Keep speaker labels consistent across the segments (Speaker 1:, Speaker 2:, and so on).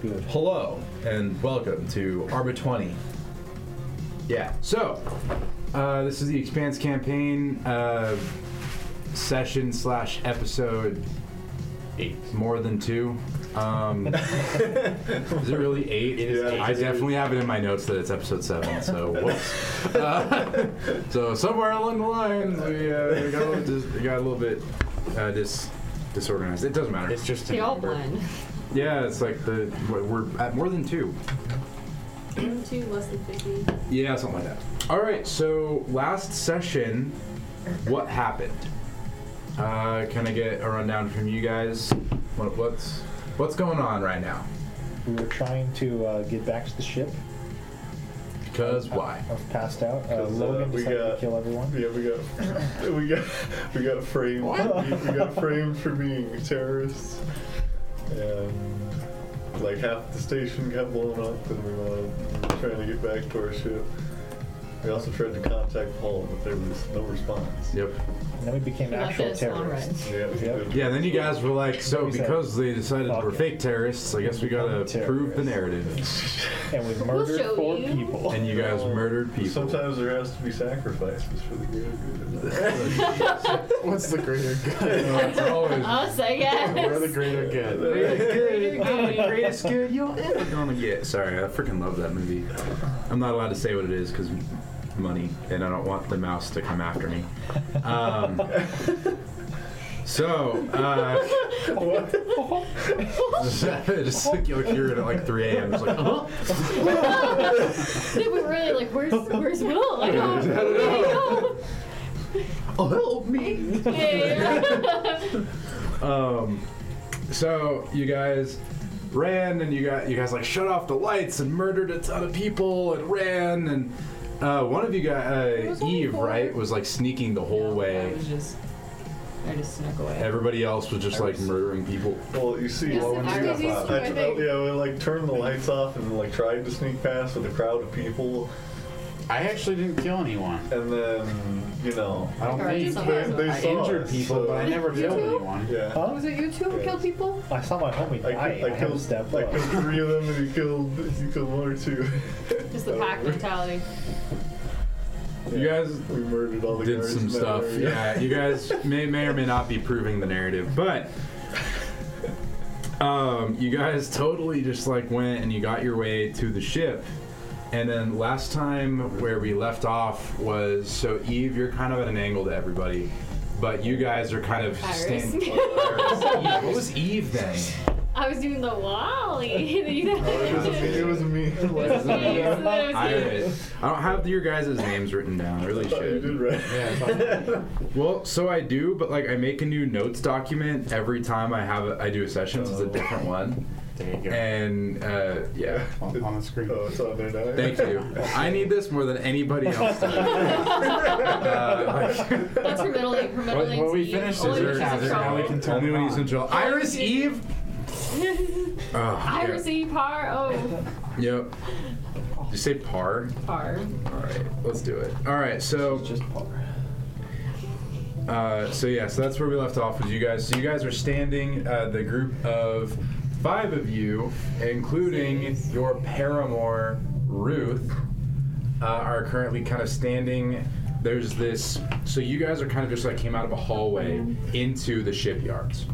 Speaker 1: Good.
Speaker 2: Hello and welcome to Arbor 20. Yeah, so uh, this is the Expanse campaign uh, session slash episode eight, more than two. Um, is it really eight?
Speaker 3: It is Yeah. eight.
Speaker 2: I definitely have it in my notes that it's episode seven. So whoops. Uh, so somewhere along the lines, we, uh, we, got, a little, dis- we got a little bit uh, dis- disorganized. It doesn't matter.
Speaker 3: It's just
Speaker 4: They
Speaker 3: a
Speaker 4: all
Speaker 3: number.
Speaker 4: blend.
Speaker 2: Yeah, it's like the we're- we're at more than two.
Speaker 4: Two less than fifty.
Speaker 2: Yeah, something like that. All right. So last session, what happened? Uh, can I get a rundown from you guys? What, what's what's going on right now?
Speaker 1: We were trying to uh, get back to the ship.
Speaker 2: Because why?
Speaker 1: I was passed out. Uh,
Speaker 5: 'Cause, uh,
Speaker 1: Logan
Speaker 5: we
Speaker 1: decided to
Speaker 5: got-
Speaker 1: kill everyone.
Speaker 5: Yeah, we got we got we got framed. We, we got framed for being terrorists, and like half the station got blown up, and we wanted, we were trying to get back to our ship. We also tried to contact Paul, but there was no response.
Speaker 2: Yep.
Speaker 1: And then we became
Speaker 4: Not
Speaker 1: actual
Speaker 4: this, all
Speaker 1: terrorists.
Speaker 4: right.
Speaker 5: Yeah. we
Speaker 1: Yep.
Speaker 5: did.
Speaker 2: Yeah. Then you guys were like, so
Speaker 1: Exactly.
Speaker 2: because they decided we're
Speaker 1: Fuck it.
Speaker 2: fake terrorists, I guess we gotta prove the narrative.
Speaker 1: And we
Speaker 4: We'll
Speaker 1: murdered
Speaker 4: show
Speaker 1: four
Speaker 4: you.
Speaker 1: people.
Speaker 2: And you guys murdered people.
Speaker 5: Sometimes there has to be sacrifices for the greater good.
Speaker 3: What's the greater good?
Speaker 2: It's always
Speaker 4: I'll say
Speaker 3: We're the
Speaker 4: yes.
Speaker 3: greater good.
Speaker 2: the greatest good you'll ever gonna get. Sorry, I freaking love that movie. I'm not allowed to say what it is because money, and I don't want the mouse to come after me. Um, so, uh, just like you'll hear it at like 3 a.m. It's like, huh?
Speaker 4: They were really like, where's where's Will? oh, I don't, I don't know.
Speaker 2: Oh, help me!
Speaker 4: Yeah, yeah, yeah.
Speaker 2: Um, so you guys ran and you got you guys like shut off the lights and murdered a ton of people and ran and uh, one of you guys,
Speaker 4: was
Speaker 2: uh,
Speaker 4: only
Speaker 2: Eve,
Speaker 4: four.
Speaker 2: right, was like sneaking the whole
Speaker 4: I
Speaker 2: way.
Speaker 4: was just, I just snuck away.
Speaker 2: Everybody else was just like murdering people.
Speaker 5: Well, you see,
Speaker 4: Yes,
Speaker 5: well,
Speaker 4: it
Speaker 5: when
Speaker 4: is
Speaker 5: you-
Speaker 4: easier,
Speaker 5: I,
Speaker 4: I
Speaker 5: tr-
Speaker 4: think.
Speaker 5: yeah, we like turned the lights off and like tried to sneak past with a crowd of people,
Speaker 3: I actually didn't kill anyone.
Speaker 5: and then you know,
Speaker 3: I don't
Speaker 4: Or I
Speaker 3: think.
Speaker 4: just-
Speaker 5: they, they
Speaker 3: I
Speaker 5: saw
Speaker 3: injured
Speaker 5: us,
Speaker 3: people,
Speaker 5: so-
Speaker 3: but I never
Speaker 4: You
Speaker 3: killed
Speaker 4: too?
Speaker 3: anyone.
Speaker 5: yeah.
Speaker 1: Huh?
Speaker 4: Was it you two who killed people?
Speaker 1: I saw my homie
Speaker 5: I,
Speaker 1: die. I,
Speaker 5: I, I
Speaker 1: had to
Speaker 5: killed,
Speaker 1: step
Speaker 5: I
Speaker 1: up.
Speaker 5: killed three of them, and he killed, he killed one or two.
Speaker 4: Just the pack mentality.
Speaker 2: You guys
Speaker 5: we murdered all the
Speaker 2: did
Speaker 5: guards
Speaker 2: some
Speaker 5: in that
Speaker 2: stuff.
Speaker 5: area.
Speaker 2: Yeah, you guys may may or may not be proving the narrative, but um, you guys totally just like went and you got your way to the ship. And then last time where we left off was so Eve, you're kind of at an angle to everybody, but you guys are kind of
Speaker 4: Iris.
Speaker 2: standing. what was Eve then?
Speaker 4: I was doing the Wally. You know?
Speaker 5: It was, it was me.
Speaker 4: It
Speaker 5: Like,
Speaker 4: was me, so that was you.
Speaker 2: Iris. I don't have your guys' names written down. I really
Speaker 5: I thought you
Speaker 2: should.
Speaker 5: did right.
Speaker 3: Yeah, but
Speaker 2: Well, so I do, but like I make a new notes document every time I have a, I do a session. So it's a different one,
Speaker 3: there you go.
Speaker 2: and uh, yeah.
Speaker 3: On, on the screen.
Speaker 5: Oh, it's on there now.
Speaker 2: Thank you. I need this more than anybody else. does. Uh, like,
Speaker 4: That's her middle name. Her middle
Speaker 3: Well,
Speaker 4: name's
Speaker 3: well, we
Speaker 4: Eve.
Speaker 3: finished
Speaker 4: Only
Speaker 3: it.
Speaker 4: when
Speaker 3: Is
Speaker 4: she's
Speaker 3: there-
Speaker 4: in
Speaker 3: is there- now we
Speaker 4: trouble.
Speaker 3: can turn
Speaker 2: only
Speaker 3: it
Speaker 2: when he's
Speaker 3: on.
Speaker 2: in trouble. Iris Eve. Oh,
Speaker 4: Iris Eve Par. Oh,
Speaker 2: Yep. yep. Did you say par?
Speaker 4: Par.
Speaker 2: All right, let's do it. All right, so
Speaker 1: Just
Speaker 2: Uh, so yeah, so that's where we left off with you guys. So you guys are standing, uh, the group of five of you, including your paramour Ruth, uh, are currently kind of standing. There's this. So you guys are kind of just like came out of a hallway into the shipyards.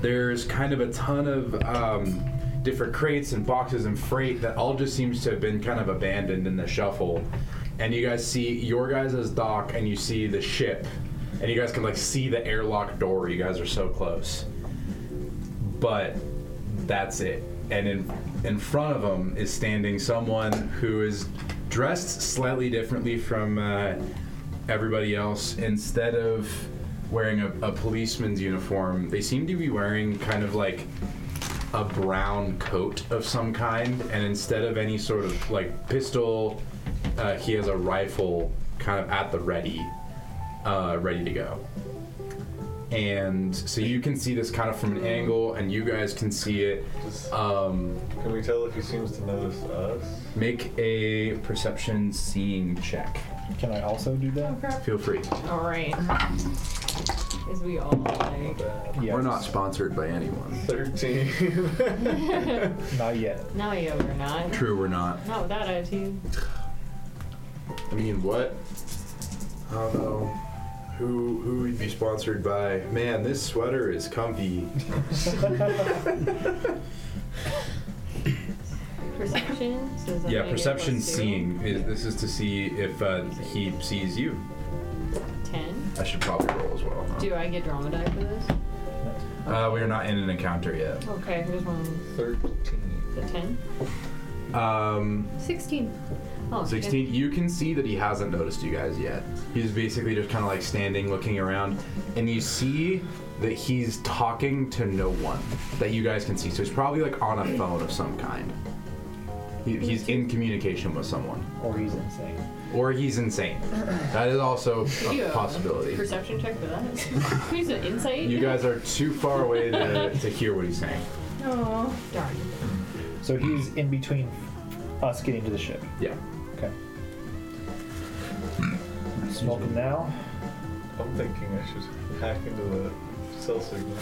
Speaker 2: There's kind of a ton of um, different crates and boxes and freight that all just seems to have been kind of abandoned in the shuffle. And you guys see your guys' dock and you see the ship. And you guys can like see the airlock door. You guys are so close. But that's it. And in in front of them is standing someone who is dressed slightly differently from uh, everybody else. Instead of wearing a, a policeman's uniform, they seem to be wearing kind of like a brown coat of some kind. And instead of any sort of like pistol, uh, he has a rifle kind of at the ready, uh, ready to go and so you can see this kind of from an angle, and you guys can see it.
Speaker 5: Just-
Speaker 2: Um,
Speaker 5: Can we tell if he seems to notice us?
Speaker 2: make a perception seeing check.
Speaker 1: Can I also do that?
Speaker 2: Feel free.
Speaker 4: All right. Because we all like.
Speaker 1: Yeah,
Speaker 2: We're not sponsored by anyone.
Speaker 5: 13.
Speaker 1: Not yet.
Speaker 4: No, yeah, we're not.
Speaker 2: True, we're not.
Speaker 4: Not with that attitude.
Speaker 2: I mean, what? I don't know. Who who would be sponsored by? Man, this sweater is comfy.
Speaker 4: Perception. So is that
Speaker 2: Yeah,
Speaker 4: negative
Speaker 2: perception
Speaker 4: plus two?
Speaker 2: seeing. Is, this is to see if uh, he sees you.
Speaker 4: Ten.
Speaker 2: I should probably roll as well.
Speaker 4: Do I get drama die for this?
Speaker 2: Uh, we are not in an encounter yet.
Speaker 4: Okay, here's one.
Speaker 5: 13.
Speaker 4: The ten.
Speaker 2: Um,
Speaker 4: Sixteen. Oh,
Speaker 2: 16 you can see that he hasn't noticed you guys yet he's basically just kind of like standing looking around and you see that he's talking to no one that you guys can see so he's probably like on a phone of some kind he, he's in communication with someone
Speaker 1: Or he's insane.
Speaker 2: or he's insane that is also
Speaker 4: Ew.
Speaker 2: a possibility
Speaker 4: Perception check for that. Who's an insight?
Speaker 2: you guys are too far away to, to hear what he's saying
Speaker 4: Oh, darn.
Speaker 1: So he's in between us getting to the ship.
Speaker 2: yeah
Speaker 1: Okay. Smoke him now.
Speaker 5: I'm thinking I should hack into the cell signal.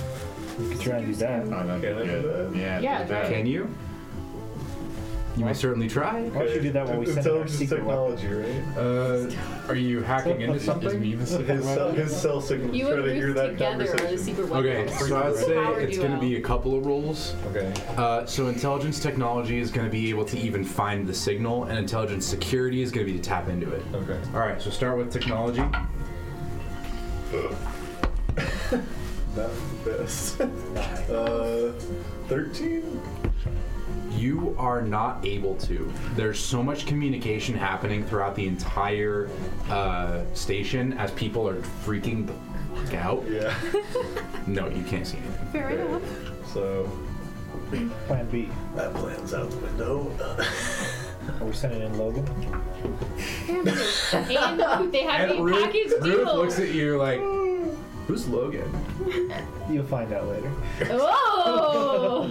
Speaker 1: We could try and do that.
Speaker 3: Oh, that'd
Speaker 5: Can I
Speaker 3: be
Speaker 5: do
Speaker 3: good.
Speaker 5: that?
Speaker 3: Yeah,
Speaker 4: Yeah,
Speaker 3: do that.
Speaker 4: try
Speaker 2: can you you may certainly try
Speaker 1: Why don't you do that while we send in our
Speaker 5: Intelligence
Speaker 1: secret weapon?
Speaker 5: technology, right?
Speaker 2: uh, are you hacking into
Speaker 3: Is
Speaker 2: something
Speaker 3: me the second
Speaker 5: His cell, his cell signal.
Speaker 4: You
Speaker 5: try
Speaker 4: and
Speaker 5: to hear
Speaker 4: Ruth
Speaker 5: that
Speaker 4: together are the
Speaker 5: conversation.
Speaker 4: secret weapon.
Speaker 2: Okay, so I'd say it's going to be a couple of rolls.
Speaker 5: Okay.
Speaker 2: Uh, so intelligence technology is going to be able to even find the signal, and intelligence security is going to be to tap into it.
Speaker 5: Okay.
Speaker 2: All right, so start with technology.
Speaker 5: That's the best. uh, 13?
Speaker 2: You are not able to. There's so much communication happening throughout the entire uh, station as people are freaking the fuck out.
Speaker 5: Yeah.
Speaker 2: No, you can't see anything.
Speaker 4: Fair enough.
Speaker 5: so
Speaker 1: Plan B.
Speaker 5: that plan's out the window.
Speaker 1: Are we sending in Logan?
Speaker 4: And Ruth, they have a package deal.
Speaker 2: Ruth looks at you like, "Who's Logan?"
Speaker 1: You'll find out later.
Speaker 4: Whoa!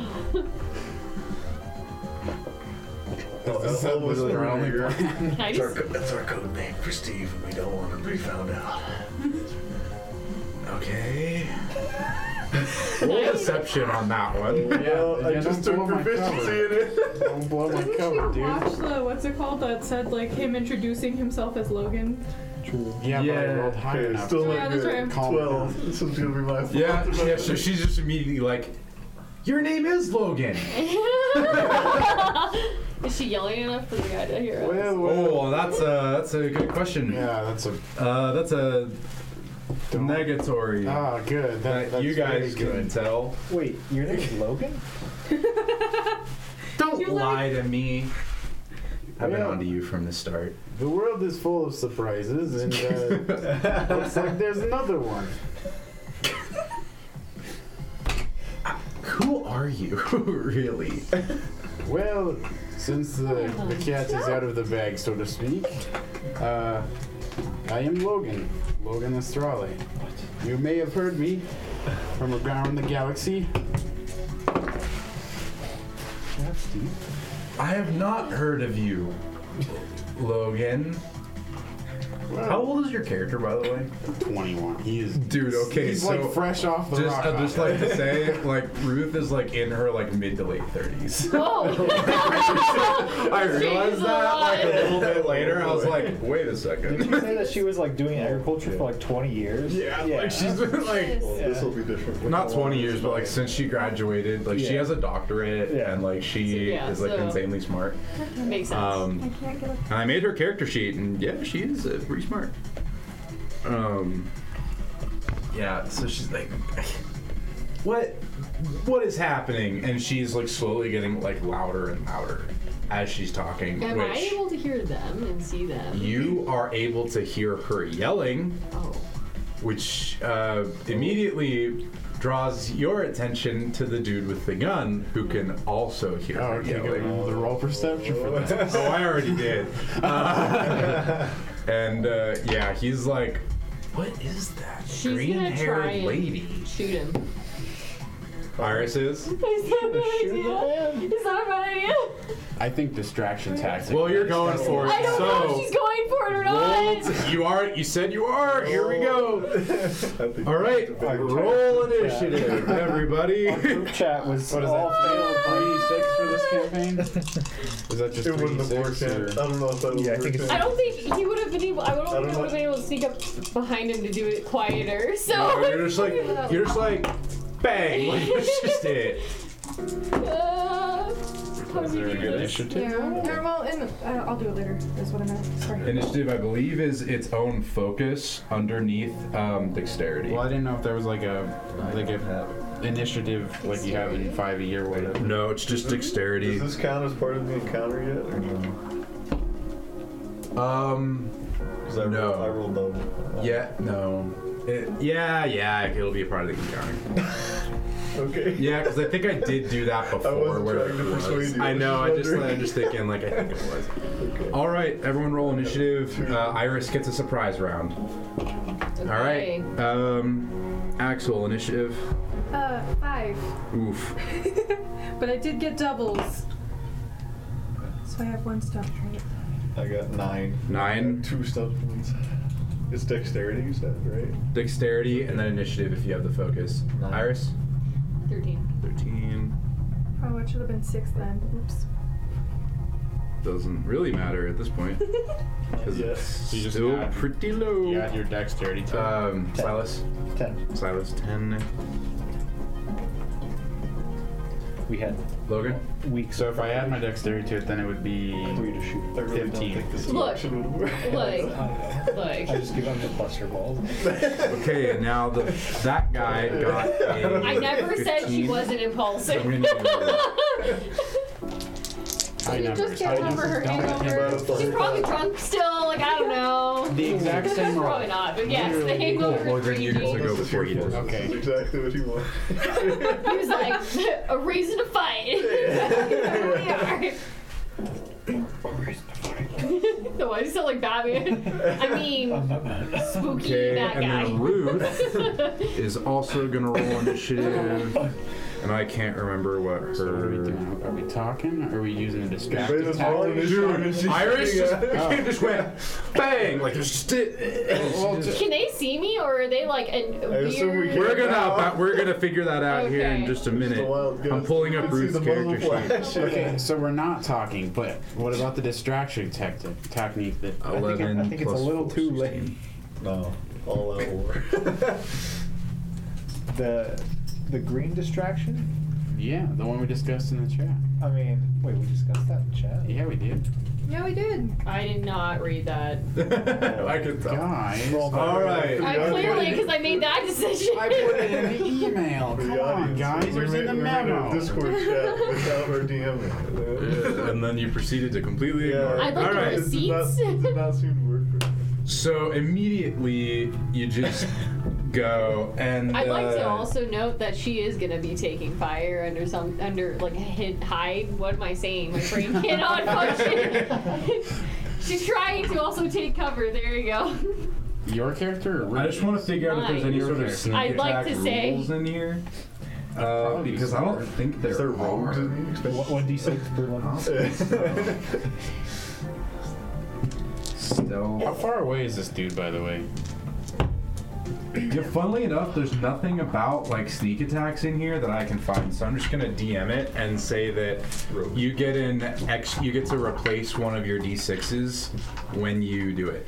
Speaker 5: That's always
Speaker 2: really our only
Speaker 4: Can I just-
Speaker 5: that's our code name for Steve, and we don't want him to be found out.
Speaker 2: Okay. Roll deception on that one.
Speaker 5: Well, I
Speaker 3: yeah,
Speaker 5: just
Speaker 3: don't
Speaker 5: took
Speaker 3: blow my
Speaker 5: proficiency in it.
Speaker 3: Don't blow my cover,
Speaker 6: Did you
Speaker 3: dude.
Speaker 6: watch the what's it called that said like him introducing himself as Logan?
Speaker 1: True.
Speaker 3: Yeah, but
Speaker 2: Yeah.
Speaker 3: I rolled high
Speaker 5: Okay,
Speaker 3: enough.
Speaker 5: still
Speaker 6: Yeah,
Speaker 5: not
Speaker 6: that's
Speaker 5: good.
Speaker 6: right.
Speaker 3: Calm
Speaker 5: Twelve. This is gonna be my fault.
Speaker 2: Yeah, yeah, so she's just immediately like, Your name is Logan.
Speaker 4: Is she yelling enough for the guy to hear us?
Speaker 3: Well, well,
Speaker 2: Oh, that's a, that's a good question.
Speaker 3: yeah, that's a
Speaker 2: Uh, that's a
Speaker 3: Don't-
Speaker 2: negatory.
Speaker 3: ah good.
Speaker 2: that
Speaker 3: That, that's
Speaker 2: you guys
Speaker 3: very
Speaker 2: can
Speaker 3: good.
Speaker 2: tell.
Speaker 1: Wait, your name's Logan?
Speaker 2: Don't
Speaker 6: You're
Speaker 2: lie to me. I've been
Speaker 3: Yeah.
Speaker 2: on to you from the start.
Speaker 3: The world is full of surprises, and uh, looks like there's another one.
Speaker 2: Who are you, really?
Speaker 3: Well, since the, the cat is out of the bag, so to speak, uh, I am Logan, Logan Estrale. You may have heard me from around the galaxy. That's deep.
Speaker 2: I have not heard of you, Logan.
Speaker 3: Well,
Speaker 2: How old is your character, by the way?
Speaker 3: 21. He is.
Speaker 2: Dude, okay,
Speaker 3: he's
Speaker 2: so-
Speaker 3: like fresh off the
Speaker 2: Just,
Speaker 3: rock.
Speaker 2: I'd just like to say, like Ruth is like in her like mid to late thirties.
Speaker 4: Whoa!
Speaker 2: I realized that like a little bit later. I was like, wait a
Speaker 1: Did
Speaker 2: second.
Speaker 1: you say that she was like doing agriculture for like 20 years?
Speaker 2: Yeah, like she's been like
Speaker 5: Well, This will be different. for
Speaker 2: not
Speaker 5: how
Speaker 2: 20
Speaker 5: long
Speaker 2: years, but like since she graduated, like she
Speaker 1: Yeah.
Speaker 2: has a doctorate
Speaker 1: Yeah.
Speaker 2: and like she
Speaker 4: Yeah,
Speaker 2: is like
Speaker 4: so-
Speaker 2: insanely smart.
Speaker 4: Makes sense.
Speaker 2: Um, and I made her character sheet, and yeah, she is uh, pretty smart. Um, yeah, so she's like, what, what is happening? And she's like slowly getting like louder and louder as she's talking.
Speaker 4: Am I
Speaker 2: which
Speaker 4: able to hear them and see them?
Speaker 2: you are able to hear her yelling,
Speaker 4: Oh.
Speaker 2: which uh, immediately draws your attention to the dude with the gun who can also hear her
Speaker 3: Oh, okay,
Speaker 2: yelling.
Speaker 3: good. The roll perception for that.
Speaker 2: Oh, I already did. Uh, and uh, yeah, he's like, what is that
Speaker 4: She's gonna try
Speaker 2: green-haired
Speaker 4: and
Speaker 2: lady?
Speaker 4: shoot him.
Speaker 2: Iris is.
Speaker 4: Is that a bad idea? Is that a bad idea?
Speaker 3: I think distraction tactics.
Speaker 2: Well, you're going for it,
Speaker 4: I don't know if
Speaker 2: so
Speaker 4: she's going for Murdered eyes!
Speaker 2: You are. You said you are. Here we go.
Speaker 5: I think
Speaker 2: All right.
Speaker 5: it's a big-
Speaker 2: Roll initiative, everybody.
Speaker 1: Group chat was
Speaker 3: What is
Speaker 1: all
Speaker 3: that?
Speaker 1: failed.
Speaker 3: Three six for this campaign? Is that just
Speaker 5: It wouldn't have worked.
Speaker 3: 3d6
Speaker 5: out. I
Speaker 3: or-
Speaker 5: don't know if that would
Speaker 1: Yeah, I
Speaker 5: work
Speaker 1: think it's-
Speaker 4: I don't think he would have been able. I don't
Speaker 5: I don't
Speaker 4: think I
Speaker 5: know.
Speaker 4: would have been able to sneak up behind him to do it quieter. So
Speaker 2: You're just like. You're just like. Bang! Like, it's just it.
Speaker 4: Uh, how do
Speaker 3: Is
Speaker 4: we
Speaker 3: there a
Speaker 4: do
Speaker 3: good
Speaker 4: this?
Speaker 3: initiative?
Speaker 7: Yeah, yeah, well, and, uh, I'll do it later, is what I meant. Sorry.
Speaker 2: Initiative, I believe, is its own focus underneath um, dexterity.
Speaker 3: Well, I didn't know if there was like a like a initiative like you have in 5e or whatever.
Speaker 2: No, it's just dexterity.
Speaker 5: Does this count as part of the encounter yet? Or no?
Speaker 2: Um.
Speaker 5: 'Cause I rolled-
Speaker 2: No.
Speaker 5: I rolled double.
Speaker 2: Yeah. No. It, yeah. Yeah. It'll be a part of the encounter.
Speaker 5: Okay.
Speaker 2: Yeah, because I think I did do that before.
Speaker 5: wasn't
Speaker 2: where
Speaker 5: trying
Speaker 2: it
Speaker 5: to
Speaker 2: was.
Speaker 5: persuade you,
Speaker 2: I
Speaker 5: I was
Speaker 2: know. I
Speaker 5: just
Speaker 2: just.
Speaker 5: wondering.
Speaker 2: I'm just thinking. Like I think it was.
Speaker 5: Okay.
Speaker 2: All right, everyone, roll initiative. Uh, Iris gets a surprise round. All right. Um, Axel initiative.
Speaker 7: Uh, five.
Speaker 2: Oof.
Speaker 7: But I did get doubles. So I have one stop right?
Speaker 5: I got nine.
Speaker 2: Nine.
Speaker 5: Two stuff points. It's dexterity, you said, right?
Speaker 2: Dexterity and then initiative if you have the focus.
Speaker 5: Nine.
Speaker 2: Iris.
Speaker 4: Thirteen.
Speaker 2: Thirteen.
Speaker 7: Oh, it should have been six then. Oops.
Speaker 2: Doesn't really matter at this point because
Speaker 5: Yeah.
Speaker 2: it's
Speaker 3: You just
Speaker 2: still
Speaker 3: add-
Speaker 2: pretty low.
Speaker 3: You add your dexterity to it.
Speaker 2: Um, Silas.
Speaker 1: Ten.
Speaker 2: Silas ten.
Speaker 1: We had
Speaker 2: Logan.
Speaker 1: weeks.
Speaker 3: So if I add my dexterity to it, then it would be.
Speaker 1: three to shoot.
Speaker 5: I really don't
Speaker 3: 15.
Speaker 5: think this
Speaker 4: Look.
Speaker 5: option would work.
Speaker 4: Like,
Speaker 1: I
Speaker 4: like.
Speaker 1: just give him the cluster balls.
Speaker 2: Okay, and now the that guy got. A
Speaker 4: I never said
Speaker 2: 15.
Speaker 4: she wasn't impulsive.
Speaker 2: I'm gonna
Speaker 3: High
Speaker 4: You
Speaker 3: numbers.
Speaker 4: just can't
Speaker 3: high
Speaker 4: remember her
Speaker 3: numbers. Don't let
Speaker 4: hangover.
Speaker 3: him-
Speaker 4: She's probably drunk still. Like I don't know.
Speaker 3: The exact same roll.
Speaker 4: Probably not. But yes, the
Speaker 3: Literally.
Speaker 4: hangover.
Speaker 2: Well, then you
Speaker 4: three.
Speaker 2: can go before he does.
Speaker 3: Okay.
Speaker 5: That's exactly what he wants.
Speaker 4: He was like, a reason to fight. There we are. no, I sound like Batman. I mean, spooky
Speaker 2: Okay,
Speaker 4: that
Speaker 2: and
Speaker 4: guy.
Speaker 2: then Ruth is also gonna roll initiative, and I can't remember what
Speaker 3: So what are we
Speaker 2: her.
Speaker 3: doing? Are we talking? Are we using a
Speaker 5: Wait,
Speaker 3: distracting
Speaker 5: this
Speaker 3: tactic?
Speaker 5: rolling is
Speaker 2: Dude, Iris just,
Speaker 3: Oh.
Speaker 2: just went bang like there's just
Speaker 3: Well,
Speaker 2: it.
Speaker 3: just-
Speaker 4: Can they see me, or are they like an
Speaker 5: I assume we
Speaker 4: weird?
Speaker 2: We're gonna we're gonna figure that out here in
Speaker 4: Okay.
Speaker 2: just a
Speaker 5: It's a
Speaker 2: minute.
Speaker 5: wild guess.
Speaker 2: I'm pulling
Speaker 5: You
Speaker 2: up
Speaker 5: can see
Speaker 2: Ruth's
Speaker 5: the muzzle
Speaker 2: character sheet.
Speaker 5: flash.
Speaker 3: Okay, so we're not talking, but what about the distraction tactic? Technique that
Speaker 2: Eleven.
Speaker 1: I think it's a
Speaker 2: plus
Speaker 1: little
Speaker 2: four,
Speaker 1: too late.
Speaker 2: 16.
Speaker 5: No. All out war.
Speaker 1: The the green distraction.
Speaker 3: Yeah, the one we discussed in the chat.
Speaker 1: I mean, wait, we discussed that in chat.
Speaker 3: Yeah, we did.
Speaker 7: Yeah, we did.
Speaker 4: I did not read that.
Speaker 2: I can tell.
Speaker 3: Guys,
Speaker 1: Roll my-
Speaker 2: All right.
Speaker 4: I
Speaker 5: Yeah,
Speaker 4: clearly,
Speaker 5: I-
Speaker 4: because I made that decision.
Speaker 3: I put it in the email.
Speaker 5: For the
Speaker 3: Come on,
Speaker 5: audience.
Speaker 3: guys,
Speaker 5: we
Speaker 3: it was
Speaker 5: made,
Speaker 3: in the
Speaker 5: we made a
Speaker 3: memo.
Speaker 5: Discord chat without our DM.
Speaker 2: Yeah, and then you proceeded to completely
Speaker 5: Yeah.
Speaker 2: ignore. it.
Speaker 4: I'd like
Speaker 2: All
Speaker 4: to
Speaker 2: right.
Speaker 5: This did not,
Speaker 4: Receipts?
Speaker 5: this did not seem to work for me.
Speaker 2: So immediately you just go and.
Speaker 4: I'd like to
Speaker 2: uh,
Speaker 4: also note that she is gonna be taking fire under some under like hid, hide. What am I saying? My brain cannot function. She's trying to also take cover. There you go.
Speaker 3: Your character or
Speaker 2: I
Speaker 3: Ruth's?
Speaker 2: just want to figure out if there's any
Speaker 4: Mine.
Speaker 2: sort of sneak
Speaker 4: I'd like
Speaker 2: attack
Speaker 4: to say-
Speaker 2: rules in here. Uh,
Speaker 3: Probably
Speaker 2: because I don't
Speaker 3: smart.
Speaker 2: think there,
Speaker 5: Is there rogue
Speaker 2: are.
Speaker 5: in the
Speaker 1: One- One d six per one.
Speaker 5: expansion?
Speaker 3: How
Speaker 2: Stealth.
Speaker 3: far away is this dude, by the way?
Speaker 2: Yeah, funnily enough, there's nothing about like sneak attacks in here that I can find, so I'm just gonna DM it and say that
Speaker 5: Rogue.
Speaker 2: you get an X. You get to replace one of your d6s when you do it.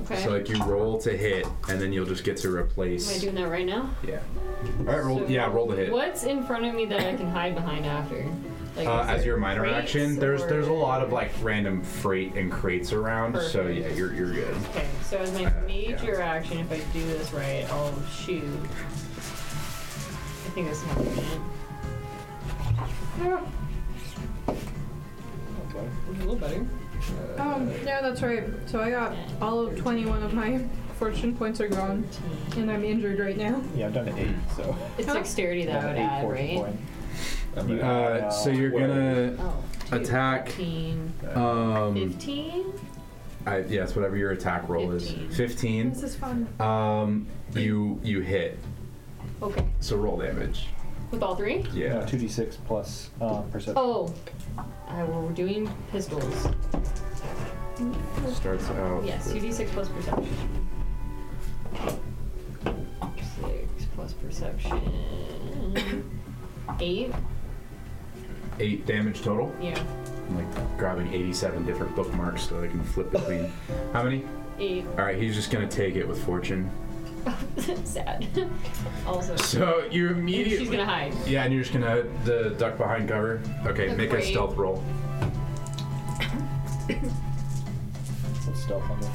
Speaker 4: Okay.
Speaker 2: So like you roll to hit, and then you'll just get to
Speaker 4: am I
Speaker 2: replace.
Speaker 4: doing that right now?
Speaker 2: Yeah. All right. Roll.
Speaker 4: So
Speaker 2: yeah. Roll to hit.
Speaker 4: What's in front of me that I can hide behind after? Like,
Speaker 2: Uh,
Speaker 4: is
Speaker 2: as
Speaker 4: there
Speaker 2: your minor
Speaker 4: crates
Speaker 2: action, there's
Speaker 4: or-
Speaker 2: there's a lot of like random freight and crates around, so
Speaker 4: Perfect.
Speaker 2: yeah, you're you're good.
Speaker 4: Okay, so as my
Speaker 2: Uh,
Speaker 4: major action, if I do this right, I'll shoot. I think that's not gonna hit. A little better.
Speaker 7: Oh,
Speaker 6: Um, yeah, that's right. So I got all of 21 of my fortune points are gone, and I'm injured right now.
Speaker 2: Uh,
Speaker 1: Yeah, I've done an eight, so
Speaker 4: It's
Speaker 6: Huh?
Speaker 4: dexterity that I would
Speaker 1: Eight
Speaker 4: add,
Speaker 1: fortune
Speaker 4: right?
Speaker 1: point.
Speaker 2: Uh, so you're gonna
Speaker 4: Oh, two,
Speaker 2: Attack.
Speaker 4: 15,
Speaker 2: um,
Speaker 4: 15?
Speaker 2: I, yeah, it's whatever your attack roll is. Fifteen.
Speaker 6: This is fun.
Speaker 2: Um, you you hit.
Speaker 4: Okay.
Speaker 2: So roll damage.
Speaker 4: With all three?
Speaker 1: No,
Speaker 2: Yeah.
Speaker 1: two d six plus um, perception.
Speaker 4: Oh. I, well, we're doing pistols.
Speaker 3: Starts out.
Speaker 4: Yes, two
Speaker 3: with-
Speaker 4: d six plus perception. Six plus perception. Eight.
Speaker 2: Eight damage total.
Speaker 4: Yeah,
Speaker 2: I'm like grabbing 87 different bookmarks so I can flip between. How many?
Speaker 4: eight.
Speaker 2: All right, he's just gonna take it with fortune.
Speaker 4: Sad. also,
Speaker 2: So you immediately.
Speaker 4: she's gonna hide.
Speaker 2: Yeah, and you're just gonna the duck behind cover. Okay,
Speaker 4: That's
Speaker 2: make
Speaker 4: great.
Speaker 2: a stealth roll.
Speaker 4: Oh.
Speaker 1: Some stealth on the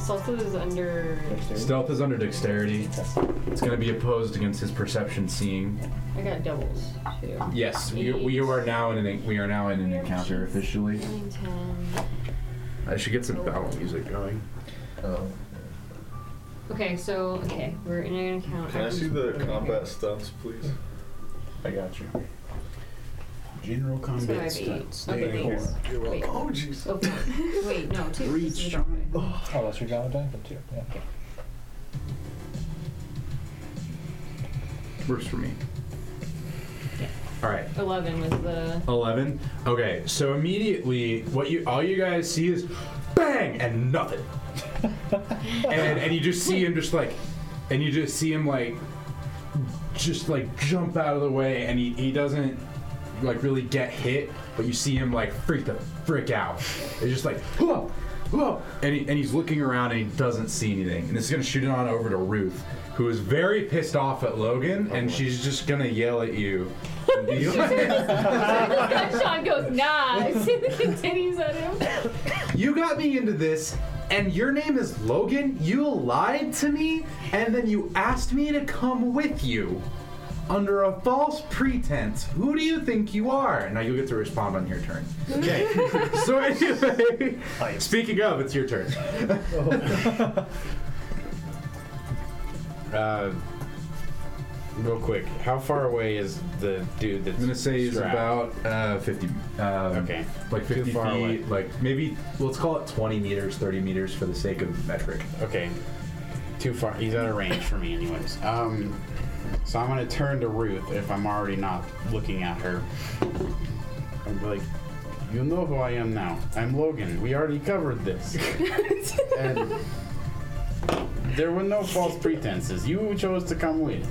Speaker 4: Salsa is under.
Speaker 1: dexterity.
Speaker 2: Stealth is under dexterity.
Speaker 1: Oh,
Speaker 2: It's gonna be opposed against his perception seeing.
Speaker 4: I got doubles too.
Speaker 2: Yes, we, we are now in an we are now in an encounter officially.
Speaker 4: Nine, ten.
Speaker 2: I should get some battle music going.
Speaker 5: Oh,
Speaker 4: Okay, so okay, we're in an encounter.
Speaker 5: Can I see the combat stunts, please?
Speaker 2: I got you.
Speaker 3: General
Speaker 4: So I
Speaker 3: combat
Speaker 4: have eight.
Speaker 3: stunts.
Speaker 4: Okay,
Speaker 3: There you
Speaker 4: thanks.
Speaker 3: go.
Speaker 4: Wait,
Speaker 5: Oh, jeez.
Speaker 4: oh, wait, no, two.
Speaker 3: Reach.
Speaker 4: This is a different way.
Speaker 1: Oh, that's your Gallant too. Yeah.
Speaker 2: Works for me. All right.
Speaker 4: Eleven was the.
Speaker 2: 11 okay so immediately what you all you guys see is bang and nothing and and you just see him just like and you just see him like just like jump out of the way and he, he doesn't like really get hit but you see him like freak the frick out it's just like whoa whoa and, he, and he's looking around and he doesn't see anything and this is gonna shoot it on over to ruth who is very pissed off at logan and she's just gonna yell at you and be like-
Speaker 4: Sean goes nice and continues at him.
Speaker 2: You got me into this, and your name is Logan? You lied to me, and then you asked me to come with you under a false pretense. Who do you think you are? Now you'll get to respond on your turn. Okay. so, anyway, speaking of, it's your turn.
Speaker 3: Uh, real quick, how far away is the dude that's
Speaker 2: I'm gonna say he's
Speaker 3: strapped?
Speaker 2: about uh, 50. Um,
Speaker 3: Okay.
Speaker 2: Like
Speaker 3: Too
Speaker 2: 50 feet.
Speaker 3: far away.
Speaker 2: Like maybe, well, let's call it 20 meters, 30 meters for the sake of metric.
Speaker 3: Okay. Too far. He's out of range for me, anyways. Um, so I'm gonna turn to Ruth if I'm already not looking at her. I'm like, you know who I am now. I'm Logan. We already covered this. and there were no false pretenses. You chose to come with.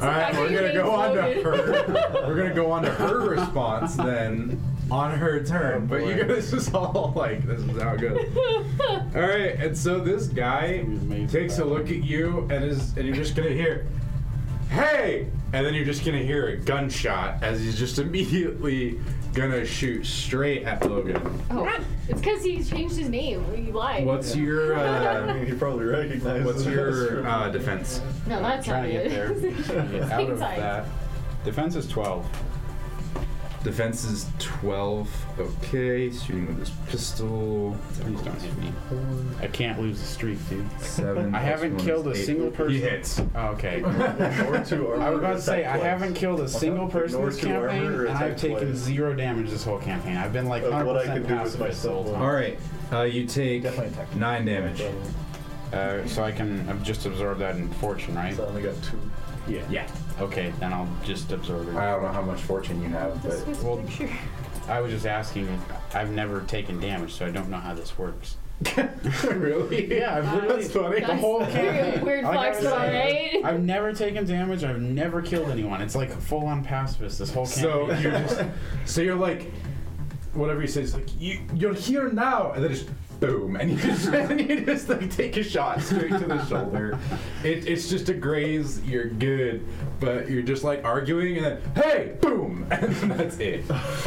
Speaker 2: All right,
Speaker 4: Actually,
Speaker 2: we're
Speaker 4: your
Speaker 2: gonna go on
Speaker 4: name's
Speaker 2: to her. We're gonna go on to her response then on her turn. but you guys, this is all like this is how it goes. All right, and so this guy takes a look at you and is, and you're just gonna hear, "Hey!" and then you're just gonna hear a gunshot as he's just immediately gonna shoot straight at Logan.
Speaker 4: Oh, it's because he changed his name. He lied.
Speaker 2: What's your
Speaker 5: I
Speaker 2: uh,
Speaker 5: mean, he probably recognizes
Speaker 2: what's
Speaker 5: us
Speaker 2: your
Speaker 5: from-
Speaker 2: uh, defense?
Speaker 4: No, that's not
Speaker 3: Trying to get there.
Speaker 4: it.
Speaker 3: Trying to get out of
Speaker 4: Inside.
Speaker 3: that. Defense is 12.
Speaker 2: Defense is 12. Okay, shooting with his pistol.
Speaker 3: Please don't hit me. I can't lose the streak, dude.
Speaker 2: Seven.
Speaker 3: I
Speaker 2: plus
Speaker 3: haven't
Speaker 2: one
Speaker 3: killed
Speaker 2: is
Speaker 3: a
Speaker 2: eight.
Speaker 3: single person.
Speaker 2: He hits.
Speaker 3: Oh, okay.
Speaker 5: or two
Speaker 3: I was
Speaker 5: armor
Speaker 3: about to say,
Speaker 5: attack
Speaker 3: I
Speaker 5: points.
Speaker 3: haven't killed a single person
Speaker 5: Ignore
Speaker 3: this
Speaker 5: two armor
Speaker 3: campaign,
Speaker 5: or
Speaker 3: and I've
Speaker 5: attack
Speaker 3: taken
Speaker 5: twice.
Speaker 3: zero damage this whole campaign. I've been like
Speaker 5: Of
Speaker 3: 100%
Speaker 5: what I could do with
Speaker 3: pacifist the
Speaker 5: myself.
Speaker 3: whole
Speaker 2: All right. Uh, you take
Speaker 1: Definitely attack.
Speaker 2: nine damage.
Speaker 3: time. Uh, so I can I've just absorbed that in fortune, right?
Speaker 5: So I only got two.
Speaker 2: Yeah.
Speaker 3: Okay, then I'll just absorb
Speaker 2: I
Speaker 3: it.
Speaker 2: don't know how much fortune you have,
Speaker 4: This
Speaker 2: but
Speaker 4: was
Speaker 3: well-
Speaker 4: picture.
Speaker 3: I was just asking. I've never taken damage, so I don't know how this works.
Speaker 2: really,
Speaker 3: Yeah, I've literally
Speaker 2: That's funny.
Speaker 3: the whole
Speaker 4: That's
Speaker 3: campaign.
Speaker 4: weird- weird
Speaker 3: like I was
Speaker 4: flex, all
Speaker 3: saying,
Speaker 4: right?
Speaker 3: I've never taken damage. I've never killed anyone. It's like full on pacifist. This whole
Speaker 2: So
Speaker 3: campaign.
Speaker 2: you're just, so you're like, whatever he says, like you, you're here now, and then just boom, and you just, and you just like take a shot straight to the shoulder. It, it's just a graze. You're good, but you're just like arguing, and then hey, boom, and then that's it.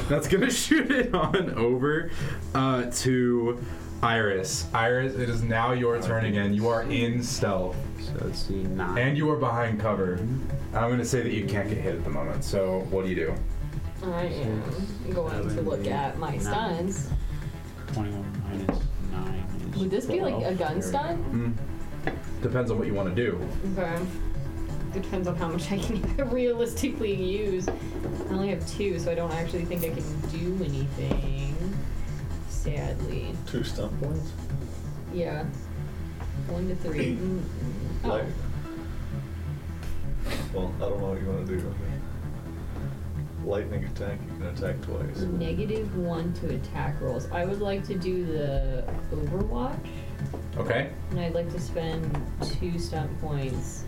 Speaker 2: That's gonna shoot it on over uh, to Iris. Iris, it is now your turn again. You are in stealth.
Speaker 3: so let's see nine.
Speaker 2: And you are behind cover. I'm gonna say that you can't get hit at the moment. So what do you do?
Speaker 4: I am going to look at my stunts.
Speaker 3: Twenty-one minus nine. Is
Speaker 4: Would this be like a
Speaker 3: 12.
Speaker 4: gun stunt?
Speaker 2: Depends on what you want to do.
Speaker 4: Okay. It depends on how much I can realistically use. I only have two, so I don't actually think I can do anything. Sadly.
Speaker 5: Two stunt points?
Speaker 4: Yeah. One to three. Mm, mm.
Speaker 5: Like,
Speaker 4: oh.
Speaker 5: well, I don't know what you want to do. lightning attack, you can attack twice.
Speaker 4: Negative one to attack rolls. I would like to do the Overwatch,
Speaker 2: Okay.
Speaker 4: and I'd like to spend two stunt points.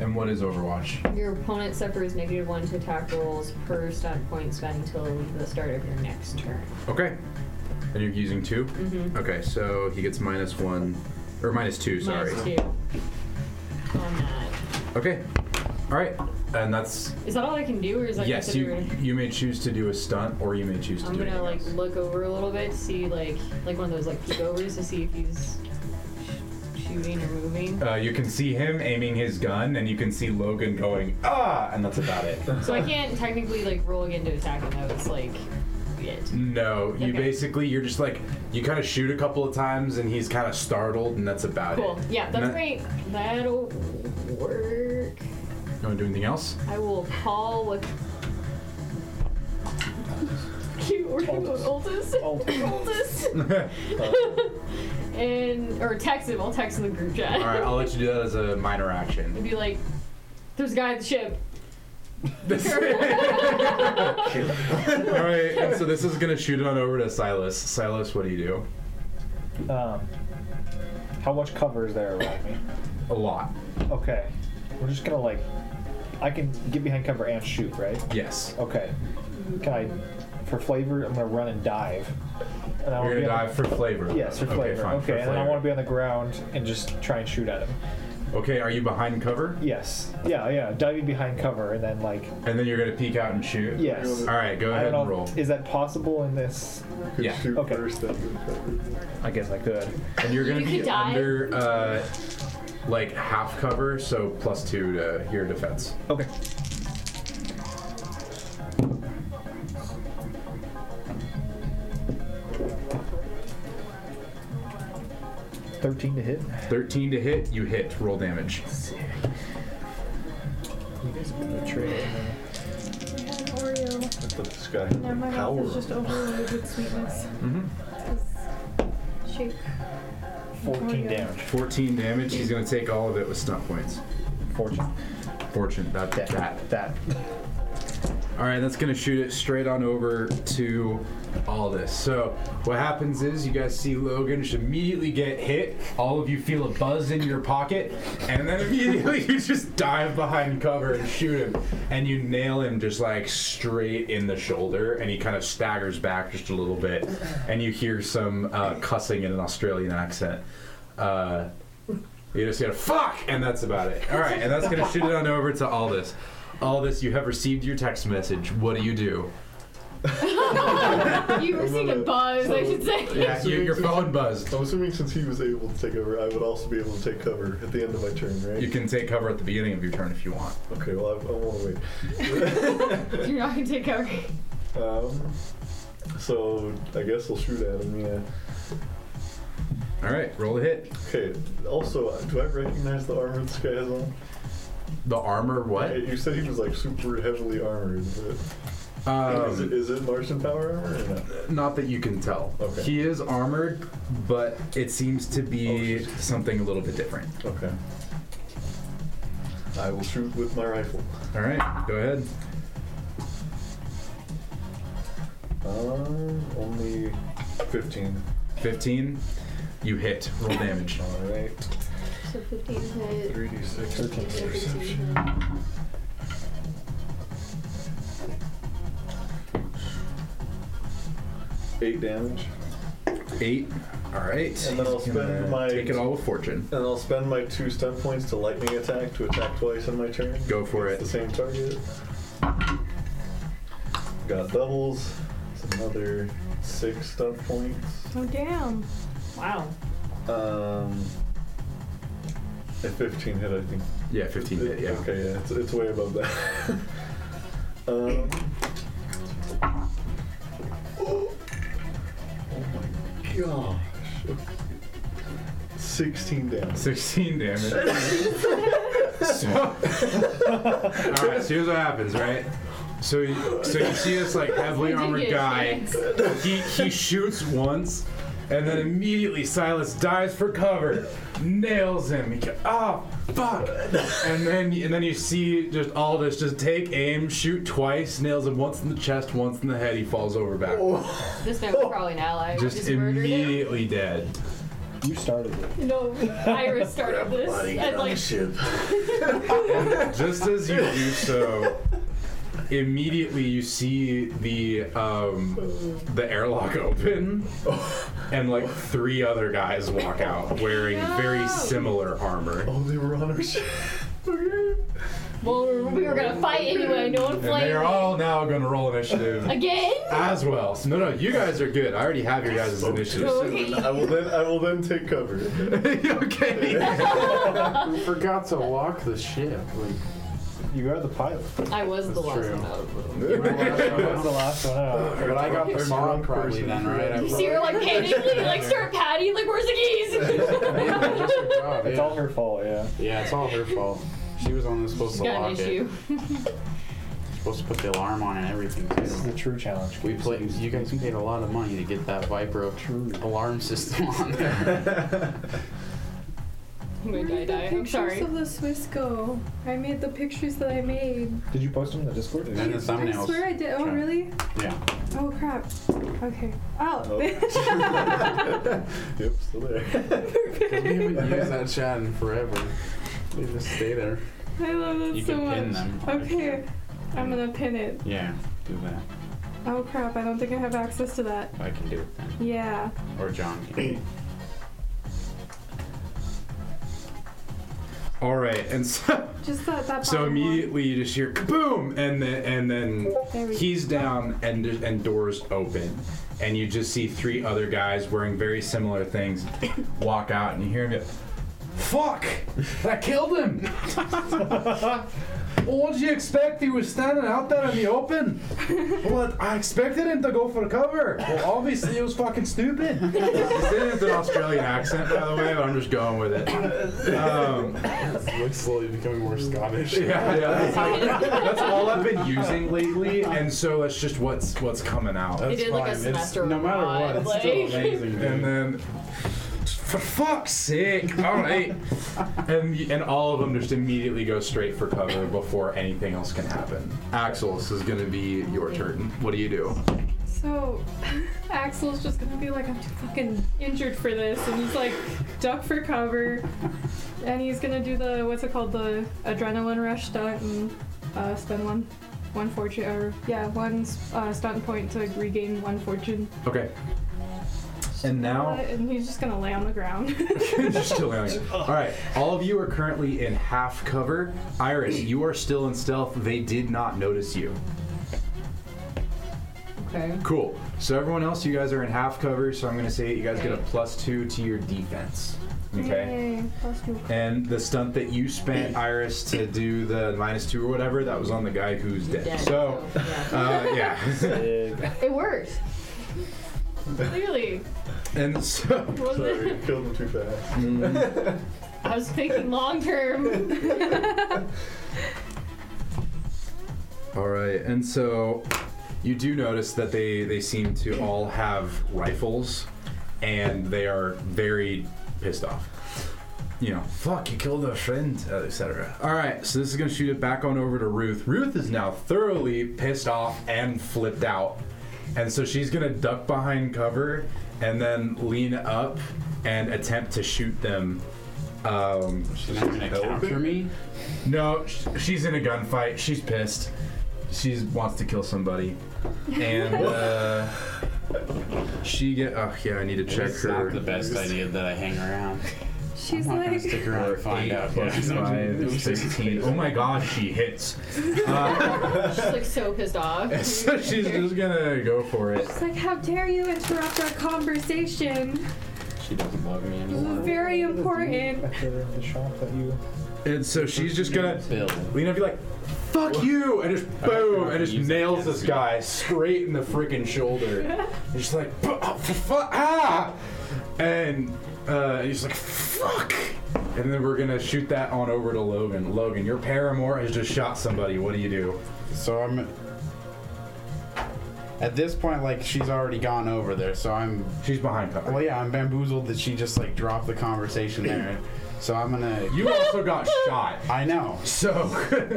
Speaker 2: And what is Overwatch?
Speaker 4: Your opponent suffers negative one to attack rolls per stunt point spent until the start of your next turn.
Speaker 2: Okay. And you're using 2
Speaker 4: Mhm.
Speaker 2: Okay, so he gets minus one, or minus two. Sorry.
Speaker 4: Minus two. On that.
Speaker 2: Okay. All right. And that's
Speaker 4: Is that all I can do, or is that
Speaker 2: yes. You
Speaker 4: considered?
Speaker 2: you may choose to do a stunt, or you may choose to
Speaker 4: I'm
Speaker 2: do.
Speaker 4: gonna like
Speaker 2: anything else.
Speaker 4: look over a little bit, see like like one of those like peek overs to see if he's sh- shooting or moving.
Speaker 2: Uh, you can see him aiming his gun, and you can see Logan going ah, and that's about it.
Speaker 4: So I can't technically like roll again to attack him. That was like it.
Speaker 2: No, you
Speaker 4: Okay.
Speaker 2: basically you're just like you kind of shoot a couple of times, and he's kind of startled, and that's about
Speaker 4: Cool.
Speaker 2: it.
Speaker 4: Yeah, that's
Speaker 2: And that-
Speaker 4: great. That'll work.
Speaker 2: You want to do anything else?
Speaker 4: I will call with. Cute word, Altus. Altus. and or text him. I'll text in the group chat.
Speaker 2: All right, I'll let you do that as a minor action.
Speaker 4: and be like, "There's a guy at the ship."
Speaker 2: All right, and so this is gonna shoot it on over to Silas. Silas, what do you do?
Speaker 1: Um, how much cover is there around me?
Speaker 2: A lot.
Speaker 1: Okay. We're just gonna like. I can get behind cover and shoot, right?
Speaker 2: Yes.
Speaker 1: Okay. Can I, for flavor, I'm gonna run and dive. And I wanna
Speaker 2: You're gonna
Speaker 1: be on
Speaker 2: dive for flavor.
Speaker 1: The, yes, for
Speaker 2: Okay,
Speaker 1: flavor.
Speaker 2: fine,
Speaker 1: okay,
Speaker 2: for
Speaker 1: and then I
Speaker 2: flavor.
Speaker 1: want to be on the ground and just try and shoot at him.
Speaker 2: Okay, are you behind cover?
Speaker 1: Yes. Yeah, yeah. Diving behind cover and then like.
Speaker 2: And then you're gonna peek out and shoot.
Speaker 1: Yes.
Speaker 2: All right, go
Speaker 1: I
Speaker 2: ahead
Speaker 1: don't
Speaker 2: and
Speaker 1: know.
Speaker 2: roll.
Speaker 1: Is that possible in this?
Speaker 5: Could
Speaker 2: Yeah.
Speaker 5: shoot
Speaker 1: Okay.
Speaker 5: first, then recover.
Speaker 1: I guess I could.
Speaker 2: And you're gonna
Speaker 4: You
Speaker 2: be
Speaker 4: could die.
Speaker 2: under uh, like half cover, so plus two to your defense.
Speaker 1: Okay. Thirteen to hit.
Speaker 2: 13 to hit, you hit. Roll damage.
Speaker 1: You guys are good at trade.
Speaker 5: I thought this guy
Speaker 7: Now
Speaker 5: had
Speaker 7: my mouth
Speaker 5: power.
Speaker 7: is just overloaded with sweetness.
Speaker 2: Mm-hmm.
Speaker 7: This Shake.
Speaker 4: Oh,
Speaker 1: Fourteen damage.
Speaker 2: 14 damage. He's gonna take all of it with stunt points.
Speaker 1: Fortune.
Speaker 2: Fortune. That.
Speaker 1: That.
Speaker 2: That.
Speaker 1: That. that.
Speaker 2: All right, that's gonna shoot it straight on over to Aldous. So what happens is you guys see Logan just immediately get hit. All of you feel a buzz in your pocket, and then immediately you just dive behind cover and shoot him, and you nail him just like straight in the shoulder, and he kind of staggers back just a little bit, and you hear some uh, cussing in an Australian accent. Uh, you just gotta fuck, and that's about it. All right, and that's gonna shoot it on over to Aldous. Aldous, you have received your text message. What do you do?
Speaker 4: you received a buzz, I should say.
Speaker 2: Yeah, you, your phone buzzed.
Speaker 5: I'm assuming since he was able to take over, I would also be able to take cover at the end of my turn, right?
Speaker 2: You can take cover at the beginning of your turn if you want.
Speaker 5: Okay, well, I, I won't wait.
Speaker 4: You're not gonna take cover.
Speaker 5: Um, so I guess I'll shoot at him. Yeah.
Speaker 2: All right, roll a hit.
Speaker 5: Okay. Also, uh, do I recognize the armor this guy has on?
Speaker 2: The armor,
Speaker 5: Hey,
Speaker 2: what?
Speaker 5: You said he was like super heavily armored. But is, it,
Speaker 2: Um,
Speaker 5: is it Martian power armor or not?
Speaker 2: not that you can tell.
Speaker 5: Okay.
Speaker 2: He is armored, but it seems to
Speaker 5: Oh,
Speaker 2: be something a little bit different.
Speaker 5: Okay. I will shoot with my rifle.
Speaker 2: All right, go ahead.
Speaker 5: Um, only 15.
Speaker 2: 15, you hit. Roll damage.
Speaker 5: All right.
Speaker 4: So 15 hit.
Speaker 5: 3d6 plus perception.
Speaker 4: Perception.
Speaker 5: Eight damage.
Speaker 2: Eight. All right.
Speaker 5: And then I'll
Speaker 2: He's gonna
Speaker 5: spend my-
Speaker 2: Take it all with fortune.
Speaker 5: And I'll spend my two stun points to lightning attack to attack twice on my turn.
Speaker 2: Go for
Speaker 5: It's
Speaker 2: it.
Speaker 5: the same target. Got doubles. It's another six stun points.
Speaker 7: Oh damn.
Speaker 4: Wow.
Speaker 5: Um, a 15 hit, I think.
Speaker 2: Yeah, 15 hit, yeah.
Speaker 5: Okay, yeah, it's, it's way above that. um, oh my gosh. 16 damage.
Speaker 2: 16 damage. so, all right, so here's what happens, right? So, you- so you see this like heavily
Speaker 4: You did
Speaker 2: armored
Speaker 4: get a
Speaker 2: guy.
Speaker 4: chance.
Speaker 2: He he shoots once, And then immediately Silas dives for cover, nails him. He goes, oh, fuck. And then and then you see just Aldous just take aim, shoot twice, nails him once in the chest, once in the head. He falls over back.
Speaker 4: This man was probably an ally.
Speaker 2: Oh. Just,
Speaker 4: just Oh. murdered him.
Speaker 2: immediately dead.
Speaker 1: You started it.
Speaker 4: No, Iris started this. And like,
Speaker 5: ship.
Speaker 2: Just as you do so, immediately you see the um, the airlock open, and like three other guys walk out wearing very similar armor.
Speaker 5: Oh, they were on our ship.
Speaker 4: well, we were gonna fight anyway. No one
Speaker 2: And they
Speaker 4: played
Speaker 2: are all now going to roll initiative
Speaker 4: again.
Speaker 2: as well. So, no, no, you guys are good. I already have your guys' initiative.
Speaker 4: Okay.
Speaker 5: I will then. I will then take cover.
Speaker 2: okay.
Speaker 3: We forgot to lock the ship.
Speaker 1: You are the pilot.
Speaker 4: I was the last
Speaker 3: true.
Speaker 4: one out of the room.
Speaker 1: That's the
Speaker 3: Like,
Speaker 1: last one out.
Speaker 3: but I got the
Speaker 5: First
Speaker 3: song
Speaker 5: drunk
Speaker 3: probably
Speaker 5: person.
Speaker 3: then, right? I
Speaker 4: You see her like panically, like start patting, like where's the keys?
Speaker 3: probably-
Speaker 1: It's all her fault, yeah.
Speaker 3: Yeah, it's all her fault. She was the one that's supposed to
Speaker 4: Got
Speaker 3: lock
Speaker 4: an issue.
Speaker 3: it. Supposed to put the alarm on and everything.
Speaker 1: This is
Speaker 3: Too.
Speaker 1: the true challenge.
Speaker 3: We played. You guys paid a lot of money to get that Vibro
Speaker 1: True.
Speaker 3: alarm system on there.
Speaker 4: I'm gonna die, die. I'm
Speaker 7: pictures
Speaker 4: sorry.
Speaker 7: of the Swiss go? I made the pictures that I made.
Speaker 1: Did you post them in the Discord?
Speaker 3: and then the thumbnails.
Speaker 7: I swear I did. Oh,
Speaker 3: Sure.
Speaker 7: really?
Speaker 3: Yeah.
Speaker 7: Oh, crap. Okay. Oh.
Speaker 5: yep, still there.
Speaker 3: Because we haven't used that chat in forever. They just stay there.
Speaker 7: I love that
Speaker 3: You
Speaker 7: so
Speaker 3: can
Speaker 7: much.
Speaker 3: pin them.
Speaker 7: Okay. I'm gonna pin it.
Speaker 3: Yeah, do that.
Speaker 7: Oh, crap. I don't think I have access to that.
Speaker 3: I can do it then.
Speaker 7: Yeah.
Speaker 3: Or John can.
Speaker 2: all right, and so.
Speaker 7: Just that. that
Speaker 2: So
Speaker 7: bottom one.
Speaker 2: immediately you just hear kaboom, and then and
Speaker 7: There
Speaker 2: then
Speaker 7: we
Speaker 2: he's down, and and doors open, and you just see three other guys wearing very similar things walk out, and you hear him go, "Fuck, that killed him." well, what did you expect? He was standing out there in the open. Well, I expected him to go for cover. Well, obviously it was fucking stupid. He's doing it with an Australian accent, by the way, but I'm just going with it. Um,
Speaker 3: Looks slowly becoming more Scottish.
Speaker 2: yeah, yeah. That's, how- that's all I've been using lately, and so that's just what's what's coming out.
Speaker 4: It is like a semester
Speaker 3: no matter what, it's
Speaker 4: abroad,
Speaker 3: still
Speaker 4: like-
Speaker 3: amazing. dude.
Speaker 2: And then, for fuck's sake! All right, and and all of them just immediately go straight for cover before anything else can happen. Axel, this is gonna be your turn. What do you do?
Speaker 6: So Axel's just gonna be like, I'm too fucking injured for this, and he's like, duck for cover, and he's gonna do the what's it called, the adrenaline rush stunt, and uh, spend one, one fortune, or yeah, one uh, stunt point to regain one fortune.
Speaker 2: Okay. And
Speaker 6: Uh,
Speaker 2: now,
Speaker 6: and he's just gonna lay on the ground.
Speaker 2: you're still ailing. All right, all of you are currently in half cover. Iris, you are still in stealth. They did not notice you.
Speaker 4: Okay.
Speaker 2: Cool. So everyone else, you guys are in half cover, so I'm gonna say you guys get a plus two to your defense. Okay.
Speaker 7: Yay. Plus two.
Speaker 2: And the stunt that you spent, Iris, to do the minus two or whatever, that was on the guy who's dead.
Speaker 4: Dead,
Speaker 2: So,
Speaker 4: so, yeah.
Speaker 2: uh, yeah.
Speaker 1: Big.
Speaker 4: It worked. Clearly.
Speaker 2: and so,
Speaker 5: Sorry, killed him too fast.
Speaker 4: I was thinking long term.
Speaker 2: all right, and so you do notice that they they seem to all have rifles, and they are very pissed off. you know, fuck, you killed a friend, uh, etc. All right, so this is gonna shoot it back on over to Ruth. Ruth is now thoroughly pissed off and flipped out, and so she's gonna duck behind cover and then lean up and attempt to shoot them. Um,
Speaker 3: She's not gonna capture me.
Speaker 2: no, sh- she's in a gunfight. She's pissed. She wants to kill somebody, and uh, she get. Oh yeah, I need to check
Speaker 3: It's
Speaker 2: her.
Speaker 3: not the best idea that I hang around.
Speaker 7: She's
Speaker 3: I'm not gonna
Speaker 7: like.
Speaker 3: stick around and find
Speaker 2: Eight
Speaker 3: out.
Speaker 2: plus five is 16. Oh my gosh, she hits.
Speaker 4: She's like so pissed off.
Speaker 2: so she's just gonna go for it.
Speaker 7: It's like, how dare you interrupt our conversation?
Speaker 3: She doesn't love me
Speaker 7: This is
Speaker 3: anymore.
Speaker 7: very important.
Speaker 1: After the shop that you.
Speaker 2: And so she's just gonna
Speaker 3: Bill.
Speaker 2: lean up and be like, fuck you! And just boom! And just nails this guy straight in the freaking shoulder. And she's like, "Bu- oh, f- fu- ah! And uh, he's like, fuck! And then we're gonna shoot that on over to Logan. Logan, your paramour has just shot somebody. What do you do?
Speaker 3: So I'm. At this point, like she's already gone over there, so I'm
Speaker 2: She's behind cover.
Speaker 3: well, yeah, I'm bamboozled that she just like dropped the conversation there. So I'm gonna.
Speaker 2: You also got shot.
Speaker 3: I know.
Speaker 2: So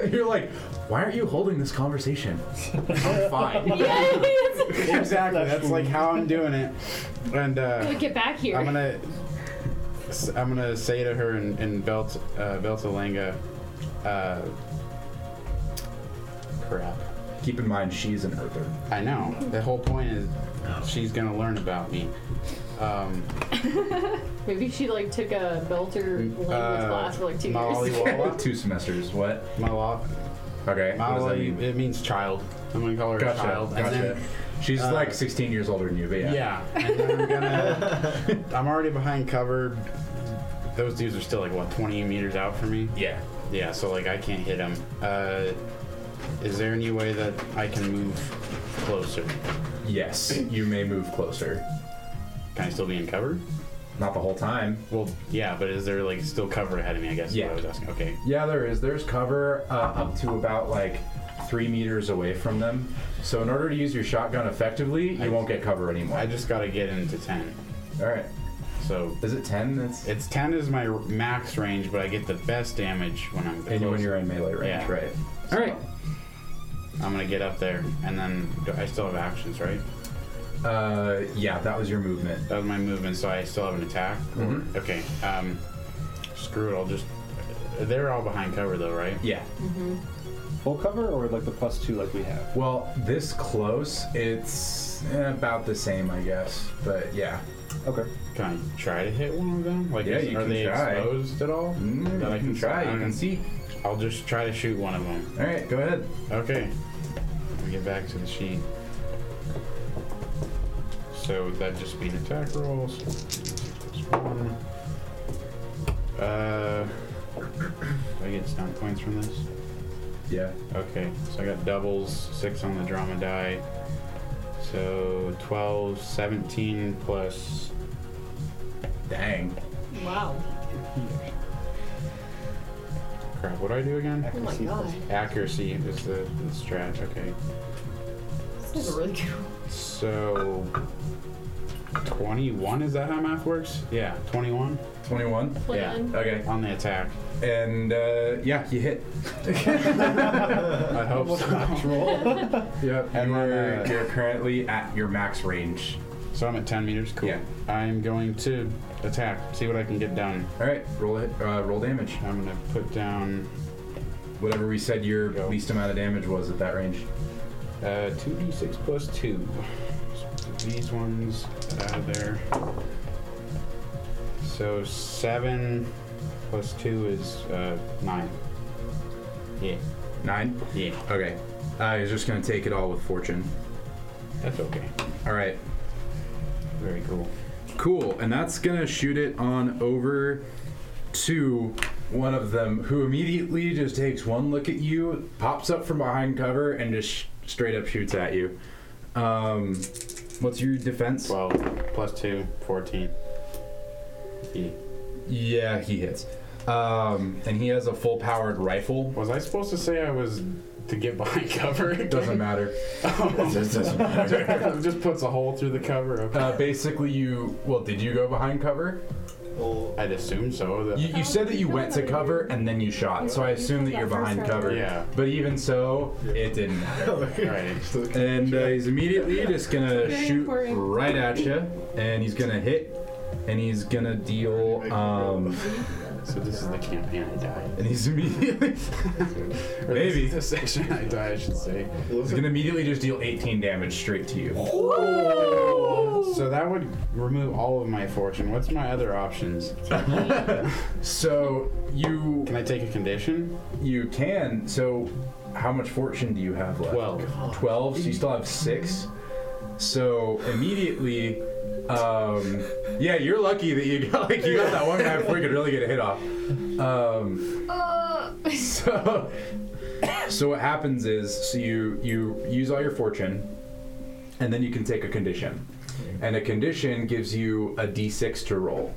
Speaker 2: you're like, why aren't you holding this conversation? I'm fine.
Speaker 3: Exactly. That's like how I'm doing it. And uh,
Speaker 4: Get back here.
Speaker 3: I'm gonna, s- I'm gonna say to her in, in Belt, uh, Beltalanga, uh, crap.
Speaker 2: Keep in mind, she's an earther.
Speaker 3: I know. The whole point is
Speaker 2: Oh.
Speaker 3: she's gonna learn about me. Um,
Speaker 4: Maybe she like took a belter language
Speaker 3: Uh,
Speaker 4: class for like two years.
Speaker 3: Malaliwala.
Speaker 2: Two semesters. What?
Speaker 3: Mala-
Speaker 2: Okay. What does that
Speaker 3: Malali-
Speaker 2: mean?
Speaker 3: It means child. I'm gonna call her
Speaker 2: Gotcha.
Speaker 3: child. And
Speaker 2: Gotcha.
Speaker 3: then-
Speaker 2: she's
Speaker 3: uh,
Speaker 2: like 16 years older than you, but yeah.
Speaker 3: yeah. And then I'm gonna. I'm already behind cover. Those dudes are still like what 20 meters out from me.
Speaker 2: Yeah.
Speaker 3: Yeah, so like I can't hit him. Uh, is there any way that I can move closer?
Speaker 2: Yes. You may move closer.
Speaker 3: Can I still be in cover?
Speaker 2: Not the whole time.
Speaker 3: Well, yeah, but is there like still cover ahead of me? I guess. is what
Speaker 2: Yeah.
Speaker 3: I was asking. Okay.
Speaker 2: Yeah, there is. There's cover uh, up to about like three meters away from them. So in order to use your shotgun effectively, you
Speaker 3: I-
Speaker 2: won't get cover anymore.
Speaker 3: I just gotta get into ten.
Speaker 2: All right.
Speaker 3: So
Speaker 2: Is it 10? That's
Speaker 3: it's ten is my r- max range, but I get the best damage when I'm. the
Speaker 2: and when
Speaker 3: closest.
Speaker 2: you're in melee range,
Speaker 3: Yeah.
Speaker 2: right? All right.
Speaker 3: I'm gonna get up there, and then do I still have actions, right?
Speaker 2: Uh, yeah, that was your movement.
Speaker 3: That was my movement, so I still have an attack. or-
Speaker 2: Mhm.
Speaker 3: Okay. Um, screw it. I'll just. They're all behind cover though, right?
Speaker 2: Yeah.
Speaker 1: Full cover or like the plus two like we have?
Speaker 2: Well, this close, it's eh, about the same, I guess. But yeah.
Speaker 4: Oh
Speaker 1: Okay.
Speaker 3: Can I try to hit one of them? Like,
Speaker 2: Yeah,
Speaker 3: is-
Speaker 2: you
Speaker 3: are
Speaker 2: can
Speaker 3: they
Speaker 2: try.
Speaker 3: exposed at all?
Speaker 2: Mm,
Speaker 3: That I
Speaker 2: you can try. You can
Speaker 3: I'm-
Speaker 2: see.
Speaker 3: I'll just try to shoot one of them.
Speaker 2: All right, go ahead.
Speaker 3: Okay. Let me get back to the sheet. So that just be an attack roll. so plus one. Uh, do I get stunt points from this.
Speaker 2: Yeah.
Speaker 3: Okay, so I got doubles, six on the drama die. So 12, 17 plus
Speaker 2: Dang.
Speaker 4: Wow.
Speaker 3: crap. What do I do again?
Speaker 4: Oh my
Speaker 1: Accuracy
Speaker 4: god.
Speaker 1: plus-
Speaker 3: Accuracy is the, the strat. Okay.
Speaker 4: This is a really good.
Speaker 3: So, 21, is that how math works? Yeah, 21
Speaker 2: 21.
Speaker 4: plan.
Speaker 2: Okay.
Speaker 3: on the attack.
Speaker 2: And uh, yeah, you hit.
Speaker 3: I hope so.
Speaker 1: Roll.
Speaker 2: Yep.
Speaker 3: And then,
Speaker 2: You're,
Speaker 3: uh,
Speaker 2: you're currently at your max range.
Speaker 3: So I'm at 10 meters, cool.
Speaker 2: Yeah.
Speaker 3: I'm going to attack, see what I can get done.
Speaker 2: All right, roll it. Uh, roll damage.
Speaker 3: I'm going to put down
Speaker 2: Whatever we said your
Speaker 3: Go.
Speaker 2: least amount of damage was at that range.
Speaker 3: uh, 2d6 plus 2. So these ones out of there. So 7 plus 2 is uh, 9. Yeah.
Speaker 2: Nine.
Speaker 3: Yeah.
Speaker 2: Okay. I was just gonna take it all with fortune.
Speaker 3: That's okay.
Speaker 2: All right.
Speaker 3: Very cool.
Speaker 2: Cool. And that's gonna shoot it on over to one of them, who immediately just takes one look at you, pops up from behind cover, and just sh- straight up shoots at you. Um, what's your defense?
Speaker 3: 12 plus E. 2, 14. Yeah.
Speaker 2: Yeah, he hits. Um, and he has a full powered rifle.
Speaker 3: Was I supposed to say I was to get behind cover?
Speaker 2: Doesn't matter. Just doesn't
Speaker 3: It just puts a hole through the cover. Okay.
Speaker 2: Uh, basically, you. Well, did you go behind cover?
Speaker 5: Well,
Speaker 3: I'd assume so. That,
Speaker 2: You, you said that you went to cover and then you shot, so I assume that you're behind cover.
Speaker 3: Yeah.
Speaker 2: But even so, it didn't matter.
Speaker 3: Right.
Speaker 2: And uh, he's immediately just gonna
Speaker 6: Very
Speaker 2: shoot
Speaker 6: important.
Speaker 2: right at you, and he's gonna hit, and he's gonna deal. Um,
Speaker 3: So this is the campaign I die.
Speaker 2: and he's immediately
Speaker 3: Or this
Speaker 2: Maybe.
Speaker 3: is the section I die, I should say.
Speaker 2: he's gonna immediately just deal 18 damage straight to you.
Speaker 3: So that would remove all of my fortune. What's my other options?
Speaker 2: So you
Speaker 3: Can I take a condition?
Speaker 2: You can. So, how much fortune do you have left?
Speaker 3: Twelve.
Speaker 2: Twelve. So you still have six. So immediately, um, yeah, you're lucky that you got like you got that one guy before you could really get a hit off. Um, so, so what happens is, so you you use all your fortune, and then you can take a condition, and a condition gives you a d6 to roll,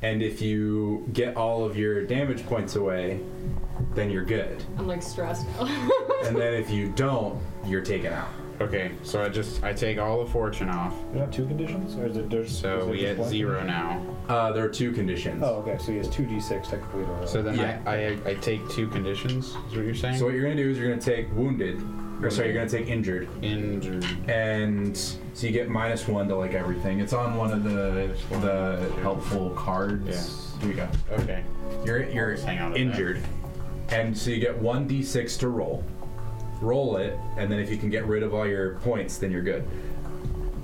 Speaker 2: and if you get all of your damage points away, then you're good.
Speaker 4: I'm like stressed.
Speaker 2: And then if you don't, you're taken out.
Speaker 3: Okay, so I just I take all the fortune off,
Speaker 1: You have two conditions, or is it there's? is
Speaker 3: so
Speaker 1: it
Speaker 3: we
Speaker 1: just
Speaker 3: get
Speaker 1: one
Speaker 3: zero
Speaker 1: condition?
Speaker 3: now.
Speaker 2: Uh, there are two conditions.
Speaker 1: Oh, okay. So he has two d6 technically. To roll.
Speaker 3: So then
Speaker 2: Yeah.
Speaker 3: I, I I take two conditions. Is what you're saying?
Speaker 2: So what you're gonna do is you're gonna take wounded, or sorry, you're gonna take injured,
Speaker 3: injured.
Speaker 2: and so you get minus one to like everything. It's on one of the the helpful cards.
Speaker 3: Yeah.
Speaker 2: Here we go.
Speaker 3: Okay.
Speaker 2: You're you're
Speaker 3: just hang on to that.
Speaker 2: injured, and so you get one d6 to roll. Roll it, and then if you can get rid of all your points, then you're good.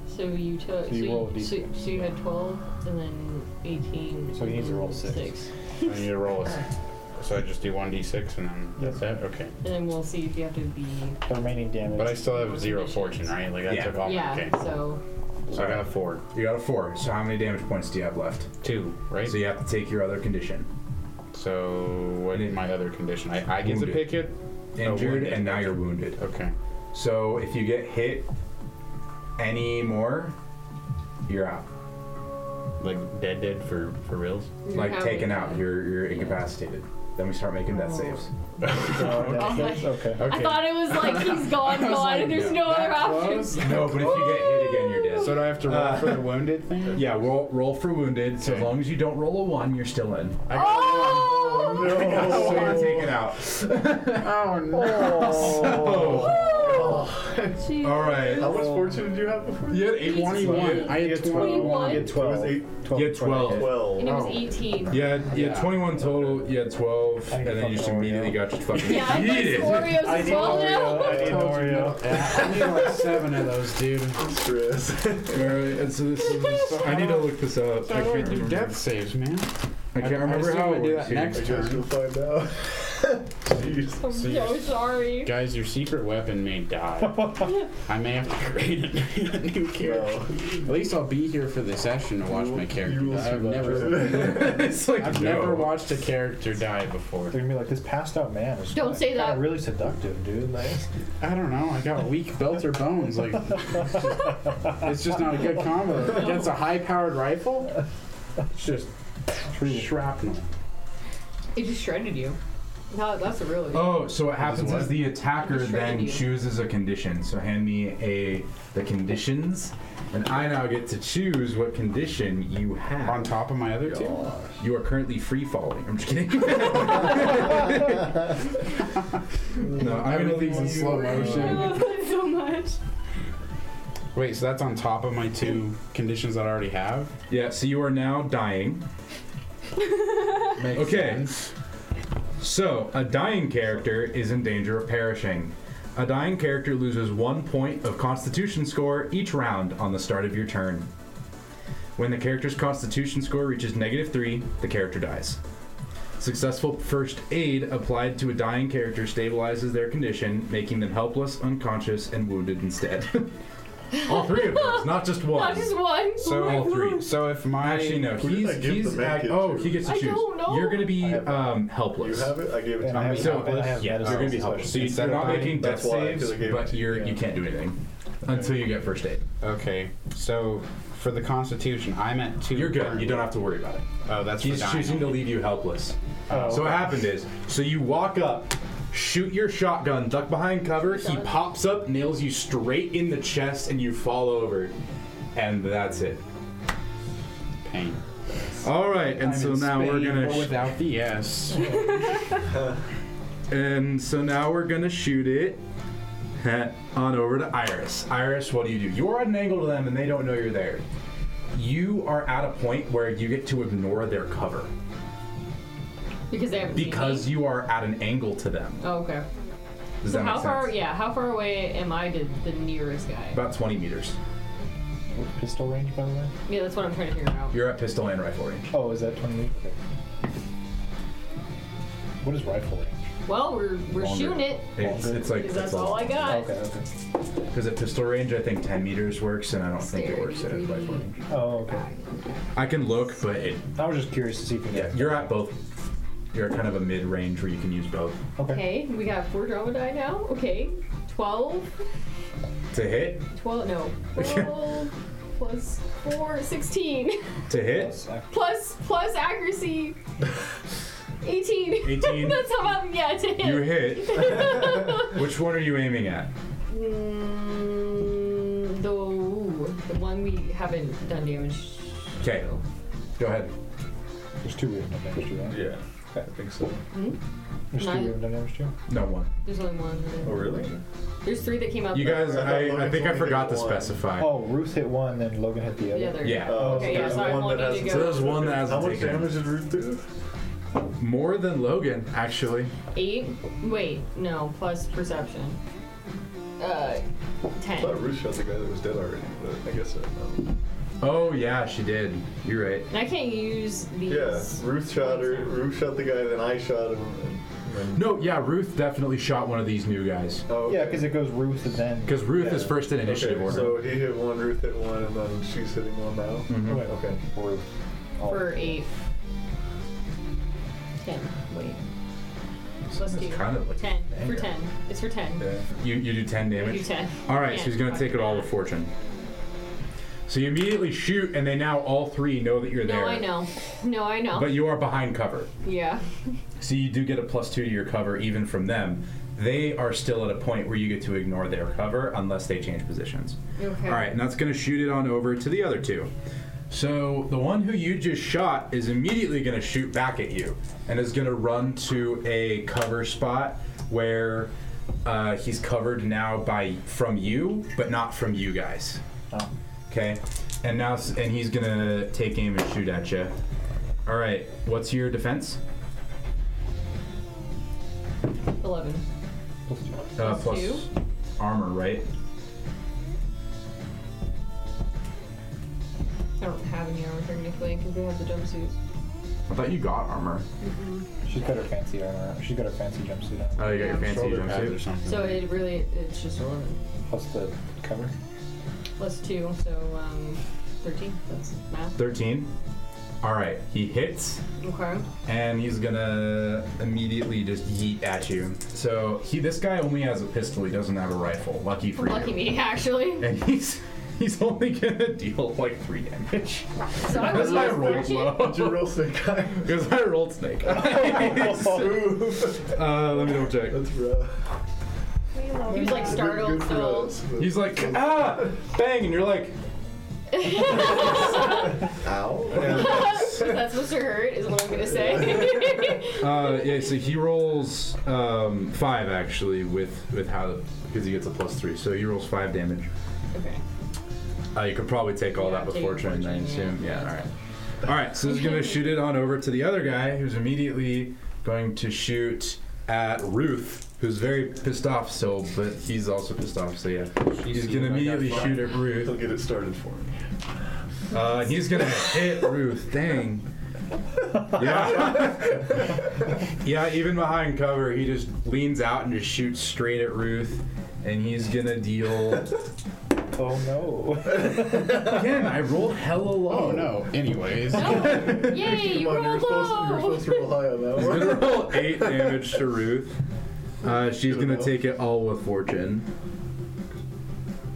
Speaker 4: So you took. So
Speaker 1: you
Speaker 4: you,
Speaker 1: rolled a
Speaker 4: so,
Speaker 1: d6.
Speaker 4: so you had 12 and then 18.
Speaker 1: So he needs to roll
Speaker 4: and
Speaker 1: six.
Speaker 3: I need to roll a. So I just do one d6 and then that's it. Okay.
Speaker 4: And then we'll see if you have to be.
Speaker 1: The remaining damage.
Speaker 3: But I still have zero fortune, right? Like I
Speaker 2: Yeah.
Speaker 3: took all.
Speaker 4: yeah,
Speaker 3: Okay.
Speaker 4: so.
Speaker 3: So I got a four,
Speaker 2: You got a four. So how many damage points do you have left?
Speaker 3: two, right?
Speaker 2: So you have to take your other condition.
Speaker 3: So what is my other condition? I, I get to
Speaker 2: Wounded.
Speaker 3: pick it. Oh,
Speaker 2: Injured,
Speaker 3: wounded.
Speaker 2: and now you're wounded.
Speaker 3: Okay.
Speaker 2: So if you get hit any more, you're out.
Speaker 3: Like dead, dead for for reals.
Speaker 4: you're
Speaker 2: like
Speaker 4: having-
Speaker 2: taken out. You're you're incapacitated. Then we start making death saves.
Speaker 1: Oh, that's- okay.
Speaker 3: Okay.
Speaker 4: I thought it was like he's gone,
Speaker 3: I
Speaker 4: gone,
Speaker 3: was like,
Speaker 4: and there's
Speaker 3: no,
Speaker 4: no other
Speaker 3: that
Speaker 4: option.
Speaker 3: close?
Speaker 2: No, but if you get hit again, you're dead.
Speaker 3: So do I have to roll
Speaker 2: Uh,
Speaker 3: for the wounded thing?
Speaker 2: yeah, roll roll for wounded. So as
Speaker 3: Okay.
Speaker 2: long as you don't roll a one, you're still in.
Speaker 3: I
Speaker 4: Oh!
Speaker 2: so you're taken out.
Speaker 3: Oh no!
Speaker 7: Oh!
Speaker 6: She
Speaker 2: All right.
Speaker 5: How much fortune did you have before?
Speaker 2: You had eight
Speaker 3: Twenty-one. I had twenty-one.
Speaker 1: You had 12.
Speaker 5: It was eight,
Speaker 2: You had twelve.
Speaker 5: twelve.
Speaker 4: And it was
Speaker 3: Oh.
Speaker 4: 18.
Speaker 2: Yeah, you had
Speaker 3: Yeah.
Speaker 2: 21 total. You had 12,
Speaker 1: I need
Speaker 2: and then you just
Speaker 1: fucking Oreo.
Speaker 2: immediately got your fucking
Speaker 4: Yeah, I think
Speaker 2: yeeted.
Speaker 4: Oreos
Speaker 1: I
Speaker 4: as
Speaker 1: need
Speaker 4: well
Speaker 1: Oreo.
Speaker 4: now.
Speaker 1: I need Oreo.
Speaker 3: Yeah, I need like seven of those, dude.
Speaker 5: Stress.
Speaker 2: All right, and so this is. I need to look this up. I
Speaker 3: I
Speaker 2: can't
Speaker 3: can't do
Speaker 2: remember.
Speaker 3: death saves, man.
Speaker 2: I can't
Speaker 3: I- I
Speaker 2: remember
Speaker 3: assume
Speaker 2: how
Speaker 3: I
Speaker 2: it
Speaker 3: do
Speaker 2: works.
Speaker 3: that
Speaker 2: here.
Speaker 5: I
Speaker 3: next
Speaker 5: guess
Speaker 3: turn.
Speaker 5: you'll find out. Jeez.
Speaker 3: So
Speaker 4: I'm so
Speaker 3: you're-
Speaker 4: sorry.
Speaker 3: Guys, your secret weapon may die. I may have to create a, a new character.
Speaker 5: No.
Speaker 3: At least I'll be here for the session to watch
Speaker 5: You will-
Speaker 3: my character.
Speaker 5: you will
Speaker 3: die. I've
Speaker 5: survive.
Speaker 3: never,
Speaker 2: it's like
Speaker 3: I've
Speaker 2: no.
Speaker 3: never watched a character die before.
Speaker 1: They're gonna be like this passed out man. Is
Speaker 4: Don't say
Speaker 1: kinda
Speaker 4: that.
Speaker 1: Really seductive, dude. Like,
Speaker 3: I don't know. I got weak belt or bones. Like, it's just not a good combo. Against a high-powered rifle, it's just shrapnel.
Speaker 4: It just shredded you. No, that's a really.
Speaker 2: Oh, so what happens
Speaker 3: what?
Speaker 2: is the attacker
Speaker 4: Just
Speaker 2: then
Speaker 4: shredded you.
Speaker 2: chooses a condition. So hand me a the conditions, and I now get to choose what condition you have.
Speaker 3: On top of my other two.
Speaker 2: You are currently free falling. I'm just kidding. no, I'm gonna leave
Speaker 3: Everything's in slow motion.
Speaker 6: love that so much.
Speaker 3: Wait, so that's on top of my two conditions that I already have.
Speaker 2: Yeah, so you are now dying.
Speaker 3: Makes
Speaker 2: Okay.
Speaker 3: sense.
Speaker 2: So, a dying character is in danger of perishing. A dying character loses one point of constitution score each round on the start of your turn. When the character's constitution score reaches negative three, the character dies. Successful first aid applied to a dying character stabilizes their condition, making them helpless, unconscious, and wounded instead. all three of those, not just one.
Speaker 4: Not just one.
Speaker 3: So
Speaker 2: all three.
Speaker 3: So if my
Speaker 2: Actually, no.
Speaker 5: Who did
Speaker 2: He's
Speaker 5: I give
Speaker 2: he's
Speaker 5: the med
Speaker 2: act-
Speaker 5: kit
Speaker 2: oh
Speaker 5: to?
Speaker 2: he gets to
Speaker 4: I
Speaker 2: choose.
Speaker 4: don't know.
Speaker 2: You're gonna be
Speaker 1: I have-
Speaker 2: um,
Speaker 5: You
Speaker 2: helpless.
Speaker 5: have it? I gave it to
Speaker 1: and I
Speaker 5: you.
Speaker 1: have,
Speaker 2: So-
Speaker 1: and I have
Speaker 2: yeah,
Speaker 1: medicine.
Speaker 2: you're gonna be
Speaker 1: helpful.
Speaker 2: helpless. So you-
Speaker 3: Instead
Speaker 2: you're
Speaker 3: of
Speaker 2: not
Speaker 3: dying,
Speaker 2: making death
Speaker 5: that's why I
Speaker 2: saves,
Speaker 5: feel like I
Speaker 2: but
Speaker 5: have-
Speaker 2: you're you
Speaker 5: yeah.
Speaker 2: can't do anything until you get first aid.
Speaker 3: Okay, so for the Constitution, I'm at two.
Speaker 2: You're good. You don't have to worry about it.
Speaker 3: Oh, that's
Speaker 2: He's
Speaker 3: for dying.
Speaker 2: choosing to leave you helpless.
Speaker 1: Oh,
Speaker 2: So what happened is, so you walk up, shoot your shotgun, duck behind cover. He pops up, nails you straight in the chest, and you fall over, and that's it.
Speaker 3: pain.
Speaker 2: All right, and
Speaker 3: I'm
Speaker 2: so
Speaker 3: in
Speaker 2: now we're
Speaker 3: Spain,
Speaker 2: gonna
Speaker 3: but
Speaker 2: sh-
Speaker 3: without the S.
Speaker 2: And so now we're gonna shoot it heh, on over to Iris. Iris, what do you do? You're at an angle to them and they don't know you're there. You are at a point where you get to ignore their cover
Speaker 4: because they haven't seen
Speaker 2: because
Speaker 4: me.
Speaker 2: you are at an angle to them.
Speaker 4: Oh, okay.
Speaker 2: Does
Speaker 4: So
Speaker 2: that make
Speaker 4: how far?
Speaker 2: sense?
Speaker 4: Yeah, how far away am I to the nearest guy?
Speaker 2: About 20 meters.
Speaker 1: With pistol range, by the way.
Speaker 4: yeah, that's what I'm trying to figure out.
Speaker 2: You're at pistol and rifle range.
Speaker 1: Oh, is that 20? Okay. What is rifle range?
Speaker 4: Well, we're we're
Speaker 2: Longer.
Speaker 4: shooting it
Speaker 2: It's, it's like
Speaker 4: because that's all I got.
Speaker 1: Okay, okay.
Speaker 2: Because at pistol range, I think 10 meters works, and I don't think it works at
Speaker 4: Staring.
Speaker 2: rifle range.
Speaker 1: Oh, okay.
Speaker 2: I can look, but it,
Speaker 1: I was just curious to see if you
Speaker 2: yeah,
Speaker 1: guys.
Speaker 2: you're at both. You're at kind of a mid range where you can use both
Speaker 1: Okay.
Speaker 4: Okay, we got four dromedai now. Okay, 12,
Speaker 2: to hit,
Speaker 4: 12, no, 12 plus 4, 16,
Speaker 2: to hit.
Speaker 1: Yes, I-
Speaker 4: plus, plus accuracy, 18.
Speaker 2: 18.
Speaker 4: That's how I'm, yeah, to hit.
Speaker 2: You hit. Which one are you aiming at?
Speaker 4: Mm, one we haven't done damage.
Speaker 2: Okay, go ahead.
Speaker 1: There's two we haven't done damage to, right?
Speaker 5: Yeah, I think so.
Speaker 4: Hmm?
Speaker 1: There's two we
Speaker 4: Nine.
Speaker 1: haven't done damage to.
Speaker 2: No one.
Speaker 4: There's only one.
Speaker 5: Oh, really?
Speaker 4: There's three that came out.
Speaker 2: You
Speaker 4: the-
Speaker 2: guys, I, I think I forgot to specify.
Speaker 1: Oh, Ruth hit one, then Logan hit the other.
Speaker 4: The other.
Speaker 2: Yeah.
Speaker 5: Oh,
Speaker 4: Okay, yeah,
Speaker 5: there's
Speaker 4: so I
Speaker 5: one
Speaker 4: won't
Speaker 5: that
Speaker 4: need to
Speaker 5: hasn't-
Speaker 4: go.
Speaker 2: So there's one that hasn't
Speaker 5: How much
Speaker 2: taken.
Speaker 5: damage did Root do?
Speaker 2: More than Logan, actually.
Speaker 4: Eight? Wait, no, plus perception. Uh,
Speaker 5: I
Speaker 4: ten.
Speaker 5: thought Root shot the guy that was dead already, but I guess I don't know.
Speaker 2: Oh yeah, she did. You're right.
Speaker 4: And I can't use these.
Speaker 5: Yeah, Ruth shot her. Ruth shot the guy, then I shot him. and then-
Speaker 2: No, yeah, Ruth definitely shot one of these new guys.
Speaker 5: Oh, okay.
Speaker 1: Yeah, because it goes Ruth and then.
Speaker 2: Because Ruth
Speaker 5: Yeah.
Speaker 2: is first in initiative
Speaker 5: okay,
Speaker 2: order.
Speaker 5: So he hit one, Ruth hit one, and then she's hitting one now.
Speaker 2: Mhm.
Speaker 1: Wait,
Speaker 5: Okay.
Speaker 1: Ruth. Oh.
Speaker 4: For eight. Ten. Wait. Plus
Speaker 2: It's
Speaker 4: two.
Speaker 2: kind of like-
Speaker 4: Ten. For ten. It's for ten.
Speaker 5: Yeah.
Speaker 2: You, you do 10
Speaker 4: I
Speaker 2: damage?
Speaker 4: do ten.
Speaker 2: All right, so he's going
Speaker 4: Yeah.
Speaker 2: to take it all with fortune. So you immediately shoot, and they now all three know that you're
Speaker 4: No,
Speaker 2: there.
Speaker 4: I know. No, I know.
Speaker 2: But you are behind cover.
Speaker 4: yeah.
Speaker 2: So you do get a plus two to your cover even from them. They are still at a point where you get to ignore their cover unless they change positions.
Speaker 4: Okay.
Speaker 2: All right, and that's going to shoot it on over to the other two. So the one who you just shot is immediately going to shoot back at you and is going to run to a cover spot where uh, he's covered now by from you, but not from you guys.
Speaker 1: Oh.
Speaker 2: Okay, and now s- and he's going to take aim and shoot at you. All right, what's your defense?
Speaker 4: Eleven.
Speaker 2: Uh,
Speaker 4: Plus two.
Speaker 2: armor, right?
Speaker 4: I don't have any armor technically because they have the jumpsuits.
Speaker 2: I thought you got armor.
Speaker 1: She's got her fancy armor. She's got her fancy jumpsuit on.
Speaker 2: Oh, you got your
Speaker 4: Yeah.
Speaker 2: fancy
Speaker 3: Shoulder pads or
Speaker 2: jumpsuit.
Speaker 3: something.
Speaker 4: So it really, it's just eleven.
Speaker 1: Plus the cover.
Speaker 4: Plus two, so um, thirteen. That's math.
Speaker 2: Thirteen. All right, he hits.
Speaker 4: Okay.
Speaker 2: and he's gonna immediately just yeet at you. So he, this guy only has a pistol. He doesn't have a rifle. Lucky for
Speaker 4: Lucky
Speaker 2: you.
Speaker 4: me, actually.
Speaker 2: And he's he's only gonna deal like three damage.
Speaker 4: So I
Speaker 2: Because
Speaker 4: was
Speaker 2: I rolled
Speaker 4: fortunate.
Speaker 5: Did you
Speaker 2: low.
Speaker 5: roll snake eye?
Speaker 2: Because I rolled snake. eyes.
Speaker 5: Ooh,
Speaker 2: uh, let me double check.
Speaker 5: That's rough.
Speaker 7: We love
Speaker 4: He was like startled,
Speaker 5: Good for
Speaker 4: so
Speaker 5: us.
Speaker 2: He's like ah, bang, and you're like
Speaker 5: Ow.
Speaker 4: Is that supposed to hurt? Is what I'm gonna say.
Speaker 2: uh, yeah. So he rolls um, five actually with with how because he gets a plus three. So he rolls five damage.
Speaker 4: okay.
Speaker 2: Uh, you could probably take all
Speaker 4: Yeah,
Speaker 2: that with
Speaker 4: take your
Speaker 2: fortune, I
Speaker 4: fortune,
Speaker 2: assume.
Speaker 4: yeah.
Speaker 2: Yeah, all right. All right, so he's going to shoot it on over to the other guy, who's immediately going to shoot at Ruth, who's very pissed off, so, but he's also pissed off, so yeah. He's going to immediately shoot at
Speaker 5: He'll
Speaker 2: Ruth.
Speaker 5: get it started for me.
Speaker 2: Uh, he's going to hit Ruth. Dang. Yeah. yeah, even behind cover, he just leans out and just shoots straight at Ruth, and he's going to deal.
Speaker 1: Oh no.
Speaker 2: Again, I rolled hella low.
Speaker 3: Oh no. Anyways.
Speaker 4: Yay!
Speaker 5: Come
Speaker 4: You
Speaker 5: on, you were
Speaker 4: rolled
Speaker 5: supposed, you were
Speaker 4: low.
Speaker 5: supposed to roll high on that
Speaker 2: We're
Speaker 5: one.
Speaker 2: gonna roll eight damage to Ruth. Uh, she's gonna take it all with fortune.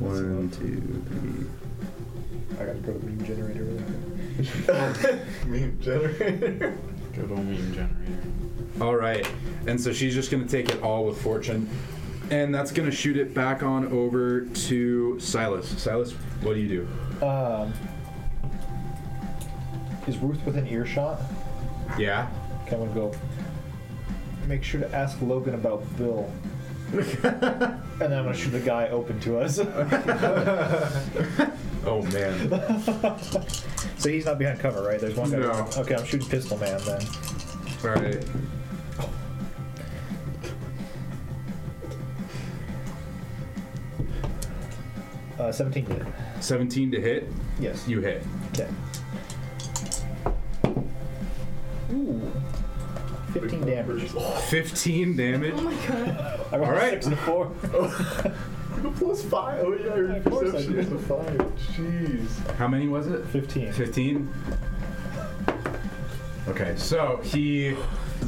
Speaker 2: One, two,
Speaker 1: I gotta go to meme generator really quick.
Speaker 5: Meme generator.
Speaker 3: Good old meme generator.
Speaker 2: three. All right, and so she's just gonna take it all with fortune, and that's gonna shoot it back on over to Silas. Silas, what do you do?
Speaker 1: Um, is Ruth within earshot?
Speaker 2: Yeah.
Speaker 1: Okay, I'm gonna go. Make sure to ask Logan about Bill. and then I'm gonna shoot the guy open to us.
Speaker 2: Oh man.
Speaker 1: so he's not behind cover, right? There's one guy.
Speaker 2: No.
Speaker 1: Okay, I'm shooting Pistol Man then.
Speaker 2: All right.
Speaker 1: Uh, 17 hit.
Speaker 2: Seventeen to hit.
Speaker 1: Yes.
Speaker 2: You hit.
Speaker 1: Okay. Ooh. 15 damage.
Speaker 2: Fifteen damage.
Speaker 1: I rolled a
Speaker 2: right.
Speaker 1: six and a four.
Speaker 5: Plus five. Oh yeah, your
Speaker 1: Of course I
Speaker 5: perception is
Speaker 1: did.
Speaker 5: a five. Jeez.
Speaker 2: How many was it?
Speaker 1: 15.
Speaker 2: 15 okay so he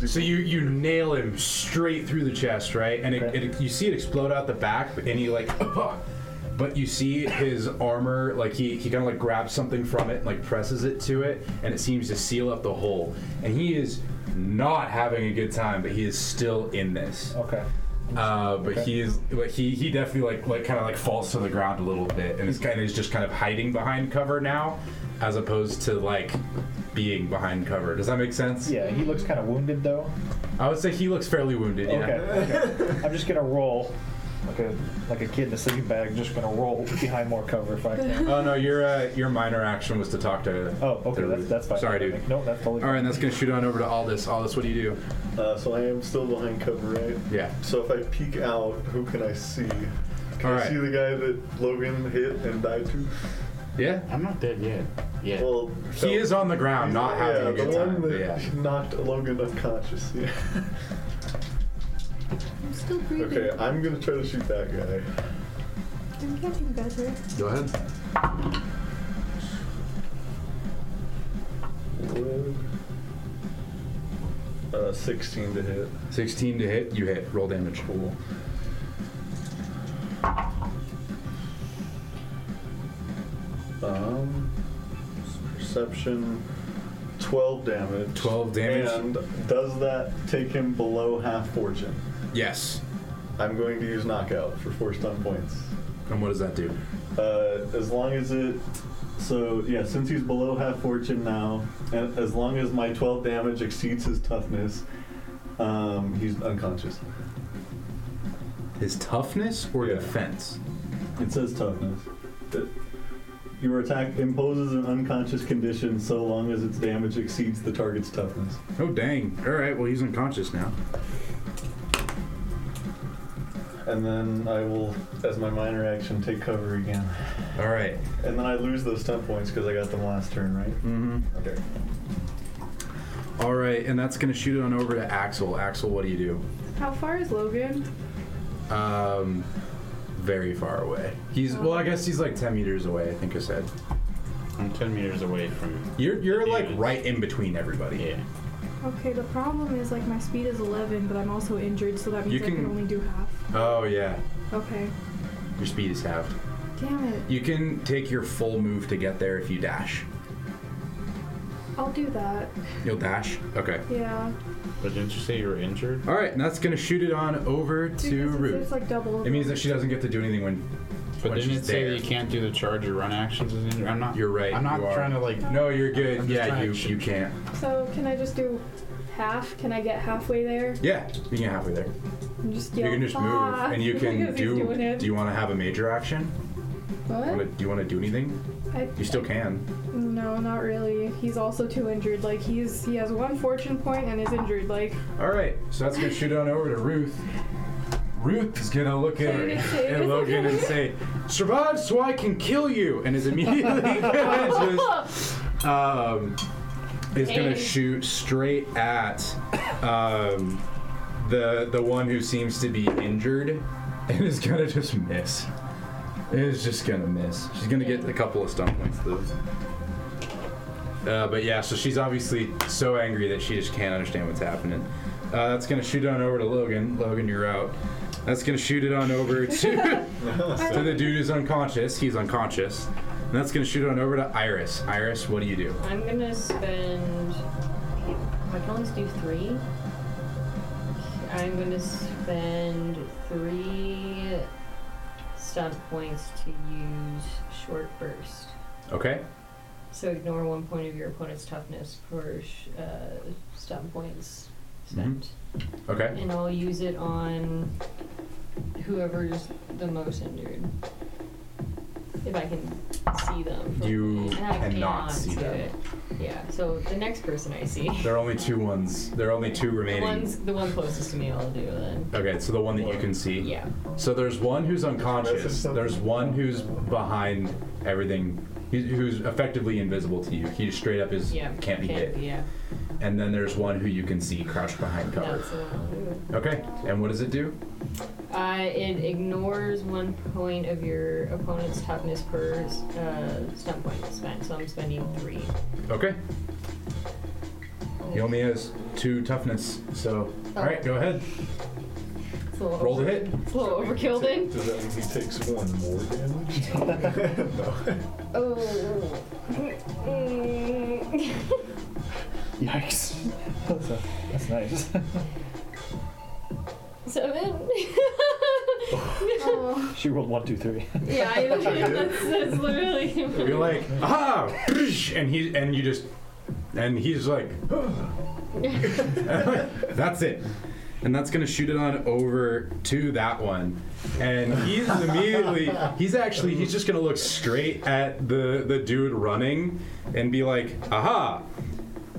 Speaker 2: so you you nail him straight through the chest right and it,
Speaker 1: Okay.
Speaker 2: it, you see it explode out the back and he like but you see his armor like he, he kind of like grabs something from it and like presses it to it and it seems to seal up the hole and he is not having a good time but he is still in this
Speaker 1: Okay.
Speaker 2: Uh, but he is, but he he definitely like like kind of like falls to the ground a little bit, and is kind of is just kind of hiding behind cover now, as opposed to like being behind cover. Does that make sense?
Speaker 1: Yeah, he looks kind of wounded though.
Speaker 2: I would say he looks fairly wounded. Yeah.
Speaker 1: Okay, okay. I'm just gonna roll like a like a kid in a sleeping bag. Just gonna roll behind more cover if I can.
Speaker 2: Oh no, your uh, your minor action was to talk to.
Speaker 1: Oh, okay,
Speaker 2: to
Speaker 1: that's,
Speaker 2: Ruth.
Speaker 1: that's fine.
Speaker 2: Sorry, dude.
Speaker 1: No, that's totally.
Speaker 2: All right, and that's gonna shoot on over to Aldous. Aldous, what do you do?
Speaker 5: Uh, so I am still behind cover, right?
Speaker 2: Yeah.
Speaker 5: So if I peek out, who can I see? Can
Speaker 2: All
Speaker 5: I
Speaker 2: right.
Speaker 5: see the guy that Logan hit and died to?
Speaker 2: Yeah.
Speaker 3: I'm not dead yet. Yeah.
Speaker 5: Well, so-
Speaker 2: He is on the ground, not
Speaker 5: yeah,
Speaker 2: having a good
Speaker 5: the
Speaker 2: time.
Speaker 5: one
Speaker 2: but
Speaker 5: that
Speaker 2: yeah.
Speaker 5: knocked Logan unconscious. Yeah.
Speaker 4: I'm still breathing.
Speaker 5: okay, I'm gonna try to shoot that guy.
Speaker 7: I'm getting better.
Speaker 2: Go ahead.
Speaker 5: Uh, 16 to hit.
Speaker 2: 16 to hit. You hit. Roll damage. Cool.
Speaker 5: Um, perception, 12 damage.
Speaker 2: 12 damage.
Speaker 5: And does that take him below half fortune?
Speaker 2: Yes.
Speaker 5: I'm going to use knockout for four stun points.
Speaker 2: And what does that do?
Speaker 5: Uh, as long as it. So, yeah, since he's below half fortune now, and as long as my 12 damage exceeds his toughness, um, he's unconscious.
Speaker 2: His toughness or
Speaker 5: Yeah.
Speaker 2: defense?
Speaker 5: It says toughness. It- Your attack imposes an unconscious condition so long as its damage exceeds the target's toughness.
Speaker 2: Oh dang! All right. Well, he's unconscious now.
Speaker 5: And then I will, as my minor action, take cover again.
Speaker 2: All right.
Speaker 5: And then I lose those stun points because I got them last turn, right?
Speaker 2: Mm-hmm.
Speaker 5: Okay.
Speaker 2: All right, and that's gonna shoot it on over to Axel. Axel, what do you do?
Speaker 6: How far is Logan?
Speaker 2: Um, very far away. He's well, I guess he's like ten meters away. I think I said.
Speaker 3: I'm 10 meters away from.
Speaker 2: You're you're like
Speaker 3: Yeah.
Speaker 2: right in between everybody.
Speaker 3: Yeah.
Speaker 7: Okay, the problem is like my speed is 11, but I'm also injured, so that means
Speaker 2: You
Speaker 7: I
Speaker 2: can-
Speaker 7: can only do half.
Speaker 2: Oh yeah,
Speaker 7: Okay.
Speaker 2: your speed is halved.
Speaker 7: Damn it.
Speaker 2: You can take your full move to get there if you dash.
Speaker 7: I'll do that.
Speaker 2: You'll dash. Okay.
Speaker 7: Yeah.
Speaker 3: But didn't you say you were injured?
Speaker 2: All right, and that's gonna shoot it on over to
Speaker 7: Because it's-
Speaker 2: Ruth.
Speaker 7: It's like double.
Speaker 2: It means that she doesn't get to do anything when.
Speaker 3: But
Speaker 2: when
Speaker 3: didn't
Speaker 2: she's
Speaker 3: it say
Speaker 2: there.
Speaker 3: that you can't do the charge or run actions as injured? I'm not.
Speaker 2: You're right,
Speaker 3: I'm not
Speaker 2: you are.
Speaker 3: trying to like.
Speaker 2: No, you're good.
Speaker 3: I'm just
Speaker 2: yeah,
Speaker 3: trying
Speaker 2: you
Speaker 3: to shoot.
Speaker 2: you can't.
Speaker 6: So can I just do half? Can I get halfway there?
Speaker 2: Yeah, you can halfway there.
Speaker 6: And just
Speaker 2: You
Speaker 6: yell,
Speaker 2: can just move,
Speaker 6: "Ah,"
Speaker 2: and you can
Speaker 6: because he's
Speaker 2: do.
Speaker 6: doing it.
Speaker 2: Do you want to have a major action? Wanna-
Speaker 6: what?
Speaker 2: do you want to do anything?
Speaker 6: I,
Speaker 2: You still can.
Speaker 6: no, not really. He's also too injured. Like he's he has one fortune point and is injured. Like
Speaker 2: All right, so that's gonna shoot on over to Ruth. Ruth is gonna look at,
Speaker 6: Sorry to say
Speaker 2: at
Speaker 6: it.
Speaker 2: Logan and say, "Survive, so I can kill you," and is immediately gonna just, um, is gonna
Speaker 4: Hey.
Speaker 2: shoot straight at um, the the one who seems to be injured, and is gonna just miss. Is just gonna miss. She's gonna get a couple of stun points though. Uh, but yeah, so she's obviously so angry that she just can't understand what's happening. Uh, that's gonna shoot on over to Logan. Logan, you're out. That's gonna shoot it on over to to the dude who's unconscious. He's unconscious. And that's gonna shoot on over to Iris. Iris, what do you do?
Speaker 4: I'm gonna spend. I can only do three. I'm gonna spend three stunt points to use short burst.
Speaker 2: Okay.
Speaker 4: So ignore one point of your opponent's toughness for sh- uh, stunt points spent,
Speaker 2: Okay.
Speaker 4: and I'll use it on whoever's the most injured. If I can see them. from-
Speaker 2: You
Speaker 4: and I
Speaker 2: cannot see
Speaker 4: do
Speaker 2: them.
Speaker 4: It. Yeah. So the next person I see.
Speaker 2: There are only two ones. There are only two
Speaker 4: The
Speaker 2: remaining.
Speaker 4: one's the one closest to me. I'll do then.
Speaker 2: Okay, so the one that you can see.
Speaker 4: Yeah.
Speaker 2: So there's one who's unconscious. There's one who's behind everything. He's, who's effectively invisible to you. He straight up is
Speaker 4: Yeah.
Speaker 2: can't be hit.
Speaker 4: Yeah.
Speaker 2: And then there's one who you can see crouched behind cover.
Speaker 4: That's the one. I'll do.
Speaker 2: Okay, and what does it do?
Speaker 4: Uh, it ignores one point of your opponent's toughness per uh, stunt point spent, so I'm spending three.
Speaker 2: Okay. He only has two toughness, so.
Speaker 4: Oh.
Speaker 2: Alright, go ahead.
Speaker 4: It's a little
Speaker 2: Roll the
Speaker 4: over-
Speaker 2: hit.
Speaker 4: It's a little overkill then.
Speaker 5: Does that mean he takes one more damage? no.
Speaker 4: Oh.
Speaker 1: uh, Yikes. That's, a, that's nice.
Speaker 4: seven.
Speaker 1: She rolled one, two, three.
Speaker 4: yeah, I, that's, that's literally.
Speaker 2: You're like, ah, and he and you just and he's like, "Ah!" that's it, and that's gonna shoot it on over to that one, and he's immediately he's actually he's just gonna look straight at the the dude running and be like, aha.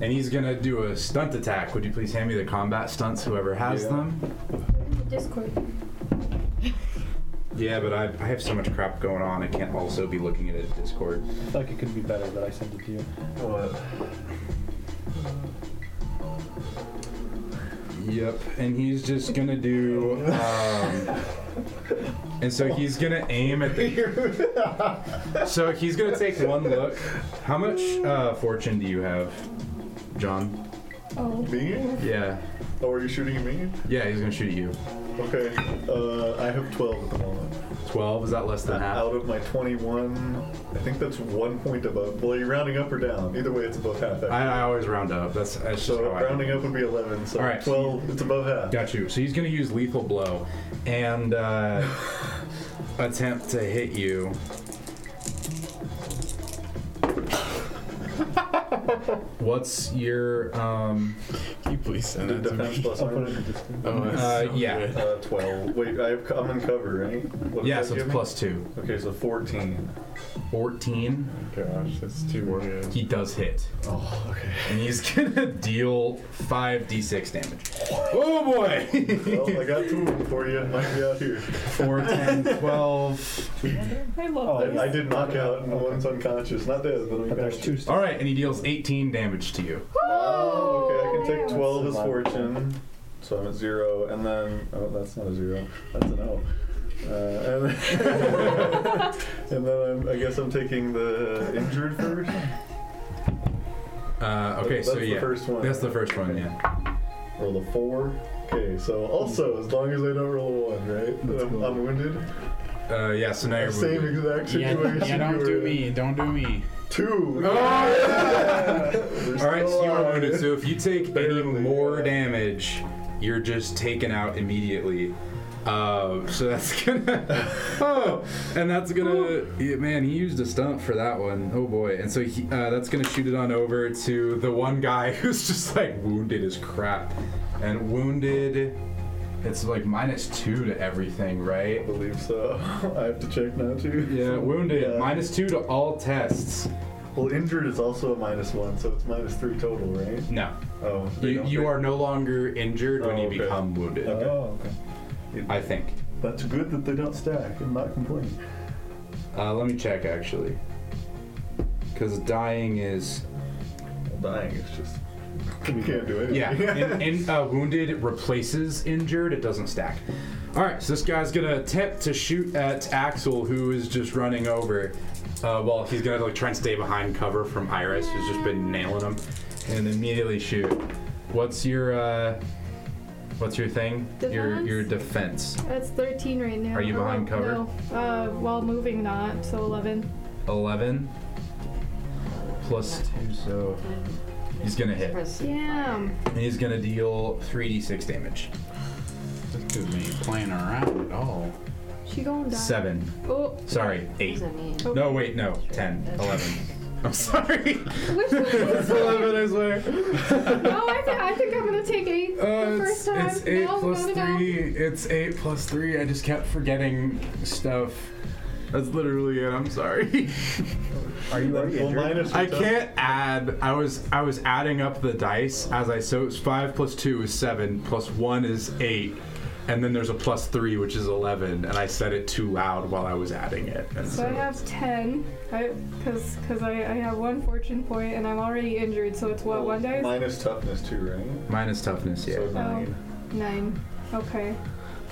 Speaker 2: And he's gonna do a stunt attack. Would you please hand me the combat stunts, whoever has
Speaker 5: Yeah.
Speaker 2: them?
Speaker 7: Discord.
Speaker 2: Yeah, but I, I have so much crap going on. I can't also be looking at it at Discord.
Speaker 1: like it could be better, but I sent it to you.
Speaker 5: What?
Speaker 2: Yep, and he's just gonna do. Um, and so he's gonna aim at the. So he's gonna take one look. How much uh, fortune do you have, John?
Speaker 5: Me?
Speaker 2: Yeah,
Speaker 5: Oh, are you shooting at me?
Speaker 2: yeah, he's gonna shoot at you.
Speaker 5: Okay. Uh, I have 12 at the moment.
Speaker 2: Twelve is that less than half?
Speaker 5: Out of my 21, I think that's one point above. Well, you're rounding up or down. Either way, it's above half. Actually.
Speaker 2: I, I always round up. That's that's just
Speaker 5: so
Speaker 2: how I.
Speaker 5: rounding up would be 11. So
Speaker 2: All right.
Speaker 5: 12, it's above half.
Speaker 2: Got you. So he's gonna use lethal blow, and uh, attempt to hit you. What's your um?
Speaker 3: Can you please send
Speaker 5: The
Speaker 3: that to
Speaker 5: defense
Speaker 3: me?
Speaker 5: plus
Speaker 1: I'll put it
Speaker 5: armor.
Speaker 1: in distance.
Speaker 3: Oh, that's
Speaker 2: Uh,
Speaker 3: so
Speaker 2: yeah.
Speaker 3: good.
Speaker 5: Uh, 12. Wait, I have, co- I'm in cover, right? What does
Speaker 2: Yeah,
Speaker 5: that
Speaker 2: so it's
Speaker 5: give me?
Speaker 2: plus two.
Speaker 5: Okay, so 14.
Speaker 2: 14.
Speaker 3: Gosh, that's too good.
Speaker 2: He does hit.
Speaker 5: Oh, okay.
Speaker 2: And he's gonna deal 5d6 damage. Oh boy!
Speaker 5: Well, I got two of them for you. It might be out here.
Speaker 2: 4, 10, 12.
Speaker 6: I love
Speaker 1: Oh,
Speaker 5: I, I did knock out, and one's unconscious. Not dead, but
Speaker 1: But there's two
Speaker 5: unconscious.
Speaker 1: still.
Speaker 2: Alright, and he deals 18 damage to you.
Speaker 5: Oh, okay. I can take 12 as
Speaker 1: That's a lot.
Speaker 5: fortune. So I'm at zero, and then oh, that's not a zero. That's an O. Uh, and then, and then I'm, I guess I'm taking the injured first.
Speaker 2: Uh, okay,
Speaker 5: That's
Speaker 2: so
Speaker 5: the
Speaker 2: yeah.
Speaker 5: first one.
Speaker 2: That's the first one, yeah.
Speaker 5: Roll a four. Okay, so also as long as I don't roll a one, right?
Speaker 1: That's
Speaker 5: I'm,
Speaker 1: cool.
Speaker 5: I'm wounded.
Speaker 2: Uh, yeah, so now you're
Speaker 5: Same
Speaker 2: wounded.
Speaker 5: exact
Speaker 3: Yeah,
Speaker 5: situation.
Speaker 3: yeah,
Speaker 5: you
Speaker 3: don't
Speaker 5: were
Speaker 3: do
Speaker 5: in.
Speaker 3: me. Don't do me.
Speaker 5: Two.
Speaker 2: Oh, yeah!
Speaker 5: We're
Speaker 2: Alright,
Speaker 5: still
Speaker 2: so you are
Speaker 5: alive.
Speaker 2: wounded. So if you take any
Speaker 5: Barely,
Speaker 2: more
Speaker 5: yeah.
Speaker 2: damage, you're just taken out immediately. Uh, so that's gonna. oh, and that's gonna. Yeah, man, he used a stunt for that one. Oh boy. And so he, uh, that's gonna shoot it on over to the one guy who's just like wounded as crap. And wounded. It's like minus two to everything, right?
Speaker 5: I believe so. I have to check now too.
Speaker 2: Yeah, wounded.
Speaker 5: Yeah.
Speaker 2: Minus two to all tests.
Speaker 5: Well, injured is also a minus one, so it's minus three total, right?
Speaker 2: No.
Speaker 5: Oh, they
Speaker 2: You,
Speaker 5: don't
Speaker 2: you
Speaker 5: think-
Speaker 2: are no longer injured when
Speaker 5: Oh,
Speaker 2: you
Speaker 5: okay.
Speaker 2: become wounded.
Speaker 1: Oh, okay.
Speaker 2: I think.
Speaker 5: That's good that they don't stack. I'm not complaining.
Speaker 2: Uh, let me check actually. Because dying is
Speaker 5: Well, dying is just we can't do anything.
Speaker 2: yeah, and, and uh, wounded replaces injured. It doesn't stack. All right, so this guy's gonna attempt to shoot at Axel, who is just running over. Uh, well, he's gonna like try and stay behind cover from Iris, who's just been nailing him, and immediately shoot. What's your uh, what's your thing? Your
Speaker 6: Defense?
Speaker 2: your defense.
Speaker 6: That's 13 right now. Oh,
Speaker 2: Are you behind cover?
Speaker 6: No. Uh, while moving, not. So 11.
Speaker 2: Eleven plus two, so he's gonna hit.
Speaker 6: Damn.
Speaker 2: And he's gonna deal 3d6 damage.
Speaker 3: This dude ain't playing around Oh, at all.
Speaker 6: She gonna die.
Speaker 2: Seven.
Speaker 6: Oh,
Speaker 2: Sorry, eight. No, wait, no. Ten. Eleven. I'm sorry.
Speaker 6: which one
Speaker 2: it's
Speaker 6: is
Speaker 2: eleven, I swear.
Speaker 6: No, I, thi- I think I'm gonna take eight for
Speaker 2: Uh,
Speaker 6: the
Speaker 2: it's,
Speaker 6: first time.
Speaker 2: it's eight
Speaker 6: no,
Speaker 2: plus
Speaker 6: no, no.
Speaker 2: three. It's eight plus three. I just kept forgetting stuff. That's literally it. I'm sorry.
Speaker 1: Are you already
Speaker 5: Well,
Speaker 1: injured?
Speaker 5: minus
Speaker 2: I can't add. I was I was adding up the dice as I so it's five plus two is seven plus one is eight, and then there's a plus three which is eleven, and I said it too loud while I was adding it. And
Speaker 6: So I have ten, I, cause, cause I, I have one fortune point and I'm already injured, so it's what one dice?
Speaker 5: Minus toughness too, right?
Speaker 2: minus toughness. Yeah,
Speaker 5: So nine.
Speaker 6: Um, Nine. Okay.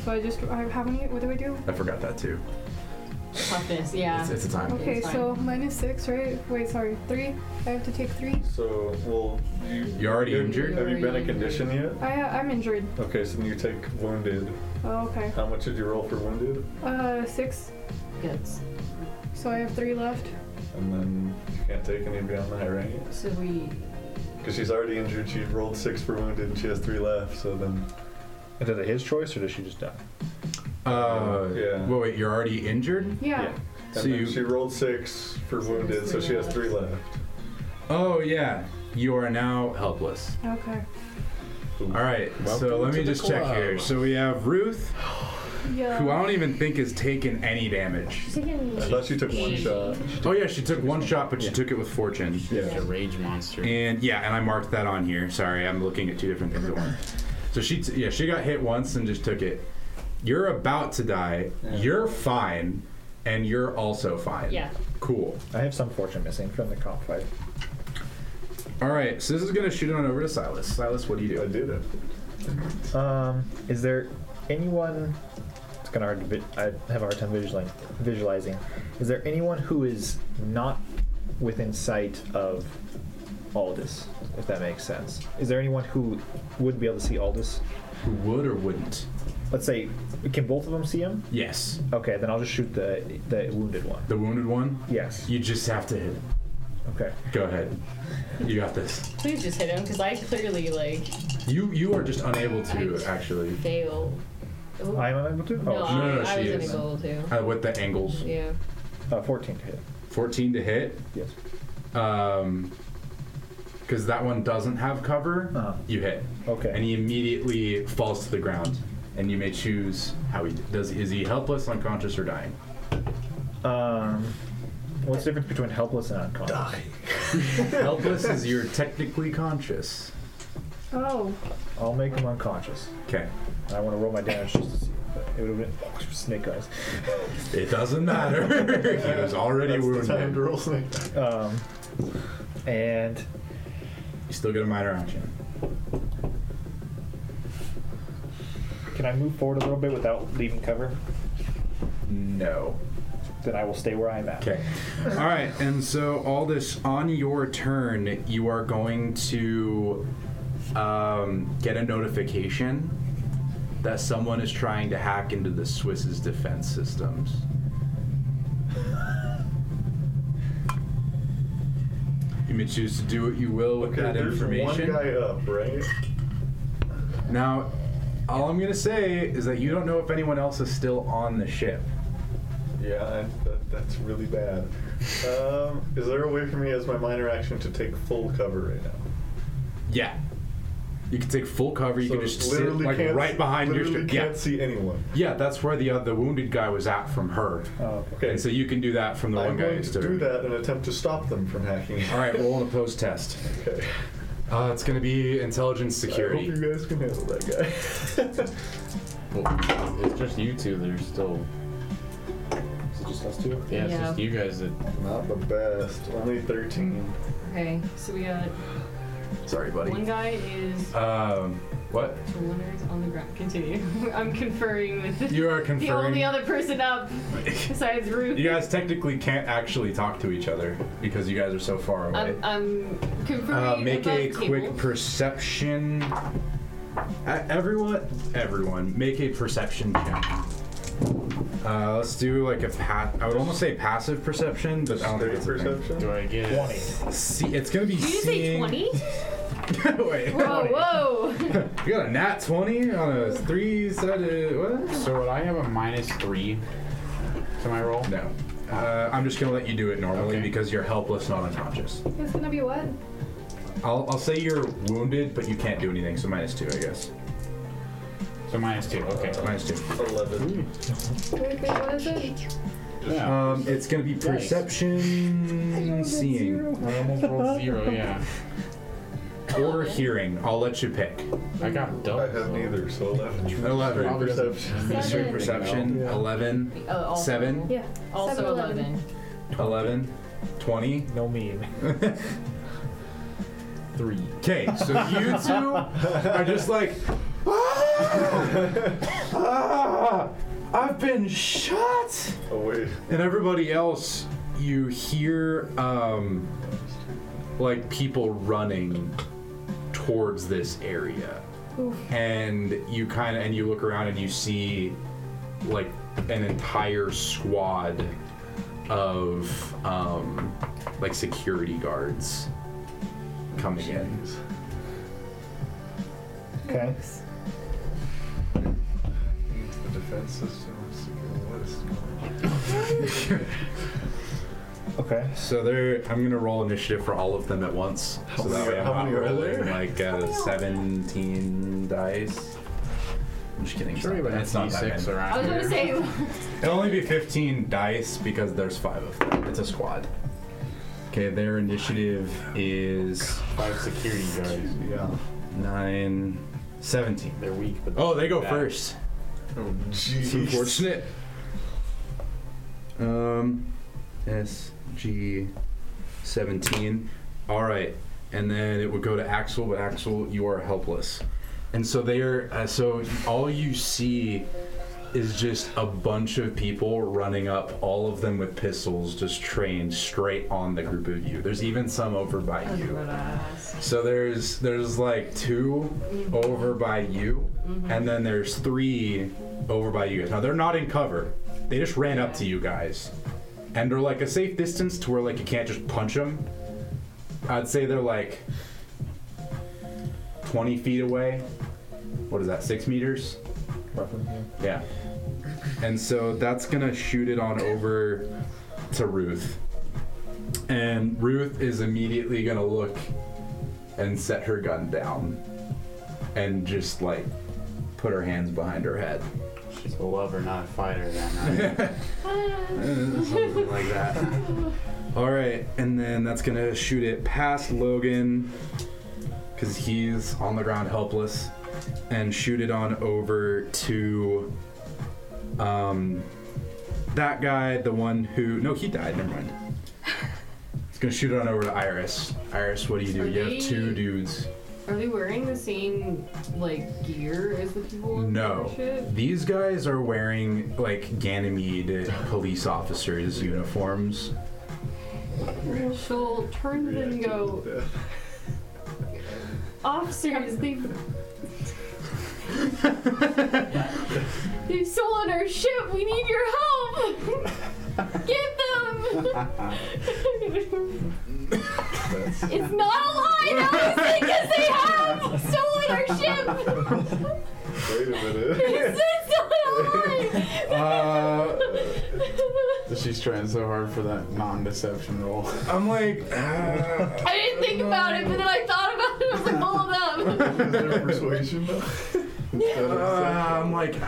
Speaker 6: So I just, I, how many? What do I do?
Speaker 2: I forgot that too.
Speaker 4: Toughness, yeah.
Speaker 2: It's, it's a time.
Speaker 6: Okay,
Speaker 4: It's fine.
Speaker 6: so minus six, right? Wait, sorry, three. I have to take three.
Speaker 5: So well, you
Speaker 2: You already
Speaker 5: have-
Speaker 2: injured?
Speaker 5: Have you been a condition yet?
Speaker 6: I, uh, I'm injured.
Speaker 5: Okay, so then you take wounded.
Speaker 6: Oh, okay.
Speaker 5: How much did you roll for wounded?
Speaker 6: Uh, six.
Speaker 4: Yes.
Speaker 6: So I have three left.
Speaker 5: And then you can't take any beyond that, right?
Speaker 4: So we.
Speaker 5: Because she's already injured. She rolled six for wounded, and she has three left. So then
Speaker 1: Is it his choice or does she just die?
Speaker 2: Uh,
Speaker 5: Yeah.
Speaker 2: Well, wait, you're already injured?
Speaker 6: Yeah.
Speaker 5: And
Speaker 2: So
Speaker 5: then
Speaker 2: you-
Speaker 5: she rolled six for wounded, so she has three left.
Speaker 2: Oh, yeah. You are now helpless.
Speaker 7: Okay.
Speaker 2: All right, so
Speaker 3: Welcome
Speaker 2: let
Speaker 3: to
Speaker 2: me
Speaker 3: the
Speaker 2: just check
Speaker 3: club.
Speaker 2: here. So we have Ruth,
Speaker 7: Yeah.
Speaker 2: who I don't even think has taken any damage.
Speaker 4: Taking
Speaker 5: I thought she took one shot.
Speaker 2: Oh, yeah, she took one shot, but she took it with fortune.
Speaker 3: Like a rage monster.
Speaker 2: And yeah, and I marked that on here. Sorry, I'm looking at two different things at once. So she, t- yeah, she got hit once and just took it. You're about to die. You're fine, and you're also fine.
Speaker 4: Yeah.
Speaker 2: Cool.
Speaker 1: I have some fortune missing from the cop fight.
Speaker 2: All right, so this is gonna shoot on over to Silas. Silas, what do you
Speaker 5: I
Speaker 2: do?
Speaker 5: did it.
Speaker 1: Um, is there anyone? It's kind of hard to. Vi- I have a hard time visualizing. Visualizing. Is there anyone who is not within sight of Aldous? If that makes sense. Is there anyone who would be able to see Aldous?
Speaker 2: Who would or wouldn't?
Speaker 1: Let's say, can both of them see him?
Speaker 2: Yes,
Speaker 1: Okay, then I'll just shoot the the wounded one.
Speaker 2: the wounded one.
Speaker 1: Yes.
Speaker 2: You just have to hit. him.
Speaker 1: Okay.
Speaker 2: Go ahead. You got this.
Speaker 4: Please just hit him, because I clearly, like,
Speaker 2: You you are just unable to actually
Speaker 4: fail. Ooh.
Speaker 1: I am unable to.
Speaker 4: no,
Speaker 1: Oh,
Speaker 4: I,
Speaker 2: no,
Speaker 4: I
Speaker 2: she
Speaker 4: was
Speaker 2: is.
Speaker 4: in a goal, too.
Speaker 2: uh, with the angles.
Speaker 4: Yeah.
Speaker 1: uh, 14 to hit.
Speaker 2: 14 to hit.
Speaker 1: Yes.
Speaker 2: Um, because that one doesn't have cover,
Speaker 1: Uh-huh.
Speaker 2: you hit.
Speaker 1: Okay.
Speaker 2: And he immediately falls to the ground, and you may choose how he does. Is he helpless, unconscious, or dying?
Speaker 1: Um, what's the difference between helpless and unconscious?
Speaker 2: helpless is you're technically conscious.
Speaker 7: Oh.
Speaker 1: I'll make him unconscious.
Speaker 2: Okay.
Speaker 1: I want to roll my damage just to see. But it would have been snake eyes.
Speaker 2: It doesn't matter. he was already
Speaker 5: That's the time to
Speaker 2: wounded.
Speaker 5: roll snake.
Speaker 1: Um, and
Speaker 2: You still get a minor action.
Speaker 1: can I move forward a little bit without leaving cover?
Speaker 2: No.
Speaker 1: Then I will stay where I am at.
Speaker 2: Okay. All right. And so, Aldous, on your turn, you are going to um, get a notification that someone is trying to hack into the Swiss's defense systems. You may choose to do what you will with that
Speaker 5: there's
Speaker 2: information.
Speaker 5: One guy up, right?
Speaker 2: Now, all I'm going to say is that you don't know if anyone else is still on the ship.
Speaker 5: Yeah, I, that, that's really bad. Um, is there a way for me as my minor action to take full cover right now?
Speaker 2: Yeah. You can take full cover. You
Speaker 5: So
Speaker 2: can just sit like
Speaker 5: can't-
Speaker 2: right behind your
Speaker 5: literally
Speaker 2: ship.
Speaker 5: can't
Speaker 2: Yeah.
Speaker 5: see anyone.
Speaker 2: Yeah, that's where the uh, the wounded guy was at from her.
Speaker 1: Oh, okay.
Speaker 5: Okay,
Speaker 2: And so you can do that from the
Speaker 5: I'm
Speaker 2: one guy
Speaker 5: going
Speaker 2: who
Speaker 5: to
Speaker 2: stood.
Speaker 5: do that and attempt to stop them from hacking.
Speaker 2: All right, roll an opposed test.
Speaker 5: Okay.
Speaker 2: Uh, it's going to be intelligence
Speaker 5: I hope
Speaker 2: security.
Speaker 5: you guys can handle that guy.
Speaker 3: Well, it's just you two that are still.
Speaker 1: Is it just us two?
Speaker 3: Yeah, it's
Speaker 4: Yeah.
Speaker 3: just you guys that.
Speaker 5: Not the best. Only 13.
Speaker 4: Okay, so we got
Speaker 2: Sorry,
Speaker 4: one
Speaker 2: buddy.
Speaker 4: guy is
Speaker 2: Um, what?
Speaker 4: Leonard's on the ground. Continue. I'm conferring with the,
Speaker 2: You are
Speaker 4: the
Speaker 2: conferring.
Speaker 4: only other person up besides Ruth.
Speaker 2: you guys technically can't actually talk to each other because you guys are so far away.
Speaker 4: I'm, I'm conferring
Speaker 2: Uh, make
Speaker 4: above
Speaker 2: a quick
Speaker 4: table.
Speaker 2: perception. Uh, everyone, everyone, make a perception check. Uh, let's do like a pat. I would almost say passive perception, but I don't think
Speaker 5: Thirty
Speaker 2: it's a thing.
Speaker 5: perception?
Speaker 3: Do I get
Speaker 1: 20.
Speaker 2: See, it's gonna be
Speaker 4: Did you say
Speaker 2: seeing.
Speaker 4: 20?
Speaker 2: Wait,
Speaker 4: Whoa, whoa!
Speaker 2: you got a nat twenty on a three-sided. What?
Speaker 3: So would I have a minus three to my roll?
Speaker 2: No. Uh, I'm just gonna let you do it normally
Speaker 3: Okay.
Speaker 2: because you're helpless, not unconscious.
Speaker 6: It's gonna be what?
Speaker 2: I'll, I'll say you're wounded, but you can't do anything, so minus two, I guess.
Speaker 3: So minus two. Okay.
Speaker 2: Minus two.
Speaker 5: 11.
Speaker 6: Wait, wait, what is it?
Speaker 3: Yeah.
Speaker 2: Um, it's gonna be perception, seeing,
Speaker 3: I almost rolled zero. Yeah.
Speaker 2: or hearing. I'll let you pick.
Speaker 3: I got double.
Speaker 5: I have neither, so 11.
Speaker 2: Eleven.
Speaker 3: Probably doesn't-
Speaker 5: Perception.
Speaker 2: Straight
Speaker 6: Seven.
Speaker 2: perception.
Speaker 5: Yeah.
Speaker 2: Eleven.
Speaker 4: Uh, also,
Speaker 2: Seven.
Speaker 6: Yeah.
Speaker 4: Oh, Also
Speaker 6: Seven,
Speaker 4: 11.
Speaker 6: eleven.
Speaker 2: Eleven. Twenty.
Speaker 1: No mean.
Speaker 3: Three.
Speaker 2: Okay, so you two are just like, "Ah! Ah! I've been shot.
Speaker 5: Oh, wait.
Speaker 2: And everybody else, you hear um, like people running towards this area, and you kind of and you look around and you see like an entire squad of um, like security guards coming in.
Speaker 1: Okay.
Speaker 5: defense system is to kill us.
Speaker 1: Okay.
Speaker 2: So they're. I'm gonna roll initiative for all of them at once. So that way I'm
Speaker 5: How
Speaker 2: not
Speaker 5: many are there?
Speaker 2: rolling like uh, 17 dice. I'm just kidding. it's
Speaker 3: Sure,
Speaker 2: not-
Speaker 3: we have
Speaker 2: it's not that
Speaker 3: D6
Speaker 2: many.
Speaker 4: I was
Speaker 3: around
Speaker 4: gonna
Speaker 3: here.
Speaker 4: say,
Speaker 2: It'll only be 15 dice because there's five of them. It's a squad. Okay, their initiative is
Speaker 3: Five security guards.
Speaker 5: Yeah.
Speaker 2: nine, 17.
Speaker 3: They're weak, but
Speaker 2: Oh, they go
Speaker 3: Yeah.
Speaker 2: first.
Speaker 5: Oh,
Speaker 2: It's
Speaker 5: jeez.
Speaker 2: unfortunate. Um, SG 17. All right. And then it would go to Axel, but Axel, you are helpless. And so they are, uh, so all you see is just a bunch of people running up, all of them with pistols, just trained straight on the group of you. There's even some over by you. So there's there's like two over by you, and then there's three over by you guys. Now they're not in cover; they just ran up to you guys, and they're like a safe distance to where like you can't just punch them. I'd say they're like twenty feet away. What is that? Six meters?
Speaker 1: Roughly. yeah.
Speaker 2: Yeah. And so that's gonna shoot it on over to Ruth. And Ruth is immediately gonna look and set her gun down and just like put her hands behind her head.
Speaker 3: she's a lover, not a fighter. Then, right? Something like that.
Speaker 2: All right, and then that's gonna shoot it past Logan because he's on the ground helpless, and shoot it on over to um, that guy, the one who no, he died. Never mind. It's gonna shoot it on over to Iris. Iris, what do you do?
Speaker 4: Are
Speaker 2: You have
Speaker 4: they-
Speaker 2: two dudes.
Speaker 4: are they wearing the same like gear as the people? in
Speaker 2: No,
Speaker 4: Shit?
Speaker 2: these guys are wearing like Ganymede police officers uniforms.
Speaker 4: She'll turn to them and go, officers, they've. They've stolen our ship. We need your help. Get them. it's not a lie. That was because they have stolen our ship.
Speaker 5: Wait a minute.
Speaker 4: it's, it's not a
Speaker 2: Uh,
Speaker 4: lie.
Speaker 3: She's trying so hard for that non-deception roll.
Speaker 2: I'm like. ah.
Speaker 4: I didn't think about it, but then I thought about it. I was like, "Oh, hold up.
Speaker 5: Is there persuasion? Instead of
Speaker 2: Uh, I'm
Speaker 5: deception?
Speaker 2: like, I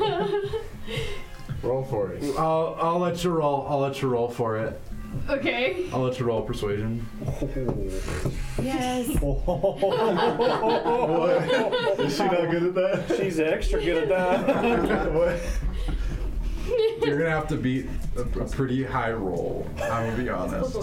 Speaker 2: don't know.
Speaker 3: Roll for it.
Speaker 2: I'll, I'll let you roll. I'll let you roll for it.
Speaker 4: okay.
Speaker 2: I'll let you roll persuasion.
Speaker 7: Yes.
Speaker 5: What? Is she not good at that?
Speaker 8: She's extra good at that.
Speaker 5: what?
Speaker 2: You're gonna have to beat a, a pretty high roll. I'm gonna be honest.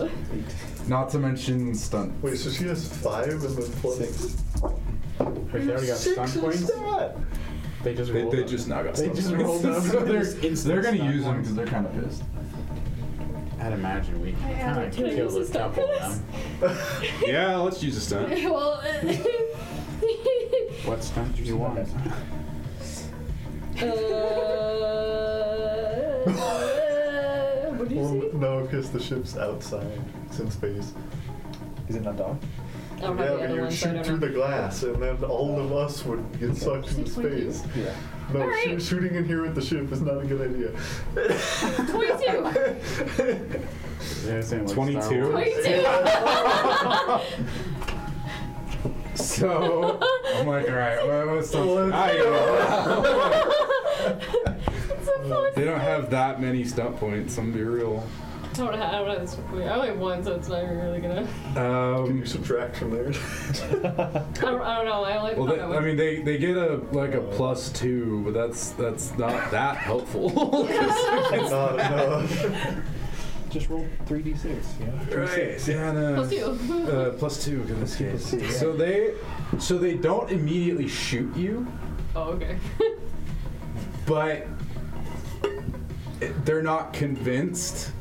Speaker 2: Not to mention stunt.
Speaker 5: Wait, so she has five and then plus six.
Speaker 3: Wait, they already Oh, got stun points. They just
Speaker 2: They,
Speaker 3: rolled.
Speaker 2: they
Speaker 3: up.
Speaker 2: just now got.
Speaker 3: They
Speaker 2: stunt
Speaker 3: just
Speaker 2: points.
Speaker 3: rolled up.
Speaker 2: so they're,
Speaker 3: Just instant
Speaker 2: they're gonna
Speaker 3: stunt
Speaker 2: use them
Speaker 3: points.
Speaker 2: because they're kind of pieces.
Speaker 3: I'd imagine we kind of
Speaker 4: two
Speaker 3: killed a
Speaker 4: uses of
Speaker 3: couple of them.
Speaker 2: Yeah, let's use a stunt.
Speaker 4: well,
Speaker 3: What stun do you want?
Speaker 4: uh, what do
Speaker 5: Well,
Speaker 4: you say?
Speaker 5: no, because the ship's outside. It's in space.
Speaker 1: Is it not docked?
Speaker 4: I don't
Speaker 5: yeah,
Speaker 4: have the
Speaker 5: but
Speaker 4: other
Speaker 5: you
Speaker 4: one,
Speaker 5: would
Speaker 4: so I
Speaker 5: shoot
Speaker 4: don't
Speaker 5: through
Speaker 4: know.
Speaker 5: the glass, and then all of us would get sucked into
Speaker 4: Six point
Speaker 5: space.
Speaker 1: Yeah.
Speaker 5: No,
Speaker 4: All right.
Speaker 5: shoo- shooting in here with the ship is not a good idea.
Speaker 4: 22.
Speaker 3: They're saying, like,
Speaker 2: 22.
Speaker 3: Star Wars.
Speaker 4: 22.
Speaker 2: So I'm like, all right, well, let's
Speaker 5: Well,
Speaker 2: stunt.
Speaker 5: let's
Speaker 2: I know.
Speaker 4: It's a plus.
Speaker 2: They don't have that many stunt points. I'm gonna be real.
Speaker 4: I don't have, I don't have this. I only have one, so it's not even really gonna.
Speaker 5: Can you
Speaker 2: Um,
Speaker 5: subtract from there?
Speaker 4: I don't, I don't know. I only.
Speaker 2: Well,
Speaker 4: I,
Speaker 2: they,
Speaker 4: don't
Speaker 2: I mean, they, they get a like a plus two, but that's that's not that helpful. 'Cause-
Speaker 5: not enough.
Speaker 1: Just roll three d six. Yeah.
Speaker 2: Yeah, no.
Speaker 4: Plus two.
Speaker 2: Uh, plus two in this
Speaker 1: Plus two, yeah.
Speaker 2: case. So they so they don't immediately shoot you,
Speaker 4: oh, okay.
Speaker 2: but it- they're not convinced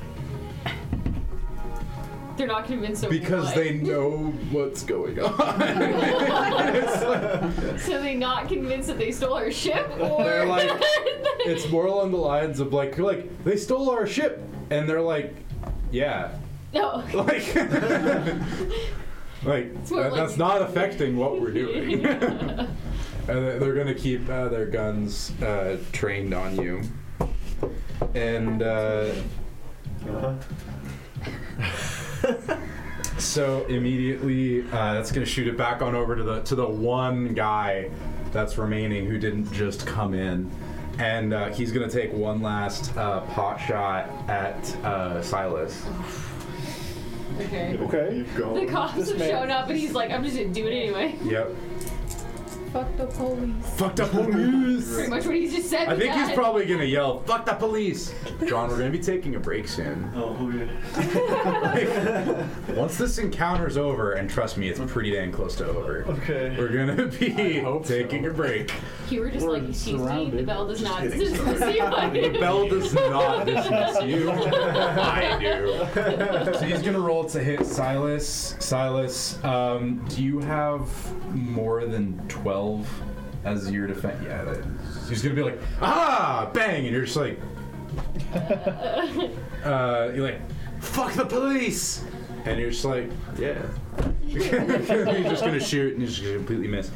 Speaker 4: They're not convinced of
Speaker 2: because
Speaker 4: what.
Speaker 2: they know what's going on. it's, like-
Speaker 4: So they not convinced that they stole our ship, or
Speaker 2: They're like- it's more along the lines of like you're like they stole our ship, and they're like, yeah,
Speaker 4: no.
Speaker 2: like like
Speaker 4: more
Speaker 2: that-
Speaker 4: like-
Speaker 2: that's not affecting what we're doing Uh, they- they're gonna keep uh, their guns uh, trained on you, and uh,
Speaker 5: Uh-huh.
Speaker 2: so immediately uh, that's gonna shoot it back on over to the to the one guy that's remaining who didn't just come in, and uh, he's gonna take one last uh, pot shot at uh, Silas.
Speaker 4: Okay.
Speaker 8: Okay.
Speaker 5: You've gone.
Speaker 4: The cops
Speaker 8: This
Speaker 4: have
Speaker 8: man-
Speaker 4: shown up and he's like, I'm just gonna do it anyway.
Speaker 2: Yep.
Speaker 7: Fuck the police.
Speaker 2: Fucked up news.
Speaker 4: Pretty much what he just said.
Speaker 2: I think he's
Speaker 4: that.
Speaker 2: probably gonna yell, "Fuck the police!" John, we're gonna be taking a break soon.
Speaker 5: Oh, okay.
Speaker 2: Oh. Once this encounter's over, and trust me, it's pretty dang close to over,
Speaker 5: Okay.
Speaker 2: we're gonna be
Speaker 3: hope
Speaker 2: taking
Speaker 3: so.
Speaker 2: a break.
Speaker 4: You were just
Speaker 3: We're
Speaker 4: like, she's
Speaker 3: surrounded.
Speaker 4: the bell does
Speaker 5: Just
Speaker 4: not
Speaker 5: kidding,
Speaker 4: dismiss
Speaker 2: The
Speaker 4: you.
Speaker 2: bell does not dismiss you. I do. So he's gonna roll to hit Silas. Silas, um, do you have more than twelve as your defense? Yeah. That, he's gonna be like, ah, bang, and you're just like, uh, you're like, fuck the police, and you're just like, yeah. you're just gonna shoot and you're just gonna completely miss.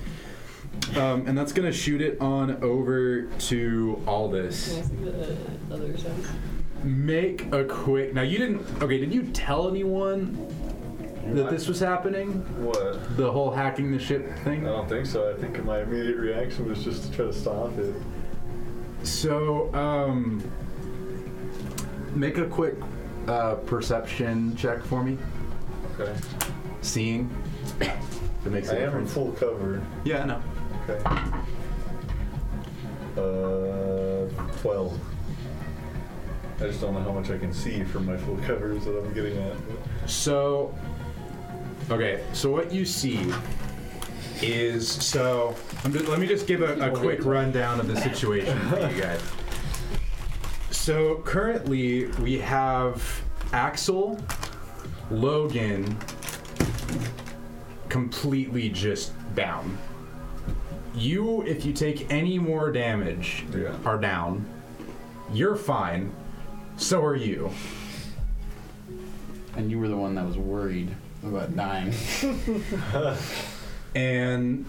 Speaker 2: Um, and that's gonna shoot it on over to Aldous. Make a quick. Now you didn't. Okay, did you tell anyone that this was happening?
Speaker 5: What?
Speaker 2: The whole hacking the ship
Speaker 5: I
Speaker 2: thing.
Speaker 5: don't think so. I think my immediate reaction was just to try to stop it.
Speaker 2: So, um, make a quick uh, perception check for me.
Speaker 5: Okay.
Speaker 2: Seeing. If it makes
Speaker 5: I
Speaker 2: a
Speaker 5: am in
Speaker 2: difference.
Speaker 5: full cover.
Speaker 2: Yeah, no.
Speaker 5: Okay. Uh, 12. I just don't know how much I can see from my full cover is what I'm getting at.
Speaker 2: So, okay. So what you see is so. I'm just, let me just give a, a quick rundown of the situation for you guys. So currently we have Axel, Logan, completely just down. You, if you take any more damage,
Speaker 5: Yeah.
Speaker 2: are down. You're fine. So are you.
Speaker 3: And you were the one that was worried about dying.
Speaker 2: And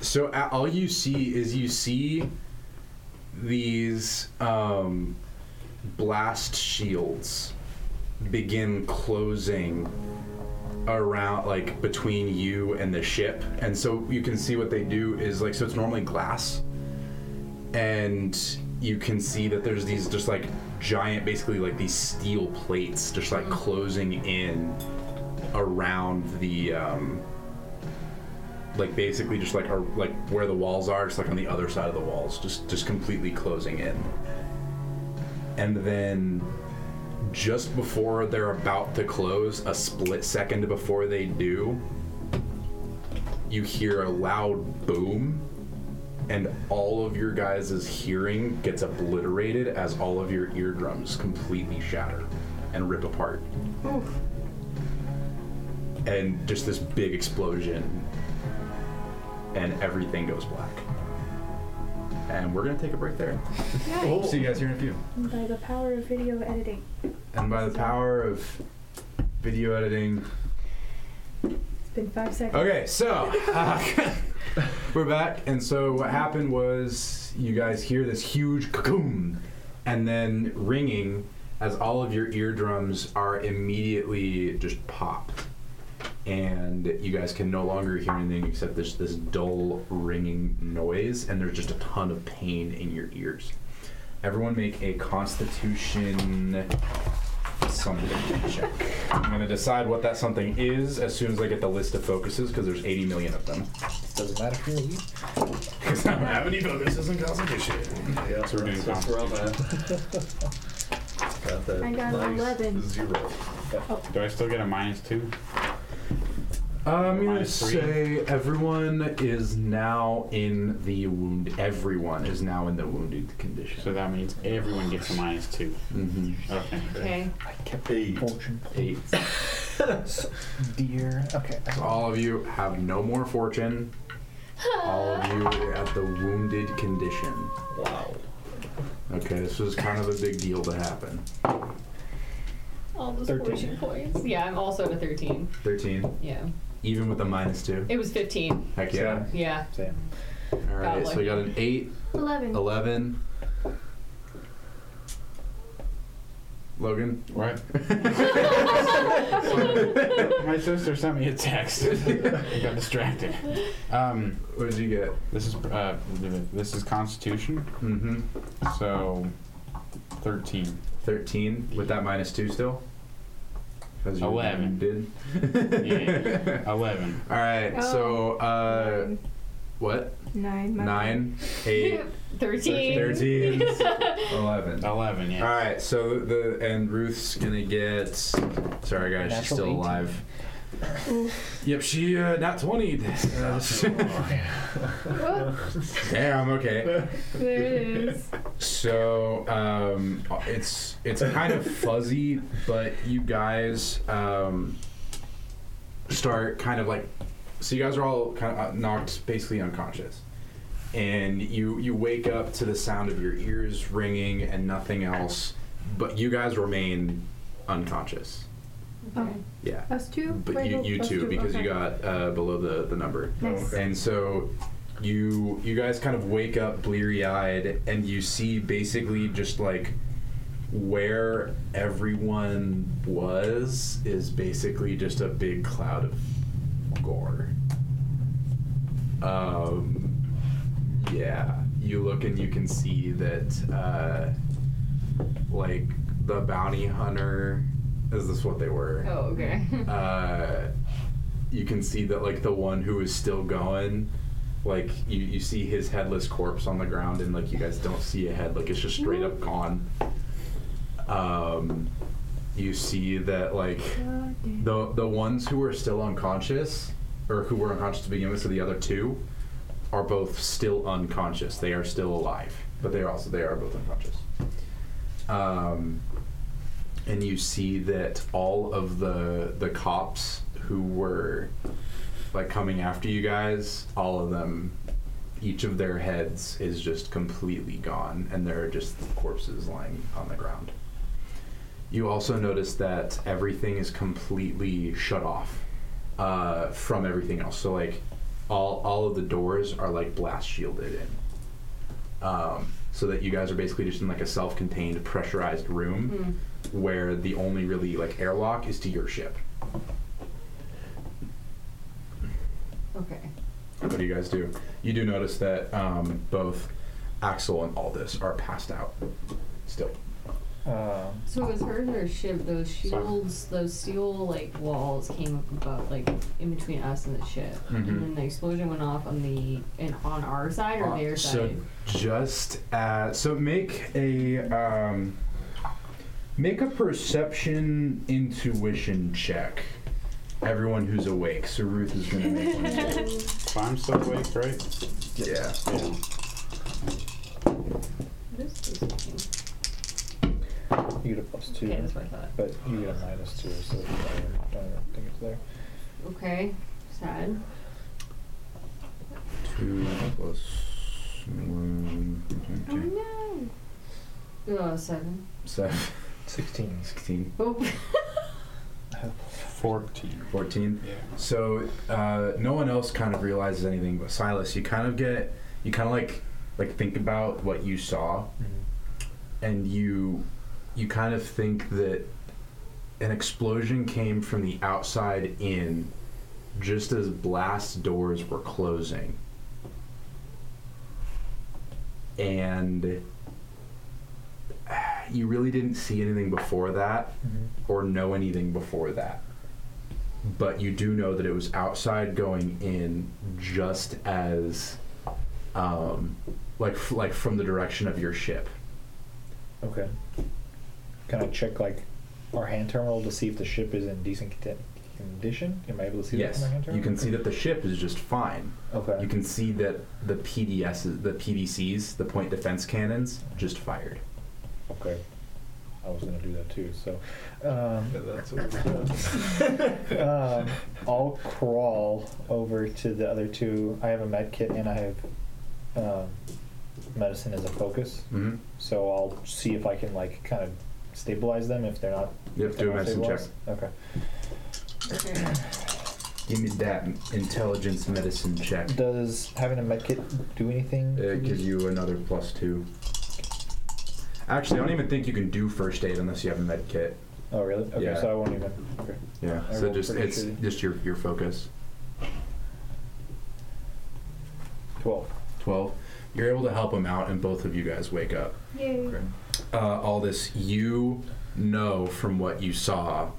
Speaker 2: so a- all you see is you see these um, blast shields begin closing around like between you and the ship and so you can see what they do is like so it's normally glass and you can see that there's these just like giant basically like these steel plates just like closing in around the um, like basically just like are like where the walls are, just like on the other side of the walls, just just completely closing in. And then just before they're about to close, a split second before they do, you hear a loud boom and all of your guys' hearing gets obliterated as all of your eardrums completely shatter and rip apart. And just this big explosion and everything goes black. And we're gonna take a break there. See you guys here in a few.
Speaker 7: And By the power of video editing.
Speaker 2: And by the power of video editing.
Speaker 7: It's been five seconds.
Speaker 2: Okay, so uh, we're back, and so what happened was you guys hear this huge cocoon, and then ringing as all of your eardrums are immediately just popped, and you guys can no longer hear anything except this this dull ringing noise, and there's just a ton of pain in your ears. Everyone make a Constitution something check. I'm gonna decide what that something is as soon as I get the list of focuses, because there's 80 million of them.
Speaker 1: Doesn't matter if you're elite.
Speaker 2: Because I don't have any focuses in Constitution.
Speaker 5: Yeah,
Speaker 2: So we're doing
Speaker 5: that's where I'm at. Got that
Speaker 7: I got an
Speaker 5: nice
Speaker 7: 11.
Speaker 5: Zero.
Speaker 3: Do I still get a minus two?
Speaker 2: I'm gonna
Speaker 3: Minus three.
Speaker 2: say everyone is now in the wound. Everyone is now in the wounded condition.
Speaker 3: So that means everyone gets a minus two.
Speaker 2: Mm-hmm.
Speaker 3: Okay.
Speaker 4: Okay.
Speaker 1: I kept
Speaker 5: Eight.
Speaker 1: fortune.
Speaker 2: Eight.
Speaker 1: Dear. Okay.
Speaker 2: So all of you have no more fortune. All of you are at the wounded condition.
Speaker 5: Wow.
Speaker 2: Okay, this was kind of a big deal to happen.
Speaker 4: All those
Speaker 1: 13.
Speaker 4: fortune points. Yeah, I'm also at a 13.
Speaker 2: 13.
Speaker 4: Yeah.
Speaker 2: Even with a minus two.
Speaker 4: It was 15.
Speaker 2: Heck yeah.
Speaker 4: Yeah.
Speaker 1: Same.
Speaker 2: All right, so we got an 8,
Speaker 4: Eleven.
Speaker 2: 11. Logan?
Speaker 3: What?
Speaker 2: what
Speaker 3: My sister sent me a text. I got distracted. Um,
Speaker 2: did you get?
Speaker 3: this is uh, this is Constitution,
Speaker 2: Mm hmm.
Speaker 3: so thirteen.
Speaker 2: 13 with that minus 2 still? 'Cause you
Speaker 3: 11.
Speaker 2: Did?
Speaker 3: Yeah. Eleven.
Speaker 2: All right, so, uh,
Speaker 6: Nine.
Speaker 2: what?
Speaker 6: Nine. my bad.
Speaker 2: 9, 8,
Speaker 4: Thirteen.
Speaker 2: 13, 11.
Speaker 3: Eleven.
Speaker 2: All
Speaker 3: Yeah.
Speaker 2: right, so the and Ruth's gonna get. Sorry, guys, she's
Speaker 1: Natural
Speaker 2: still
Speaker 1: 18.
Speaker 2: alive. Yep, she uh, not twenty. Uh, Damn. Okay.
Speaker 6: There it is.
Speaker 2: So um, it's it's kind of fuzzy, but you guys um, start kind of like. So you guys are all kind of uh, knocked, basically unconscious, and you you wake up to the sound of your ears ringing and nothing else, but you guys remain unconscious.
Speaker 6: Oh,
Speaker 2: Yeah.
Speaker 6: us two?
Speaker 2: But
Speaker 6: Wait,
Speaker 2: you,
Speaker 6: no,
Speaker 2: you
Speaker 6: us
Speaker 2: two, because
Speaker 6: okay.
Speaker 2: you got Oh, uh, below the, the number.
Speaker 6: Nice.
Speaker 5: Okay.
Speaker 2: And so you you guys kind of wake up bleary eyed and you see basically just like where everyone was is basically just a big cloud of gore. Um, yeah, you look and you can see that uh, like the bounty hunter is this what they were?
Speaker 4: Oh, okay.
Speaker 2: uh, you can see that like the one who is still going like you, you see his headless corpse on the ground and like you guys don't see a head like it's just straight up gone um, you see that like the the ones who are still unconscious or who were unconscious to begin with so the other two are both still unconscious they are still alive but they are also they are both unconscious um, and you see that all of the the cops who were like coming after you guys, all of them, each of their heads is just completely gone, and there are just corpses lying on the ground. You also notice that everything is completely shut off uh, from everything else. So like, all all of the doors are like blast shielded in, um, so that you guys are basically just in like a self-contained pressurized room where the only really like airlock is to your ship.
Speaker 4: Okay.
Speaker 2: What do you guys do? You do notice that um, both Axel and Aldous are passed out still.
Speaker 1: Um,
Speaker 4: So was her and her ship those shields, those steel like walls came up above, like in between us and the ship,
Speaker 2: Mhm.
Speaker 4: and then the explosion went off on the and on our side or their
Speaker 2: so
Speaker 4: side.
Speaker 2: just uh, so make a um, make a perception intuition check. Everyone who's awake. So Ruth is gonna make one.
Speaker 3: But I'm still awake, right?
Speaker 2: yeah.
Speaker 3: Yeah.
Speaker 4: What is this thing?
Speaker 1: you get a plus two,
Speaker 4: Okay, that's what I thought.
Speaker 1: but you get a minus two, so I don't think it's there.
Speaker 4: Okay, sad.
Speaker 2: Two plus one.
Speaker 4: Oh no. Oh, seven.
Speaker 2: Seven.
Speaker 1: Sixteen.
Speaker 2: Sixteen.
Speaker 4: Oh.
Speaker 3: Fourteen.
Speaker 2: 14
Speaker 3: Yeah.
Speaker 2: so uh, no one else kind of realizes anything but silas you kind of get you kind of like like think about what you saw and you you kind of think that an explosion came from the outside in just as blast doors were closing and you really didn't see anything before that
Speaker 1: Mm-hmm.
Speaker 2: or know anything before that but you do know that it was outside going in just as um like f- like from the direction of your ship
Speaker 1: Okay. Can I check like our hand terminal to see if the ship is in decent conti- condition? Am I able to see that
Speaker 2: yes
Speaker 1: from my hand
Speaker 2: you
Speaker 1: terminal?
Speaker 2: can see that the ship is just fine
Speaker 1: Okay.
Speaker 2: you can see that the pds the pdcs the point defense cannons just fired
Speaker 1: Okay. I was gonna do that too. So, um,
Speaker 5: Yeah, that's what we got.
Speaker 1: um, I'll crawl over to the other two. I have a med kit and I have um, medicine as a focus.
Speaker 2: mm-hmm.
Speaker 1: So I'll see if I can like kind of stabilize them if they're not.
Speaker 2: you have
Speaker 1: if
Speaker 2: to do
Speaker 1: they're
Speaker 2: a
Speaker 1: not
Speaker 2: medicine check
Speaker 1: stabilized. Okay.
Speaker 4: okay.
Speaker 2: Give me that intelligence medicine check.
Speaker 1: Does having a medkit do anything?
Speaker 2: Uh, It gives you another plus two. Actually, I don't even think you can do first aid unless you have a med kit.
Speaker 1: Oh, really? Okay,
Speaker 2: Yeah.
Speaker 1: so I won't even. Okay.
Speaker 2: Yeah.
Speaker 1: I
Speaker 2: So
Speaker 1: rolled
Speaker 2: just
Speaker 1: pretty
Speaker 2: it's
Speaker 1: shitty.
Speaker 2: just your your focus.
Speaker 1: 12.
Speaker 2: 12 you're able to help him out and both of you guys wake up
Speaker 7: Yay.
Speaker 2: uh, all this you know from what you saw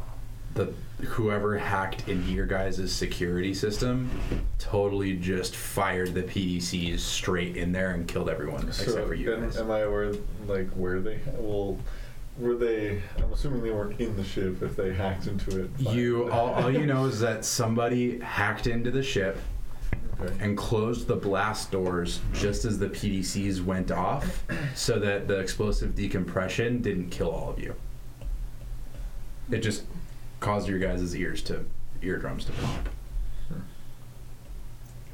Speaker 2: that whoever hacked into your guys' security system totally just fired the pdcs straight in there and killed everyone
Speaker 5: So,
Speaker 2: except for you
Speaker 5: am-
Speaker 2: guys
Speaker 5: Am I aware, like, where they, well, were they, I'm assuming they weren't in the ship if they hacked into it. by-
Speaker 2: you all, all you know is that somebody hacked into the ship
Speaker 5: Okay.
Speaker 2: and closed the blast doors just as the pdcs went off so that the explosive decompression didn't kill all of you it just caused your guys' ears to eardrums to pop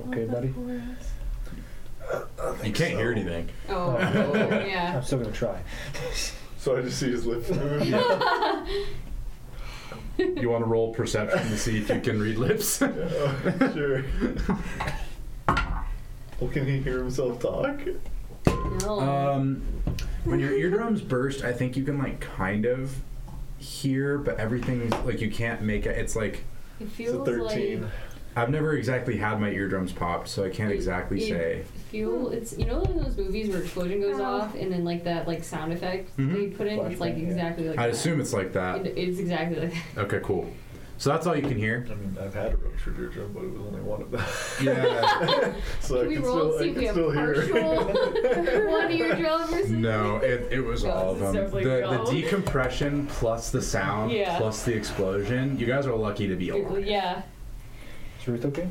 Speaker 1: Okay, buddy.
Speaker 2: you can't hear anything
Speaker 4: Oh,
Speaker 1: Oh.
Speaker 4: yeah.
Speaker 1: I'm still gonna try.
Speaker 5: So I just see his lip move.
Speaker 2: you want to roll perception to see if you can read lips
Speaker 5: Yeah, sure. Well, can he hear himself talk?
Speaker 4: No.
Speaker 3: Uh,
Speaker 2: Um, when your eardrums burst, I think you can like kind of hear, but everything's like you can't make it. It's like
Speaker 4: it
Speaker 5: It's a
Speaker 4: feels
Speaker 5: 13.
Speaker 4: like
Speaker 2: I've never exactly had my eardrums popped, so I can't exactly
Speaker 4: It-
Speaker 2: say.
Speaker 4: fuel. It's you know in those movies where explosion goes
Speaker 7: Ow.
Speaker 4: off and then like that like sound effect
Speaker 2: Mhm.
Speaker 4: they put in. It's like
Speaker 1: Flashbang, yeah.
Speaker 4: exactly like.
Speaker 2: I'd
Speaker 4: Oh. that.
Speaker 2: assume it's like that.
Speaker 4: It- It's exactly like that.
Speaker 2: Okay, cool. So that's all you can hear.
Speaker 5: I mean, I've had a ruptured eardrum, but it was only one of them.
Speaker 2: Yeah.
Speaker 5: so
Speaker 4: Can
Speaker 5: I
Speaker 4: we
Speaker 5: can
Speaker 4: roll
Speaker 5: still,
Speaker 4: and see
Speaker 5: I can
Speaker 4: if we have
Speaker 5: still
Speaker 4: partial one eardrum versus?
Speaker 2: no, it, it was
Speaker 4: No,
Speaker 2: all of
Speaker 4: this is
Speaker 2: them.
Speaker 4: definitely
Speaker 2: The, the
Speaker 4: wrong.
Speaker 2: decompression plus the sound
Speaker 4: Yeah.
Speaker 2: plus the explosion. You guys are lucky to be alive.
Speaker 4: Yeah.
Speaker 1: Is Ruth okay?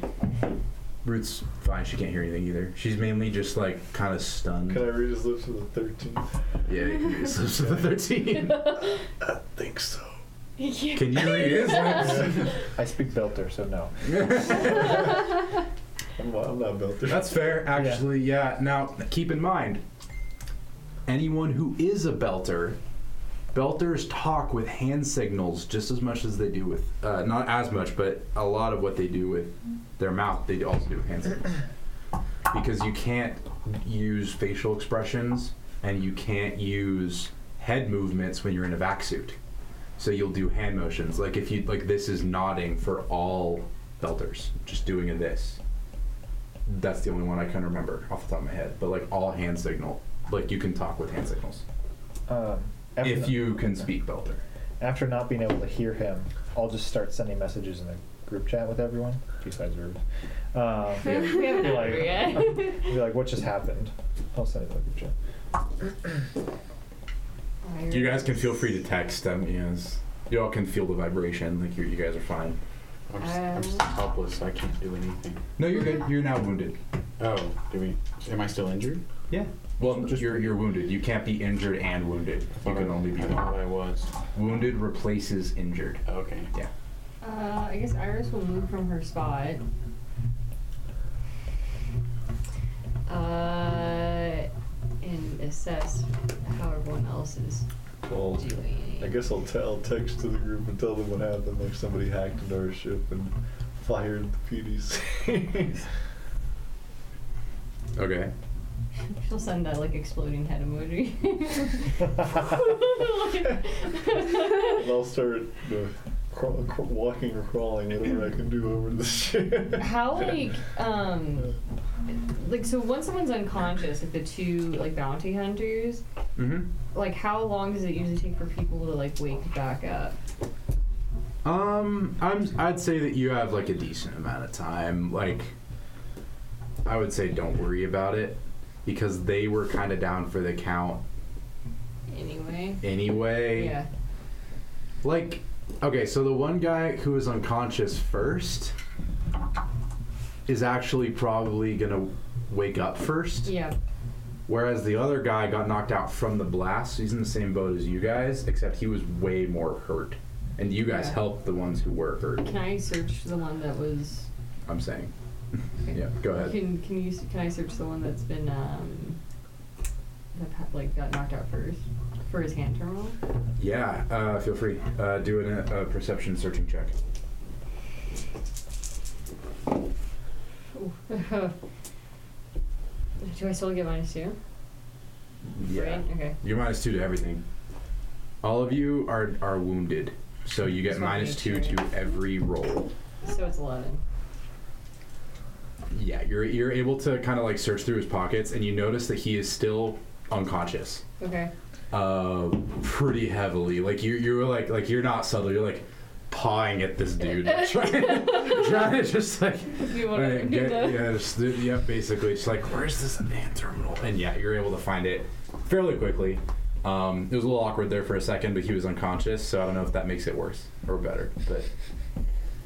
Speaker 2: Ruth's fine. She can't hear anything either. She's mainly just like kind of stunned.
Speaker 5: Can I read his lips to the 13th?
Speaker 2: Yeah, you can use lips of the 13.
Speaker 5: I think so.
Speaker 2: Can you read his lips?
Speaker 1: I speak Belter, so no.
Speaker 5: I'm, I'm not built there.
Speaker 2: That's fair, actually, yeah. Now, keep in mind, anyone who is a belter, belters talk with hand signals just as much as they do with, uh, not as much, but a lot of what they do with their mouth, they also do with hand signals. Because you can't use facial expressions and you can't use head movements when you're in a vac suit. So you'll do hand motions. Like if you like this is nodding for all belters, just doing a this. That's the only one I can remember off the top of my head. But like all hand signal, like you can talk with hand signals
Speaker 1: Um, after,
Speaker 2: if you can speak belter.
Speaker 1: after not being able to hear him, I'll just start sending messages in the group chat with everyone, besides Ruth. Um,
Speaker 4: We haven't
Speaker 1: You're
Speaker 4: had
Speaker 1: like-
Speaker 4: it yet.
Speaker 1: Be like, what just happened? I'll send it to the group chat.
Speaker 2: You guys can feel free to text. Um, yes, you all can feel the vibration. Like you, you guys are fine.
Speaker 3: I'm just, I'm just
Speaker 2: Um.
Speaker 3: helpless. I can't do anything.
Speaker 2: No, you're good. You're now wounded.
Speaker 3: Oh, do we? Am I still injured?
Speaker 2: Yeah. Well, you're you're wounded. You can't be injured and wounded. You can only be
Speaker 3: I thought I was.
Speaker 2: wounded replaces injured.
Speaker 3: Okay.
Speaker 4: Uh, I guess Iris will move from her spot. Uh, and assess how everyone else is
Speaker 5: Well,
Speaker 4: doing.
Speaker 5: I guess I'll, te- I'll text to the group and tell them what happened. Like somebody hacked into our ship and fired the PDC.
Speaker 2: Okay.
Speaker 4: She'll send that like exploding head emoji.
Speaker 5: and I'll start uh, crawl, cr- walking or crawling, whatever I can do over the ship.
Speaker 4: How like um like so once someone's unconscious, like the two like bounty hunters,
Speaker 2: Mm-hmm.
Speaker 4: like how long does it usually take for people to like wake back up?
Speaker 2: Um, I'm. I'd say that you have like a decent amount of time. Like, I would say don't worry about it because they were kind of down for the count
Speaker 4: Anyway.
Speaker 2: anyway.
Speaker 4: Yeah.
Speaker 2: Like, okay, so the one guy who is unconscious first is actually probably gonna wake up first.
Speaker 4: Yeah.
Speaker 2: Whereas the other guy got knocked out from the blast, so he's in the same boat as you guys, except he was way more hurt. And you guys
Speaker 4: Yeah.
Speaker 2: helped the ones who were hurt.
Speaker 4: Can I search the one that was?
Speaker 2: I'm saying.
Speaker 4: Okay.
Speaker 2: yeah, go ahead.
Speaker 4: Can can you can I search the one that's been um that ha- like got knocked out first for his hand terminal?
Speaker 2: Yeah, uh, feel free. Uh, do an, a perception searching check.
Speaker 4: Ooh. Do I still get minus two?
Speaker 2: Yeah.
Speaker 4: Right? Okay.
Speaker 2: You're minus two to everything. All of you are are wounded, so you get
Speaker 4: Just wanna
Speaker 2: minus
Speaker 4: make
Speaker 2: two
Speaker 4: sure.
Speaker 2: to every roll.
Speaker 4: So it's 11.
Speaker 2: Yeah, you're you're able to kind of like search through his pockets, and you notice that he is still unconscious,
Speaker 4: Okay.
Speaker 2: uh, pretty heavily. Like you you're like like you're not subtle. You're like pawing at this dude, trying trying to just like
Speaker 4: You
Speaker 2: All
Speaker 4: wanna
Speaker 2: right,
Speaker 4: get
Speaker 2: get-
Speaker 4: the-
Speaker 2: yeah, just, yeah, basically, it's like, where's this man terminal? And yeah, you're able to find it fairly quickly. Um, it was a little awkward there for a second, but he was unconscious, so I don't know if that makes it worse or better. But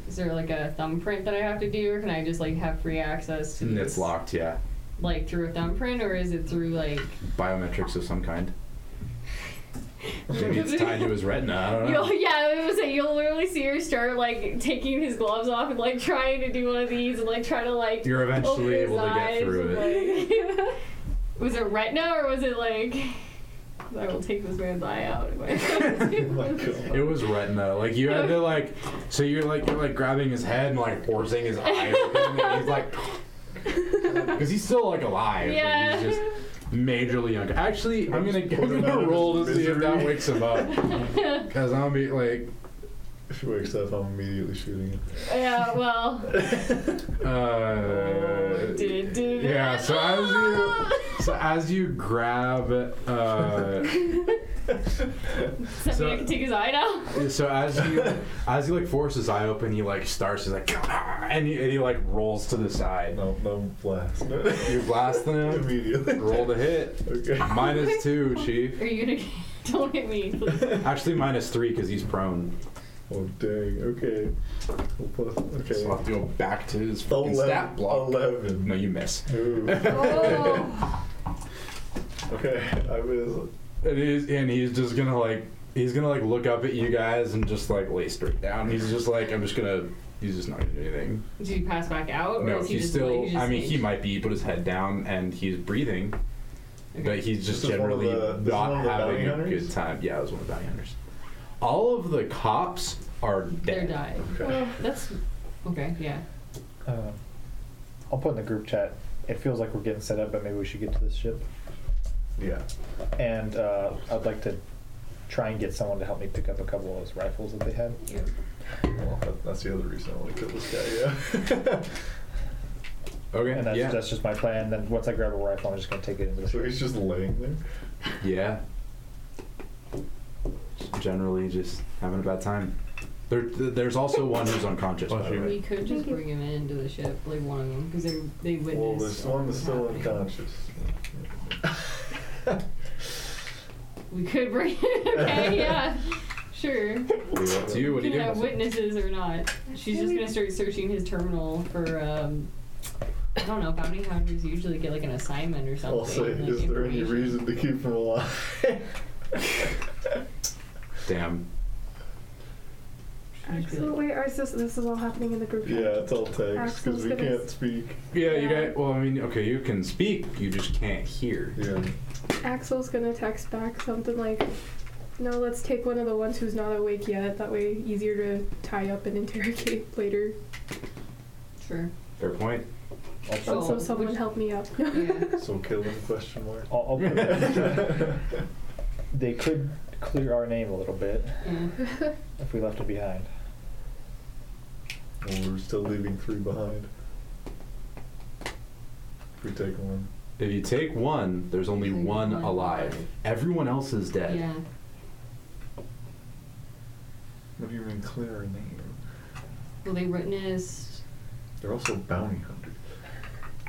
Speaker 4: Is there like a thumbprint that I have to do, or can I just like have free access to
Speaker 2: Mm, it's
Speaker 4: this?
Speaker 2: locked, yeah.
Speaker 4: Like through a thumbprint, or is it through like?
Speaker 2: Biometrics of some kind. Maybe it's tied to his retina. I don't
Speaker 4: You'll,
Speaker 2: know.
Speaker 4: yeah, it was like you'll literally see her start like taking his gloves off and like trying to do one of these and like try to like.
Speaker 2: You're eventually
Speaker 4: open his
Speaker 2: able to get
Speaker 4: eyes
Speaker 2: through
Speaker 4: and, like- was it retina or was it like? 'Cause I will take this man's eye out. if
Speaker 5: Oh
Speaker 4: I-
Speaker 2: It was retina. Like you had to like, so you're like you're like grabbing his head and like forcing his eye open, and he's like, because he's still like alive. like,
Speaker 4: yeah.
Speaker 2: he's just majorly young. Actually, I'm gonna, I'm
Speaker 5: out
Speaker 2: gonna
Speaker 5: of
Speaker 2: roll to
Speaker 5: his
Speaker 2: see if that
Speaker 5: misery.
Speaker 2: wakes him up. Cause I'll be like,
Speaker 5: If she wakes up, I'm immediately shooting him.
Speaker 4: yeah. Well.
Speaker 2: uh,
Speaker 4: Did- did-
Speaker 2: yeah. So as you, so as you grab, uh,
Speaker 4: Does that mean I can take his eye now?
Speaker 2: so as you, as he like forces his eye open, he like starts, he's like, and he, and he like rolls to the side.
Speaker 5: No, no blast.
Speaker 2: You blast him.
Speaker 5: immediately.
Speaker 2: Roll to hit.
Speaker 5: Okay.
Speaker 2: Minus two, chief.
Speaker 4: Are you gonna? Don't hit me. please.
Speaker 2: Actually, minus three because he's prone.
Speaker 5: Oh dang. Okay. Well, plus- Okay.
Speaker 2: So I'll have to go back to his fucking stat
Speaker 5: Eleven.
Speaker 2: block.
Speaker 5: Eleven.
Speaker 2: No, you miss.
Speaker 5: Ooh.
Speaker 7: Oh,
Speaker 5: Okay. I was.
Speaker 2: And he's, and he's just gonna like he's gonna like look up at you guys and just like lay straight down. He's just like I'm just gonna he's just not gonna do anything.
Speaker 4: Did he pass back out? or
Speaker 2: No,
Speaker 4: is he
Speaker 2: he's
Speaker 4: just,
Speaker 2: still
Speaker 4: Like,
Speaker 2: I mean
Speaker 4: just-
Speaker 2: he might be he put his head down and he's breathing. But he's just
Speaker 5: This is one of
Speaker 2: generally
Speaker 5: the- this is one
Speaker 2: not
Speaker 5: of the bounty
Speaker 2: having a
Speaker 5: hunters?
Speaker 2: good time. Yeah, it was one of the bounty hunters. All of the cops are
Speaker 4: They're
Speaker 2: dead.
Speaker 4: dying.
Speaker 5: Okay.
Speaker 4: That's okay. Yeah.
Speaker 1: Um, I'll put in the group chat. It feels like we're getting set up, but maybe we should get to this ship.
Speaker 2: Yeah.
Speaker 1: And uh, I'd like to try and get someone to help me pick up a couple of those rifles that they had.
Speaker 5: Well, that, that's the other reason I want to kill this guy. Yeah.
Speaker 2: Okay.
Speaker 1: And that's,
Speaker 2: yeah.
Speaker 1: that's just my plan. Then once I grab a rifle, I'm just going to take it into the
Speaker 5: so he's just laying there.
Speaker 2: Yeah. Just generally just having a bad time. There, there's also one who's unconscious. by
Speaker 9: Bless
Speaker 2: the
Speaker 9: you.
Speaker 2: way.
Speaker 4: We could just bring him into the ship, like one of them, because they they witnessed.
Speaker 5: Well, this
Speaker 4: all
Speaker 5: one is
Speaker 4: this
Speaker 5: still
Speaker 4: happening.
Speaker 5: unconscious.
Speaker 4: We could bring. okay. Yeah. Sure.
Speaker 2: It's you. What do you do?
Speaker 4: Can have witnesses or not? She's just gonna start searching his terminal for. um I don't know. Bounty hunters usually get like an assignment or something.
Speaker 5: I'll say,
Speaker 4: like,
Speaker 5: is there any
Speaker 4: information.
Speaker 5: reason to keep him alive?
Speaker 2: Damn.
Speaker 7: Axel, wait, or is this this is all happening in the group? chat?
Speaker 5: yeah, it's all text because
Speaker 7: Axel's
Speaker 5: we
Speaker 7: gonna-
Speaker 5: can't speak.
Speaker 2: Yeah, you
Speaker 7: Yeah.
Speaker 2: guys. Well, I mean, okay, you can speak. You just can't hear.
Speaker 5: Yeah.
Speaker 7: Axel's gonna text back something like, "No, let's take one of the ones who's not awake yet. That way, easier to tie up and interrogate later."
Speaker 4: Sure.
Speaker 2: Fair point.
Speaker 1: ship.
Speaker 4: Oh,
Speaker 7: Also, someone
Speaker 4: which-
Speaker 7: help me up.
Speaker 4: Yeah.
Speaker 5: So kill him? Question mark.
Speaker 1: I'll, I'll put it in the chat. they could clear our name a little bit
Speaker 4: Yeah.
Speaker 1: if we left it behind.
Speaker 5: Well, we're still leaving three behind. If we take one.
Speaker 2: If you take one, there's only
Speaker 4: Only
Speaker 2: one
Speaker 4: one
Speaker 2: alive.
Speaker 4: alive.
Speaker 2: Everyone else is dead.
Speaker 4: Yeah.
Speaker 5: What do you mean clear a name?
Speaker 4: Well, they witnessed.
Speaker 5: They're also bounty hunters.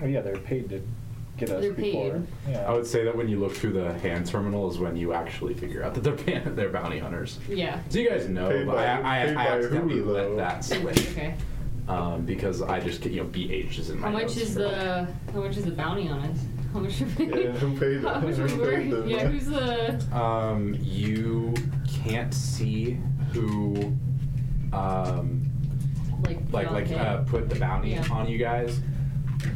Speaker 1: Oh yeah, they're paid to get us
Speaker 4: They're
Speaker 1: before.
Speaker 4: paid.
Speaker 1: Yeah.
Speaker 2: I would say that when you look through the hand terminal is when you actually figure out that they're ban- they're bounty hunters.
Speaker 4: Yeah.
Speaker 2: So you guys know,
Speaker 5: Paid
Speaker 2: but
Speaker 5: by-
Speaker 2: I, I,
Speaker 5: paid
Speaker 2: I
Speaker 5: by
Speaker 2: accidentally
Speaker 5: who,
Speaker 2: let
Speaker 5: though?
Speaker 2: that slip
Speaker 4: Okay.
Speaker 2: um, because I just get you know BH is in my.
Speaker 4: How much
Speaker 2: notes
Speaker 4: is
Speaker 2: for-
Speaker 4: the how much is the bounty on us? How much? Are we,
Speaker 5: Yeah, who paid
Speaker 4: How much
Speaker 5: them?
Speaker 4: we
Speaker 5: Who
Speaker 4: were?
Speaker 5: paid them?
Speaker 4: Yeah, who's the?
Speaker 2: Um, you can't see who, um,
Speaker 4: Like
Speaker 2: like like
Speaker 4: okay.
Speaker 2: uh, put the bounty
Speaker 4: Yeah.
Speaker 2: on you guys,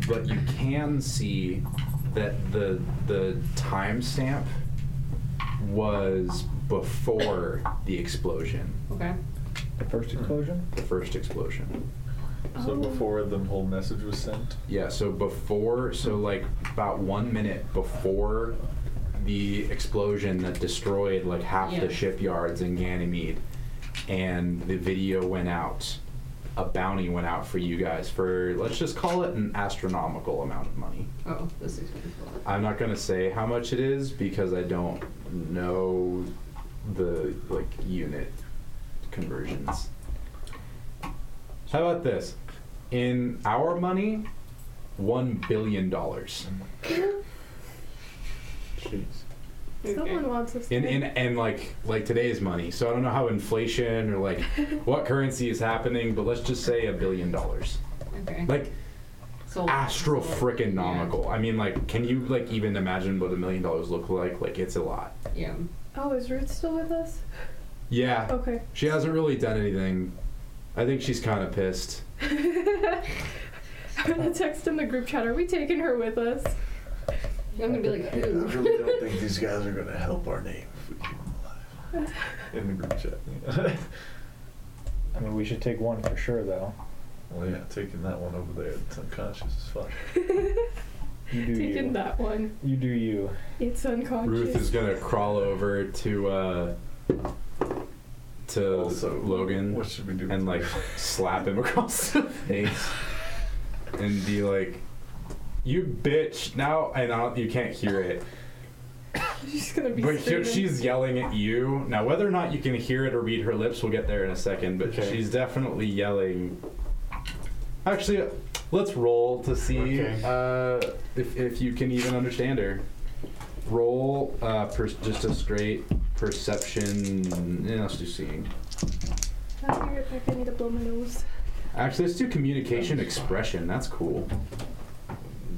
Speaker 2: but you can see that the the timestamp was before the explosion,
Speaker 4: okay.
Speaker 1: the first explosion.
Speaker 2: the first explosion.
Speaker 5: So before the whole message was sent.
Speaker 2: Yeah, so before, so like about one minute before the explosion that destroyed like half
Speaker 10: Yeah.
Speaker 2: the shipyards in Ganymede, and the video went out, a bounty went out for you guys for, let's just call it an astronomical amount of money.
Speaker 10: Oh, this is beautiful.
Speaker 2: I'm not gonna say how much it is because I don't know the like unit conversions. How about this? In our money, one billion dollars.
Speaker 7: Someone wants us.
Speaker 2: In
Speaker 7: to-
Speaker 2: in and like like today's money. So I don't know how inflation or like what currency is happening, but let's just say a billion dollars.
Speaker 10: Okay.
Speaker 2: Like
Speaker 10: So
Speaker 2: astro frickin' nomical. I mean like can you like even imagine what a million dollars look like? Like it's a lot.
Speaker 10: Yeah.
Speaker 7: oh, is Ruth still with us?
Speaker 2: Yeah.
Speaker 7: Okay.
Speaker 2: She hasn't really done anything. I think she's kind of pissed.
Speaker 7: I'm
Speaker 2: Uh-huh.
Speaker 7: gonna text in the group chat. Are we taking her with us?
Speaker 10: yeah. I'm gonna be like,
Speaker 5: I
Speaker 10: ooh.
Speaker 5: really don't think these guys are gonna help our name if we keep them alive. In the group chat.
Speaker 1: I mean, we should take one for sure, though.
Speaker 5: well, yeah, taking that one over there, it's unconscious as fuck.
Speaker 1: You do
Speaker 7: Taking
Speaker 1: you.
Speaker 7: that one.
Speaker 1: You do you.
Speaker 7: It's unconscious.
Speaker 2: Ruth is gonna crawl over to uh, to
Speaker 5: Also,
Speaker 2: Logan
Speaker 5: What should we do?
Speaker 2: and like slap him across the face and be like, "You bitch!" Now and I don't, you can't hear it,
Speaker 7: She's gonna be.
Speaker 2: but she,
Speaker 7: screaming.
Speaker 2: she's yelling at you. Now whether or not you can hear it or read her lips, we'll get there in a second. But
Speaker 3: Okay.
Speaker 2: she's definitely yelling. Actually, let's roll to see
Speaker 3: Okay.
Speaker 2: uh, if if you can even understand her. Roll uh, per- just a straight perception. Yeah, let's do seeing.
Speaker 7: I'll be right back. I need to blow my nose.
Speaker 2: Actually, let's do communication expression. That's cool.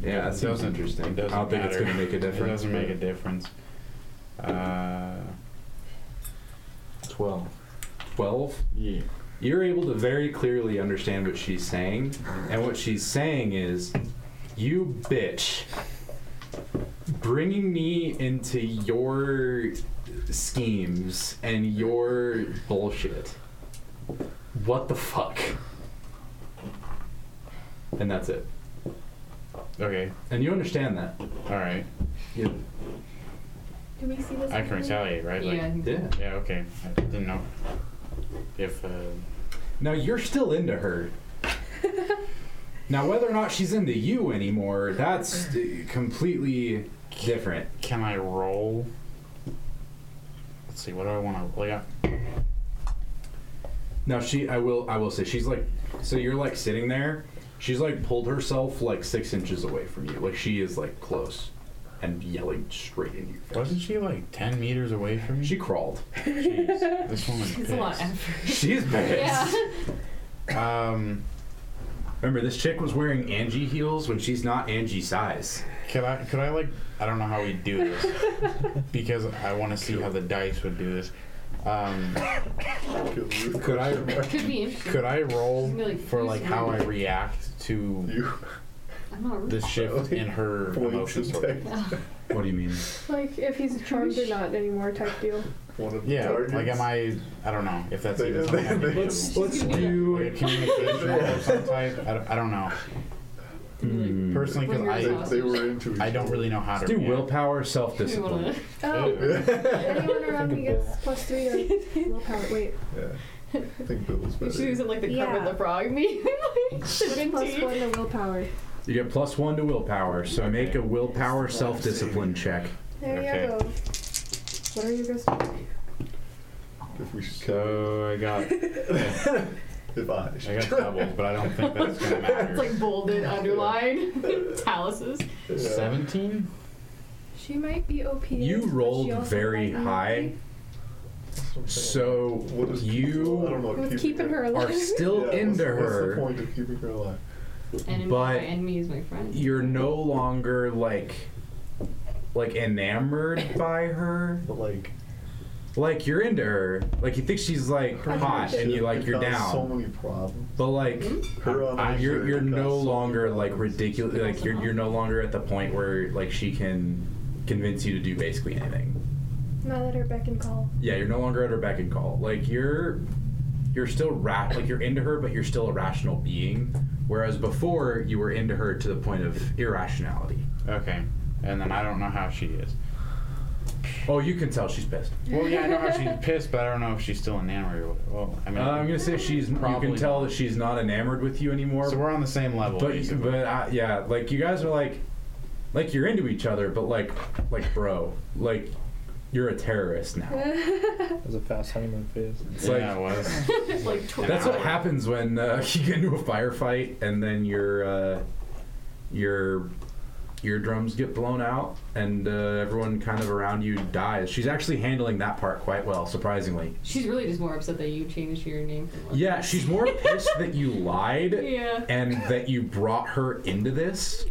Speaker 2: Yeah, that sounds
Speaker 3: Doesn't-
Speaker 2: interesting.
Speaker 3: it doesn't
Speaker 2: I don't think it's
Speaker 3: matter.
Speaker 2: going to make a difference.
Speaker 3: It doesn't make a difference. Uh,
Speaker 2: 12. 12?
Speaker 3: yeah.
Speaker 2: You're able to very clearly understand what she's saying. And what she's saying is, you bitch, bringing me into your schemes and your bullshit. What the fuck? And that's it.
Speaker 3: Okay.
Speaker 2: And you understand that.
Speaker 3: All right.
Speaker 2: Yeah.
Speaker 7: Do we see this?
Speaker 3: I can
Speaker 7: happening?
Speaker 3: retaliate, right? Like,
Speaker 10: Yeah.
Speaker 2: Yeah.
Speaker 3: yeah. Okay. I didn't know if. Uh,
Speaker 2: Now you're still into her. now whether or not she's into you anymore, that's uh, completely different.
Speaker 3: can I roll? Let's see. What do I want to? Like, uh, I-
Speaker 2: Now she, I will, I will say, she's like, so you're like sitting there. She's like pulled herself like six inches away from you. Like she is like close and yelling straight in your face.
Speaker 3: wasn't she like ten meters away from me?
Speaker 2: She crawled.
Speaker 3: Jeez, this woman's
Speaker 4: It's a lot of
Speaker 3: pissed.
Speaker 4: effort.
Speaker 2: She's bad.
Speaker 4: Yeah.
Speaker 3: Um,
Speaker 2: Remember, this chick was wearing Angie heels when she's not Angie size.
Speaker 3: could I? Could I like? I don't know how we do this because I want to see how the dice would do this. Um, could I?
Speaker 4: Could be interesting.
Speaker 3: Could I roll
Speaker 4: Be like,
Speaker 3: for like how I react to
Speaker 5: You
Speaker 4: I'm not
Speaker 3: the
Speaker 4: rude.
Speaker 3: shift in her
Speaker 5: points
Speaker 3: emotions?
Speaker 5: attack
Speaker 2: What do you mean?
Speaker 7: Like if he's charmed or not anymore type deal.
Speaker 5: one of the
Speaker 3: Yeah,
Speaker 5: targets.
Speaker 3: like am I? I don't know if that's
Speaker 5: They-
Speaker 3: even
Speaker 5: they-
Speaker 3: something I
Speaker 5: they-
Speaker 3: can
Speaker 2: Let's
Speaker 3: do.
Speaker 2: let's
Speaker 4: gonna be
Speaker 2: do.
Speaker 3: Like a communication of some type. I don't, I don't know
Speaker 2: Hmm.
Speaker 3: personally because I
Speaker 5: They, they were into each
Speaker 3: I don't
Speaker 5: other.
Speaker 3: really know how to
Speaker 2: Let's do
Speaker 3: react.
Speaker 2: willpower, self
Speaker 4: Do you
Speaker 2: discipline.
Speaker 4: wanna-
Speaker 7: Oh, anyone around me gets plus three or willpower. Wait,
Speaker 5: Yeah. I think Bill was
Speaker 4: We
Speaker 5: better.
Speaker 4: should use it like the cover
Speaker 7: Yeah.
Speaker 4: the frog meme. like,
Speaker 7: plus
Speaker 4: 17.
Speaker 7: one to willpower.
Speaker 2: You get plus one to willpower, so make a willpower self discipline check.
Speaker 7: There
Speaker 3: Okay.
Speaker 7: you go. What are you guys doing?
Speaker 5: If we should
Speaker 3: So I got
Speaker 5: kill- if I
Speaker 3: I
Speaker 5: should.
Speaker 3: got doubles, but I don't think that's gonna
Speaker 4: Oh. It's
Speaker 3: matter.
Speaker 4: like bolded, underlined, italices.
Speaker 5: Yeah.
Speaker 3: Seventeen.
Speaker 7: She might be OP.
Speaker 2: You
Speaker 7: but she
Speaker 2: rolled
Speaker 7: also
Speaker 2: very
Speaker 7: might be
Speaker 2: high.
Speaker 7: OP.
Speaker 2: So
Speaker 5: What is I don't
Speaker 2: you
Speaker 5: know,
Speaker 7: With keeping her alive.
Speaker 2: are still
Speaker 5: Yeah, what's-
Speaker 2: into
Speaker 5: What's the
Speaker 2: her.
Speaker 5: point of keeping her alive?
Speaker 4: Enemy,
Speaker 2: But
Speaker 4: my enemy is my friend.
Speaker 2: You're no longer like like enamored by her.
Speaker 5: But like,
Speaker 2: Like you're into her. Like you think she's like hot and you like you're
Speaker 5: It caused So
Speaker 2: down.
Speaker 5: many problems.
Speaker 2: But like
Speaker 5: Her on her
Speaker 2: you're
Speaker 5: shirt
Speaker 2: you're
Speaker 5: caused
Speaker 2: no
Speaker 5: so many
Speaker 2: longer like
Speaker 5: problems.
Speaker 2: ridiculous like you're you're no longer at the point where like she can convince you to do basically anything.
Speaker 7: Not at her beck and call.
Speaker 2: Yeah, you're no longer at her beck and call. Like you're you're still ra- like you're into her, but you're still a rational being. Whereas before, you were into her to the point of irrationality.
Speaker 3: Okay. And then I don't know how she is.
Speaker 2: Oh, you can tell she's pissed.
Speaker 3: Well, yeah, I know how she's pissed, but I don't know if she's still enamored. Or, well, I mean,
Speaker 2: Uh, I'm gonna say she's. you
Speaker 3: Probably
Speaker 2: can tell
Speaker 3: not.
Speaker 2: that she's not enamored with you anymore.
Speaker 3: so we're on the same level.
Speaker 2: but
Speaker 3: basically.
Speaker 2: but I, yeah, like you guys are like, like you're into each other, but like like bro, like you're a terrorist now.
Speaker 1: It was a fast honeymoon phase.
Speaker 2: It's like
Speaker 3: yeah, it was.
Speaker 4: like tw-
Speaker 2: That's what happens when uh, you get into a firefight and then your uh, your eardrums get blown out and uh, everyone kind of around you dies. She's actually handling that part quite well, surprisingly.
Speaker 11: She's really just more upset that you changed your name. From what-
Speaker 2: Yeah, she's more pissed that you lied
Speaker 4: Yeah.
Speaker 2: and that you brought her into this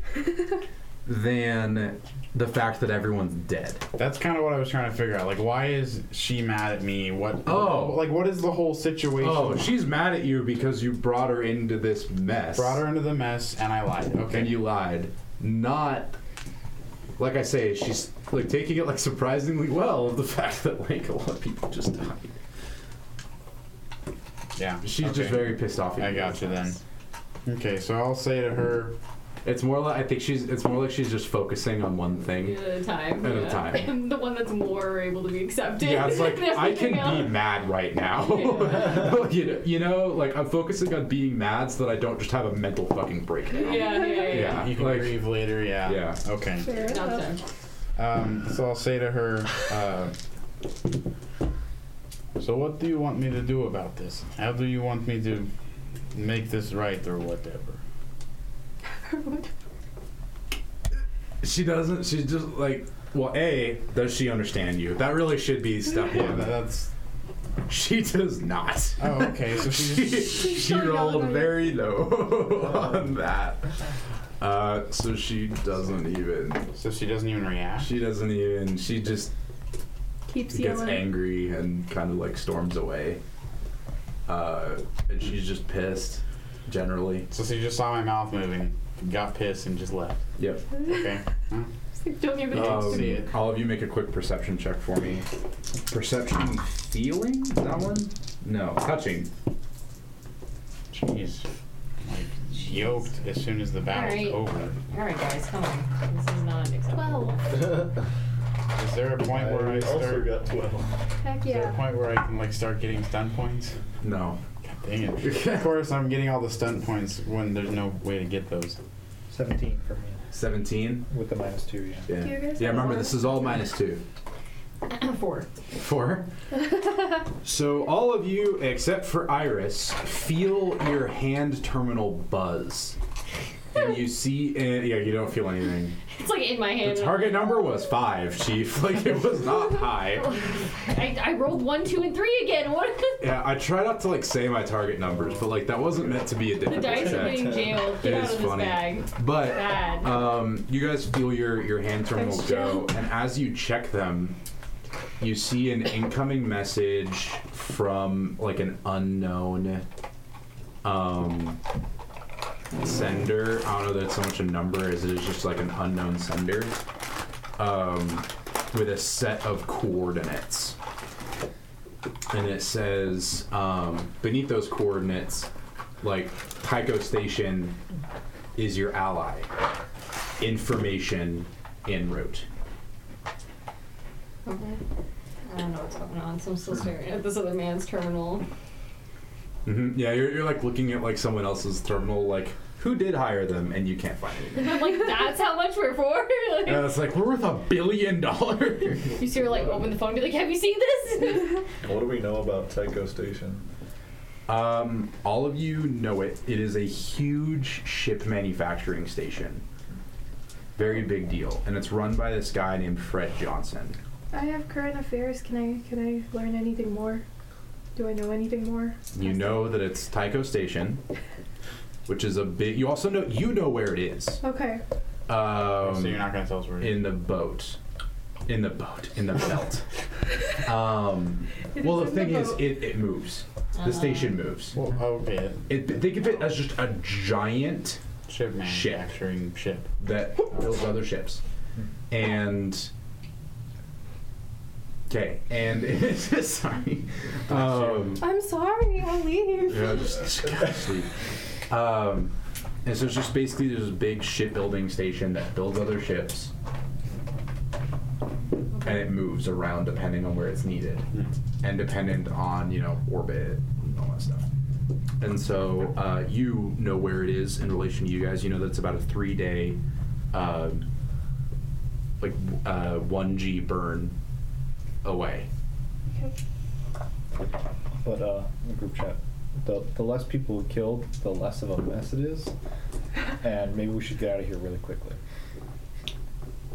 Speaker 2: than the fact that everyone's dead.
Speaker 3: That's kind of what I was trying to figure out. Like, why is she mad at me? What?
Speaker 2: Oh.
Speaker 3: like what is the whole situation?
Speaker 2: Oh, she's mad at you because you brought her into this mess.
Speaker 3: brought her into the mess, and I lied. Okay.
Speaker 2: and you lied. Not like I say, she's like taking it like surprisingly well of the fact that like a lot of people just died.
Speaker 3: yeah.
Speaker 2: She's
Speaker 3: okay.
Speaker 2: just very pissed off. at
Speaker 3: I got you then. Okay, so I'll say to her,
Speaker 2: It's more like I think she's. It's more like she's just focusing on one thing.
Speaker 4: at a time.
Speaker 2: At a
Speaker 4: yeah.
Speaker 2: time.
Speaker 4: And the one that's more able to be accepted.
Speaker 2: Yeah, it's like
Speaker 4: than
Speaker 2: I can
Speaker 4: everything
Speaker 2: be mad right now. you, know, you know, like I'm focusing on being mad so that I don't just have a mental fucking breakdown.
Speaker 4: else. Yeah, yeah, yeah. yeah.
Speaker 2: Yeah,
Speaker 3: "You can
Speaker 2: like-
Speaker 3: grieve later." Yeah.
Speaker 2: Yeah.
Speaker 3: Okay.
Speaker 7: Fair
Speaker 4: Not
Speaker 7: enough.
Speaker 4: done.
Speaker 3: Um, so I'll say to her, uh, so what do you want me to do about this? How do you want me to make this right or whatever?
Speaker 2: She doesn't. She's just like, well, a does she understand you? That really should be step
Speaker 3: Yeah,
Speaker 2: one.
Speaker 3: tha- that's.
Speaker 2: She does not.
Speaker 3: Oh, okay. So she
Speaker 2: she,
Speaker 3: just.
Speaker 2: she rolled very low on that. Uh, so she doesn't even.
Speaker 3: So she doesn't even react.
Speaker 2: She doesn't even. She just
Speaker 12: Keeps
Speaker 2: gets
Speaker 12: yelling.
Speaker 2: angry and kind of like storms away. Uh, and she's just pissed, generally.
Speaker 3: So she just saw my mouth moving, got pissed, and just left.
Speaker 2: Yep.
Speaker 3: Okay. Huh?
Speaker 12: It's like, don't even
Speaker 2: Oh.
Speaker 3: Um,
Speaker 12: text
Speaker 3: see
Speaker 12: me.
Speaker 3: it.
Speaker 2: all of you make a quick perception check for me. Perception, feeling Is that one? No, touching.
Speaker 3: Jeez. Like, yoked as soon as the battle's
Speaker 11: Alright.
Speaker 3: over.
Speaker 11: All right, guys, come on. This is not acceptable.
Speaker 4: Well,
Speaker 3: Is there a point where I,
Speaker 5: I
Speaker 3: start?
Speaker 5: also got 12.
Speaker 7: Heck
Speaker 3: Is there a
Speaker 7: yeah.
Speaker 3: point where I can like start getting stun points?
Speaker 2: No.
Speaker 3: God dang it. of course, I'm getting all the stunt points when there's no way to get those.
Speaker 1: 17 for me.
Speaker 2: 17?
Speaker 1: With the minus two, yeah.
Speaker 2: Yeah.
Speaker 7: Do you guys
Speaker 2: yeah,
Speaker 7: have
Speaker 2: remember,
Speaker 7: more?
Speaker 2: this is all minus two.
Speaker 11: Four.
Speaker 2: Four. so all of you, except for Iris, feel your hand terminal buzz. And you see, and yeah, you don't feel anything.
Speaker 4: it's like in my
Speaker 2: The
Speaker 4: hand.
Speaker 2: target number was five, Chief. Like it was not high.
Speaker 4: I, I rolled one, two, and three again. What?
Speaker 2: Yeah, I try not to like say my target numbers, but like that wasn't meant to be a
Speaker 4: the
Speaker 2: difficult
Speaker 4: dice are
Speaker 2: check.
Speaker 4: being jailed. Get
Speaker 2: It
Speaker 4: out
Speaker 2: is
Speaker 4: of this
Speaker 2: funny.
Speaker 4: bag.
Speaker 2: But
Speaker 4: Bad.
Speaker 2: um, you guys feel your your hand terminals
Speaker 4: Thanks,
Speaker 2: go,
Speaker 4: Jill.
Speaker 2: and as you check them, you see an incoming message from like an unknown um, sender. I don't know that it's so much a number as it is just like an unknown sender um, with a set of coordinates. And it says um, beneath those coordinates, like Tycho Station is your ally. Information en route.
Speaker 11: Okay. I don't know what's going on, so I'm still
Speaker 2: Hmm.
Speaker 11: staring at this other man's terminal.
Speaker 2: Mm-hmm. Yeah, you're, you're like looking at like someone else's terminal, like who did hire them, and you can't find anything.
Speaker 4: I'm like, that's how much we're for? Like,
Speaker 2: And it's like we're worth a billion dollars.
Speaker 4: You see her like open the phone and be like, have you seen this?
Speaker 5: What do we know about Tycho Station?
Speaker 2: Um, all of you know it. It is a huge ship manufacturing station. Very big deal, and it's run by this guy named Fred Johnson.
Speaker 7: I have current affairs. Can I can I learn anything more? Do I know anything more?
Speaker 2: You know that it's Tycho Station, which is a big. You also know you know where it is.
Speaker 7: Okay.
Speaker 2: Um,
Speaker 3: so you're not gonna tell us where it is.
Speaker 2: in the boat, in the boat, in the belt. um,
Speaker 12: It
Speaker 2: well, the
Speaker 12: in the
Speaker 2: thing is,
Speaker 12: boat. Uh-huh.
Speaker 2: it, it moves. The station moves.
Speaker 3: Well, okay.
Speaker 2: It, think of it as just a giant
Speaker 3: Ship manufacturing ship.
Speaker 2: that builds other ships, and Okay, and it's sorry. Um,
Speaker 7: I'm sorry, I'll leave.
Speaker 2: yeah, just, just sleep. Um, and so it's just basically there's this big shipbuilding station that builds other ships, and it moves around depending on where it's needed, and dependent on you know orbit and all that stuff. And so uh, you know where it is in relation to you guys. You know that's about a three day, uh, like uh, one G burn away.
Speaker 1: But uh, the group chat, the the less people killed, the less of a mess it is, and maybe we should get out of here really quickly.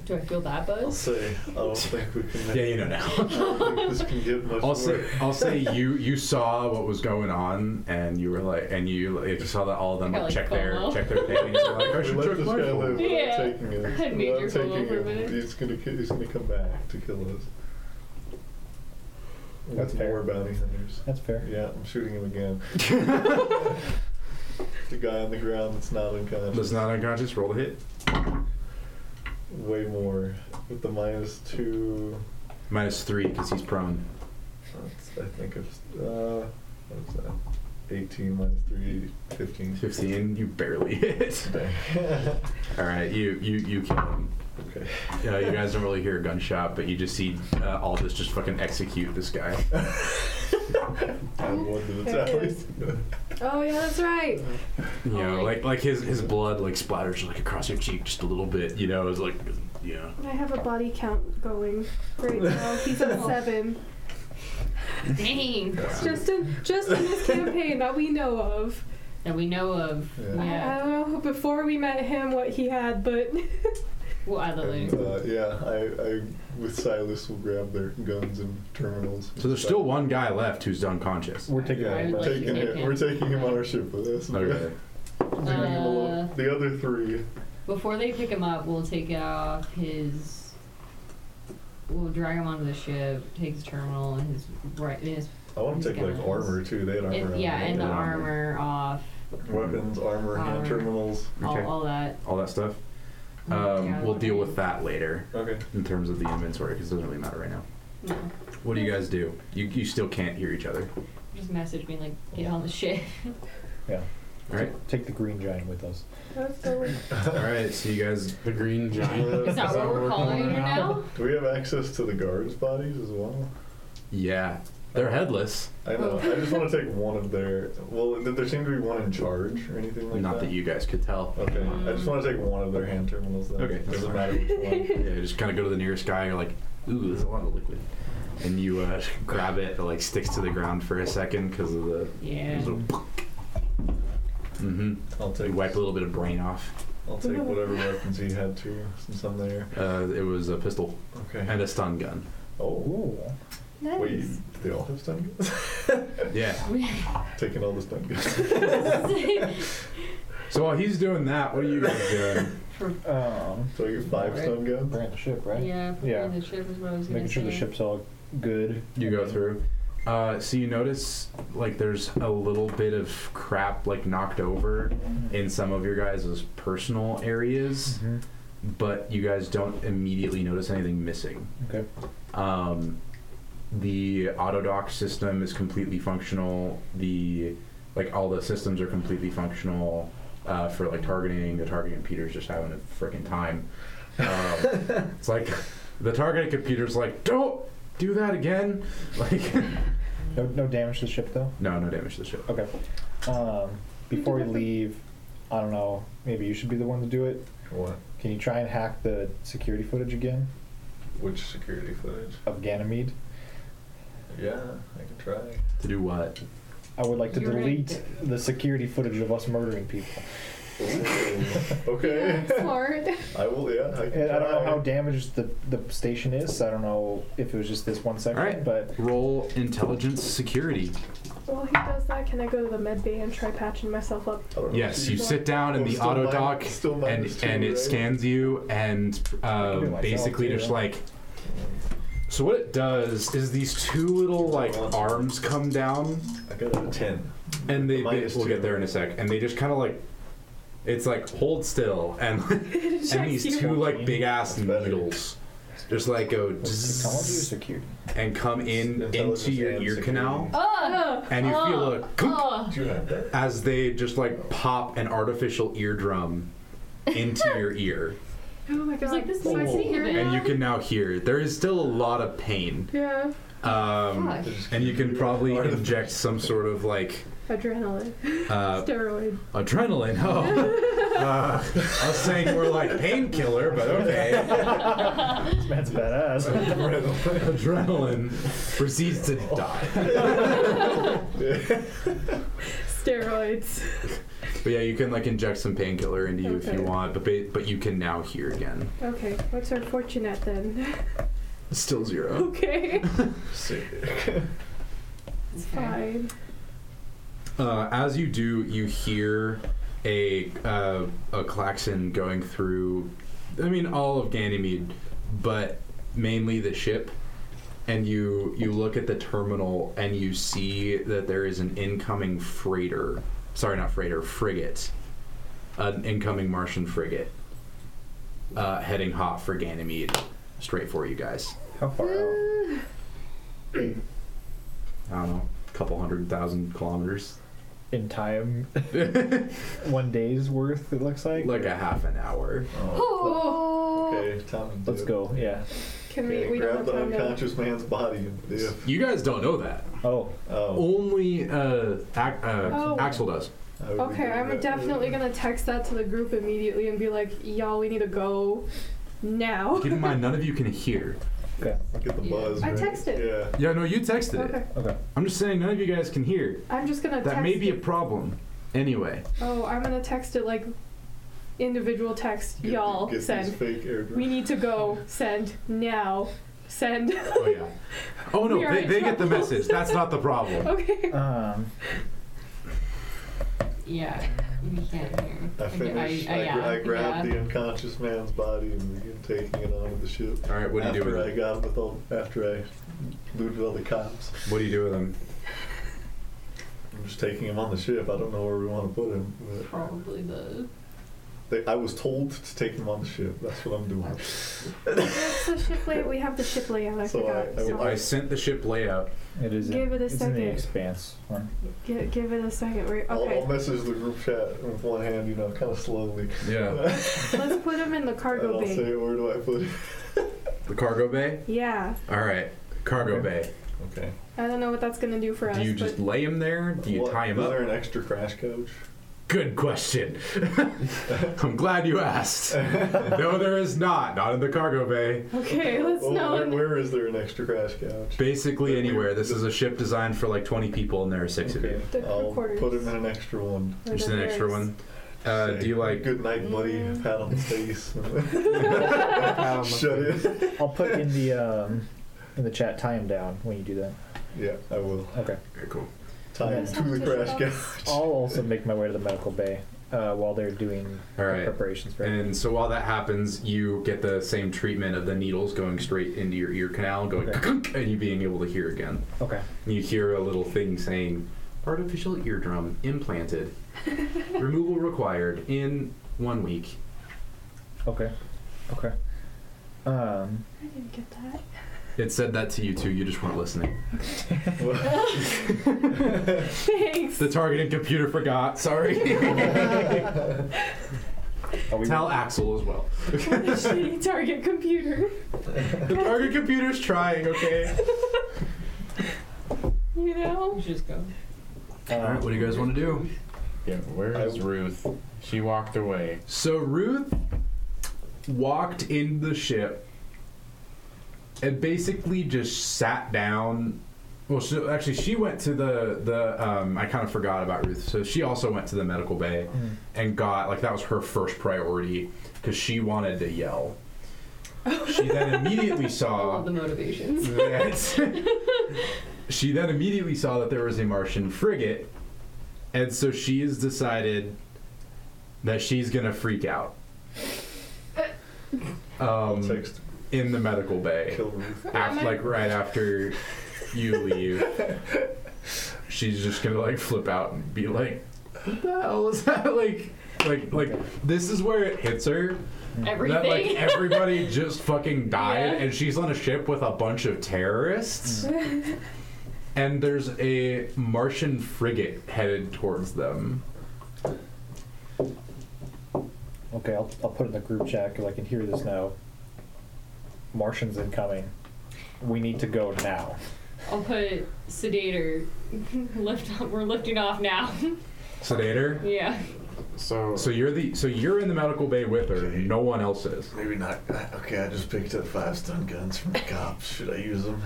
Speaker 4: Do I feel that
Speaker 5: I'll
Speaker 4: buzz?
Speaker 5: say, I don't think we can.
Speaker 2: Yeah, you know now.
Speaker 5: I don't think this can get much
Speaker 2: I'll
Speaker 5: worse.
Speaker 2: say, I'll say you you saw what was going on, and you were like, and you like, saw that all of them
Speaker 4: Kinda
Speaker 2: like
Speaker 4: like
Speaker 2: check their
Speaker 4: FOMO.
Speaker 2: check their thing, and you're like, I
Speaker 5: We
Speaker 2: should
Speaker 5: let
Speaker 2: check
Speaker 5: this
Speaker 2: my
Speaker 5: guy
Speaker 2: phone.
Speaker 5: live without
Speaker 4: Yeah.
Speaker 5: taking it.
Speaker 4: Had major
Speaker 5: Without
Speaker 4: FOMO
Speaker 5: taking
Speaker 4: for a
Speaker 5: him,
Speaker 4: minute.
Speaker 5: He's gonna ki- he's gonna come back to kill us.
Speaker 1: That's
Speaker 5: With
Speaker 1: fair.
Speaker 5: More bounty hunters.
Speaker 1: That's fair.
Speaker 5: Yeah, I'm shooting him again. the guy on the ground that's not unconscious.
Speaker 2: That's not unconscious. Roll the hit.
Speaker 5: Way more with the minus two.
Speaker 2: Minus three because he's prone.
Speaker 5: That's, I think it's uh, what's that? 18 minus 3, 15.
Speaker 2: Fifteen. You barely hit.
Speaker 5: Dang.
Speaker 2: All right, you you you kill him.
Speaker 5: okay.
Speaker 2: Yeah, you guys don't really hear a gunshot, but you just see uh, all this just fucking execute this guy.
Speaker 5: I'm going to the
Speaker 7: There it
Speaker 5: tower.
Speaker 7: is. Oh yeah, that's right.
Speaker 2: You
Speaker 4: Oh
Speaker 2: know,
Speaker 4: my-
Speaker 2: like like his his blood like splatters like across your cheek just a little bit. You know, it's like yeah.
Speaker 7: I have a body count going right now. He's at seven.
Speaker 4: Dang.
Speaker 7: Just in just in this campaign that we know of.
Speaker 4: That we know of.
Speaker 5: Yeah.
Speaker 4: Yeah.
Speaker 7: I don't know before we met him what he had, but
Speaker 4: We'll add that
Speaker 5: And,
Speaker 4: later.
Speaker 5: uh, yeah, I, I with Silas will grab their guns and terminals.
Speaker 2: So there's still one guy left who's unconscious.
Speaker 1: We're taking.
Speaker 5: Yeah,
Speaker 4: I would
Speaker 5: we're
Speaker 4: like to
Speaker 5: taking
Speaker 4: take
Speaker 5: him.
Speaker 4: him.
Speaker 5: We're taking him on our ship with us.
Speaker 2: Okay.
Speaker 5: Leaving him alone.
Speaker 4: Uh,
Speaker 5: the other three.
Speaker 4: Before they pick him up, we'll take off his. We'll drag him onto the ship, take his terminal and his right. And his,
Speaker 5: I want
Speaker 4: his
Speaker 5: to take like
Speaker 4: guns.
Speaker 5: armor too. They had armor.
Speaker 4: And,
Speaker 5: on
Speaker 4: yeah,
Speaker 5: them.
Speaker 4: and the
Speaker 5: Yeah.
Speaker 4: armor off,
Speaker 5: Weapons, armor, hand
Speaker 4: Armor.
Speaker 5: terminals.
Speaker 4: all,
Speaker 2: Okay.
Speaker 4: all that.
Speaker 2: All that stuff.
Speaker 4: Mm-hmm. Yeah.
Speaker 2: Um, we'll deal with that later
Speaker 5: Okay.
Speaker 2: in terms of the inventory because it doesn't really matter right now.
Speaker 4: No,
Speaker 2: What do you guys do? You, you still can't hear each other.
Speaker 4: just message me like, get on the ship.
Speaker 1: Yeah.
Speaker 2: All right.
Speaker 1: Take the green giant with us.
Speaker 7: that's so weird.
Speaker 2: All right. So you guys.
Speaker 3: The green giant.
Speaker 4: Is that what we're calling her now?
Speaker 5: Do we have access to the guards' bodies as well?
Speaker 2: Yeah. They're headless.
Speaker 5: I know. I just want to take one of their. Well, did there seem to be one in charge or anything like
Speaker 2: Not
Speaker 5: that?
Speaker 2: that you guys could tell.
Speaker 5: Okay. I just want to take one of their hand terminals. Then.
Speaker 2: Okay, that's
Speaker 5: Doesn't
Speaker 2: fine.
Speaker 5: matter which one.
Speaker 2: Yeah. You just kind of go to the nearest guy. You're like, ooh, there's a lot of liquid. And you uh, grab it. It like sticks to the ground for a second because of the.
Speaker 4: Yeah.
Speaker 2: Mm-hmm.
Speaker 5: I'll
Speaker 2: You
Speaker 5: take.
Speaker 2: wipe a little bit of brain off.
Speaker 5: I'll take whatever weapons he had too, since I'm there.
Speaker 2: Uh, it was a pistol
Speaker 5: Okay.
Speaker 2: and a stun gun.
Speaker 5: Oh.
Speaker 1: Ooh.
Speaker 7: Nice.
Speaker 5: Wait, do they all have stun guns?
Speaker 2: Yeah.
Speaker 5: Taking all the stun guns.
Speaker 2: So while he's doing that, what are you guys doing?
Speaker 1: Um,
Speaker 5: So I get five
Speaker 4: Right.
Speaker 5: stun guns.
Speaker 1: we're at the ship, right?
Speaker 4: Yeah,
Speaker 1: Yeah.
Speaker 4: on the ship is what I was gonna
Speaker 1: Making sure the
Speaker 4: say.
Speaker 1: ship's all good.
Speaker 2: you go through. Uh, so you notice like there's a little bit of crap like knocked over
Speaker 1: Mm-hmm.
Speaker 2: in some of your guys' personal areas,
Speaker 1: Mhm.
Speaker 2: but you guys don't immediately notice anything missing.
Speaker 1: Okay.
Speaker 2: Um, the autodoc system is completely functional. The like all the systems are completely functional uh, for like targeting. The targeting computer's just having a freaking time. Um, it's like the targeting computer's like, don't do that again. Like,
Speaker 1: No, no damage to the ship though.
Speaker 2: no, no damage to the ship.
Speaker 1: Okay. Um, before we leave, I don't know. Maybe you should be the one to do it.
Speaker 5: What?
Speaker 1: Can you try and hack the security footage again
Speaker 5: Which security footage?
Speaker 1: of Ganymede?
Speaker 5: Yeah, I can try.
Speaker 2: To do what?
Speaker 1: I would like to
Speaker 4: You're right.
Speaker 1: delete the security footage of us murdering people.
Speaker 5: okay.
Speaker 7: Smart.
Speaker 5: I will. Yeah, I can
Speaker 1: And I don't know
Speaker 5: try.
Speaker 1: how damaged the, the station is. So I don't know if it was just this one section,
Speaker 2: All right.
Speaker 1: but
Speaker 2: Roll intelligence security.
Speaker 7: While he does that, can I go to the med bay and try patching myself up?
Speaker 5: I don't know
Speaker 2: Yes,
Speaker 5: if
Speaker 2: you sit down in
Speaker 5: Oh,
Speaker 2: the
Speaker 5: still
Speaker 2: auto
Speaker 5: min-
Speaker 2: dock,
Speaker 5: still
Speaker 2: and
Speaker 5: minus two,
Speaker 2: and it
Speaker 5: right?
Speaker 2: scans you, and
Speaker 1: do it
Speaker 2: um,
Speaker 1: myself,
Speaker 2: basically
Speaker 1: too.
Speaker 2: just like. So what it does is these two little like arms come down,
Speaker 5: I got a ten.
Speaker 2: and they, they
Speaker 5: Minus
Speaker 2: we'll
Speaker 5: two.
Speaker 2: get there in a sec, and they just kind of like. It's like hold still, and and these two like big ass
Speaker 5: better.
Speaker 2: needles just like go
Speaker 1: Technology or
Speaker 2: zzz,
Speaker 1: security?
Speaker 2: and come in
Speaker 5: Intelligence
Speaker 2: into your
Speaker 5: and
Speaker 2: ear
Speaker 5: security.
Speaker 2: canal,
Speaker 13: Oh,
Speaker 2: and you feel a clunk
Speaker 13: oh.
Speaker 5: Do you have that?
Speaker 2: as they just like pop an artificial eardrum into your ear,
Speaker 7: Oh my god.
Speaker 13: like, this is
Speaker 7: Am I
Speaker 13: my
Speaker 7: seeing
Speaker 13: secret.
Speaker 7: it?
Speaker 2: and you can now hear. There is still a lot of pain,
Speaker 7: Yeah.
Speaker 2: um,
Speaker 13: Fuck.
Speaker 2: and you can probably inject some sort of like
Speaker 7: Adrenaline.
Speaker 2: uh,
Speaker 7: Steroid.
Speaker 2: adrenaline. Oh, uh, I was saying more like painkiller, but okay.
Speaker 1: This man's badass.
Speaker 2: adrenaline proceeds to die.
Speaker 7: Steroids.
Speaker 2: But yeah, you can like inject some painkiller into you if
Speaker 7: Okay.
Speaker 2: you want, but ba- but you can now hear again.
Speaker 7: Okay, what's our fortune at then?
Speaker 2: Still zero.
Speaker 7: okay.
Speaker 4: It's
Speaker 7: Fine.
Speaker 2: Uh, as you do, you hear a uh, a klaxon going through. I mean, all of Ganymede, but mainly the ship. And you you look at the terminal and you see that there is an incoming freighter. Sorry, not freighter, frigate. An incoming Martian frigate. Uh, heading hot for Ganymede, straight for you guys.
Speaker 1: How far out?
Speaker 2: I don't know, a couple hundred thousand kilometers,
Speaker 1: In time,
Speaker 2: like
Speaker 1: one day's worth, it looks like.
Speaker 2: a half an hour.
Speaker 13: Oh.
Speaker 5: Okay, Tom. and
Speaker 1: Let's
Speaker 5: Dip.
Speaker 1: go, yeah.
Speaker 7: Can
Speaker 5: Okay,
Speaker 7: we? We
Speaker 5: grab
Speaker 7: don't
Speaker 5: the
Speaker 7: have time
Speaker 5: unconscious man's body and dip.
Speaker 2: You guys don't know that.
Speaker 1: Oh,
Speaker 5: Oh,
Speaker 2: Only uh, Ac- uh,
Speaker 7: Oh.
Speaker 2: Axel does.
Speaker 5: I would
Speaker 7: to.
Speaker 5: be
Speaker 7: Okay,
Speaker 5: doing
Speaker 7: I'm
Speaker 5: that.
Speaker 7: definitely gonna text that to the group immediately and be like, "Y'all, we need to go now."
Speaker 2: Keep in mind, none of you can hear.
Speaker 1: okay,
Speaker 5: Get the buzz.
Speaker 7: I
Speaker 5: right?
Speaker 7: texted.
Speaker 2: Yeah, no, you texted it.
Speaker 7: Okay.
Speaker 1: okay.
Speaker 2: I'm just saying, none of you guys can hear.
Speaker 7: I'm just gonna.
Speaker 2: That
Speaker 7: text
Speaker 2: may be a
Speaker 7: it.
Speaker 2: problem. Anyway,
Speaker 7: Oh, I'm gonna text it like individual text.
Speaker 5: Yeah.
Speaker 7: Y'all
Speaker 5: get
Speaker 7: send.
Speaker 5: These fake airdrops.
Speaker 7: We need to go. Send now. Send.
Speaker 2: oh yeah. Oh no,
Speaker 7: We are
Speaker 2: they,
Speaker 7: in
Speaker 2: they get the
Speaker 7: trouble.
Speaker 2: message. That's not the problem.
Speaker 7: okay.
Speaker 1: Um,
Speaker 4: Yeah, we can't hear.
Speaker 5: I finished. I,
Speaker 4: I-
Speaker 5: gra- I grabbed
Speaker 4: yeah.
Speaker 5: the unconscious man's body and began taking it onto the ship.
Speaker 2: All right, what do you
Speaker 5: after
Speaker 2: do with
Speaker 5: I
Speaker 2: them?
Speaker 5: got with all, after I looted all the cops,
Speaker 2: What do you do with them?
Speaker 5: I'm just taking him on the ship. I don't know where we want to put him. But
Speaker 4: Probably the.
Speaker 5: they, I was told to take him on the ship. That's what I'm doing.
Speaker 7: That's the ship layout. We have the ship layout. I
Speaker 5: So I-
Speaker 7: forgot.
Speaker 5: I
Speaker 7: so
Speaker 5: will-
Speaker 2: I sent the ship layout.
Speaker 1: it is.
Speaker 7: Give it a
Speaker 1: it's in
Speaker 7: second.
Speaker 1: the expanse one.
Speaker 7: gi- give it a second. We're,
Speaker 5: I'll, I'll
Speaker 7: okay.
Speaker 5: message the group chat with one hand, you know, kind of slowly.
Speaker 2: Yeah.
Speaker 7: Let's put him in the
Speaker 5: And
Speaker 7: cargo
Speaker 5: I'll
Speaker 7: bay.
Speaker 5: say, where do I put him?
Speaker 2: The cargo bay.
Speaker 7: Yeah.
Speaker 2: All right, cargo
Speaker 1: Okay.
Speaker 2: bay.
Speaker 5: Okay.
Speaker 7: I don't know what that's gonna do for us.
Speaker 2: Do you just
Speaker 7: but
Speaker 2: lay him there? Do you
Speaker 5: What-
Speaker 2: tie him
Speaker 5: is
Speaker 2: up?
Speaker 5: there an extra crash coach?
Speaker 2: Good question. I'm glad you asked. no, there is not. Not in the cargo bay.
Speaker 7: okay, let's
Speaker 5: Well,
Speaker 7: know.
Speaker 5: Oh, where, where is there an extra crash couch?
Speaker 2: Basically anywhere. This is a ship designed for like 20 people, and there are six of
Speaker 1: Okay.
Speaker 2: you.
Speaker 7: the
Speaker 5: I'll
Speaker 7: quarters.
Speaker 5: put him in an extra one.
Speaker 2: Just an extra one. Uh,
Speaker 5: Say,
Speaker 2: do you like?
Speaker 5: Good night, buddy.
Speaker 7: Mm.
Speaker 5: Pat on the face.
Speaker 3: Um,
Speaker 5: Shut it.
Speaker 1: I'll put in the um, in the chat. Tie him down when you do that.
Speaker 5: Yeah, I will.
Speaker 1: Okay.
Speaker 2: Very cool.
Speaker 5: Tie him
Speaker 1: Yes.
Speaker 5: to the crash
Speaker 1: I'll
Speaker 5: couch.
Speaker 1: also make my way to the medical bay uh, while they're doing
Speaker 2: All right.
Speaker 1: preparations for it.
Speaker 2: And so while that happens, you get the same treatment of the needles going straight into your ear canal, going
Speaker 1: Okay.
Speaker 2: "Kunk," and you being able to hear again.
Speaker 1: Okay.
Speaker 2: And you hear a little thing saying, "Artificial eardrum implanted. Removal required in one week."
Speaker 1: Okay. Okay. Um,
Speaker 7: I didn't get that.
Speaker 2: It said that to you too. You just weren't listening.
Speaker 7: Thanks.
Speaker 2: The targeted computer forgot. Sorry.
Speaker 1: are we
Speaker 2: Tell Axel as well.
Speaker 7: What a shitty target computer.
Speaker 2: The target computer's trying. Okay.
Speaker 7: You know?
Speaker 4: Just go.
Speaker 2: All
Speaker 1: Um,
Speaker 2: right. What do you guys want to do?
Speaker 3: yeah, where is Ruth? She walked away.
Speaker 2: So Ruth walked in the ship and basically just sat down. Well, so actually, she went to the the. Um, I kind of forgot about Ruth. So she also went to the medical bay
Speaker 1: hmm.
Speaker 2: and got like that was her first priority because she wanted to yell. She then immediately saw
Speaker 4: All the motivations.
Speaker 2: that she then immediately saw that there was a Martian frigate, and so she has decided that she's gonna freak out. Um, eh,
Speaker 5: Text
Speaker 2: in the medical bay,
Speaker 5: kill Ruth.
Speaker 2: Af- like right after you leave, she's just gonna like flip out and be like, what the hell is that? Like, like, like, this is where it hits her.
Speaker 4: Everything.
Speaker 2: That like e- everybody just fucking died,
Speaker 4: Yeah.
Speaker 2: and she's on a ship with a bunch of terrorists, and there's a Martian frigate headed towards them.
Speaker 1: Okay, I'll, I'll put it in the group chat because I can hear this now. Martians incoming. We need to go now.
Speaker 4: I'll put sedator. Lift up. We're lifting off now.
Speaker 2: Sedator.
Speaker 4: yeah.
Speaker 3: So,
Speaker 2: So you're the so you're in the medical bay with her. No one else is.
Speaker 5: Maybe not. Uh, Okay, I just picked up five stun guns from the cops. Should I use them?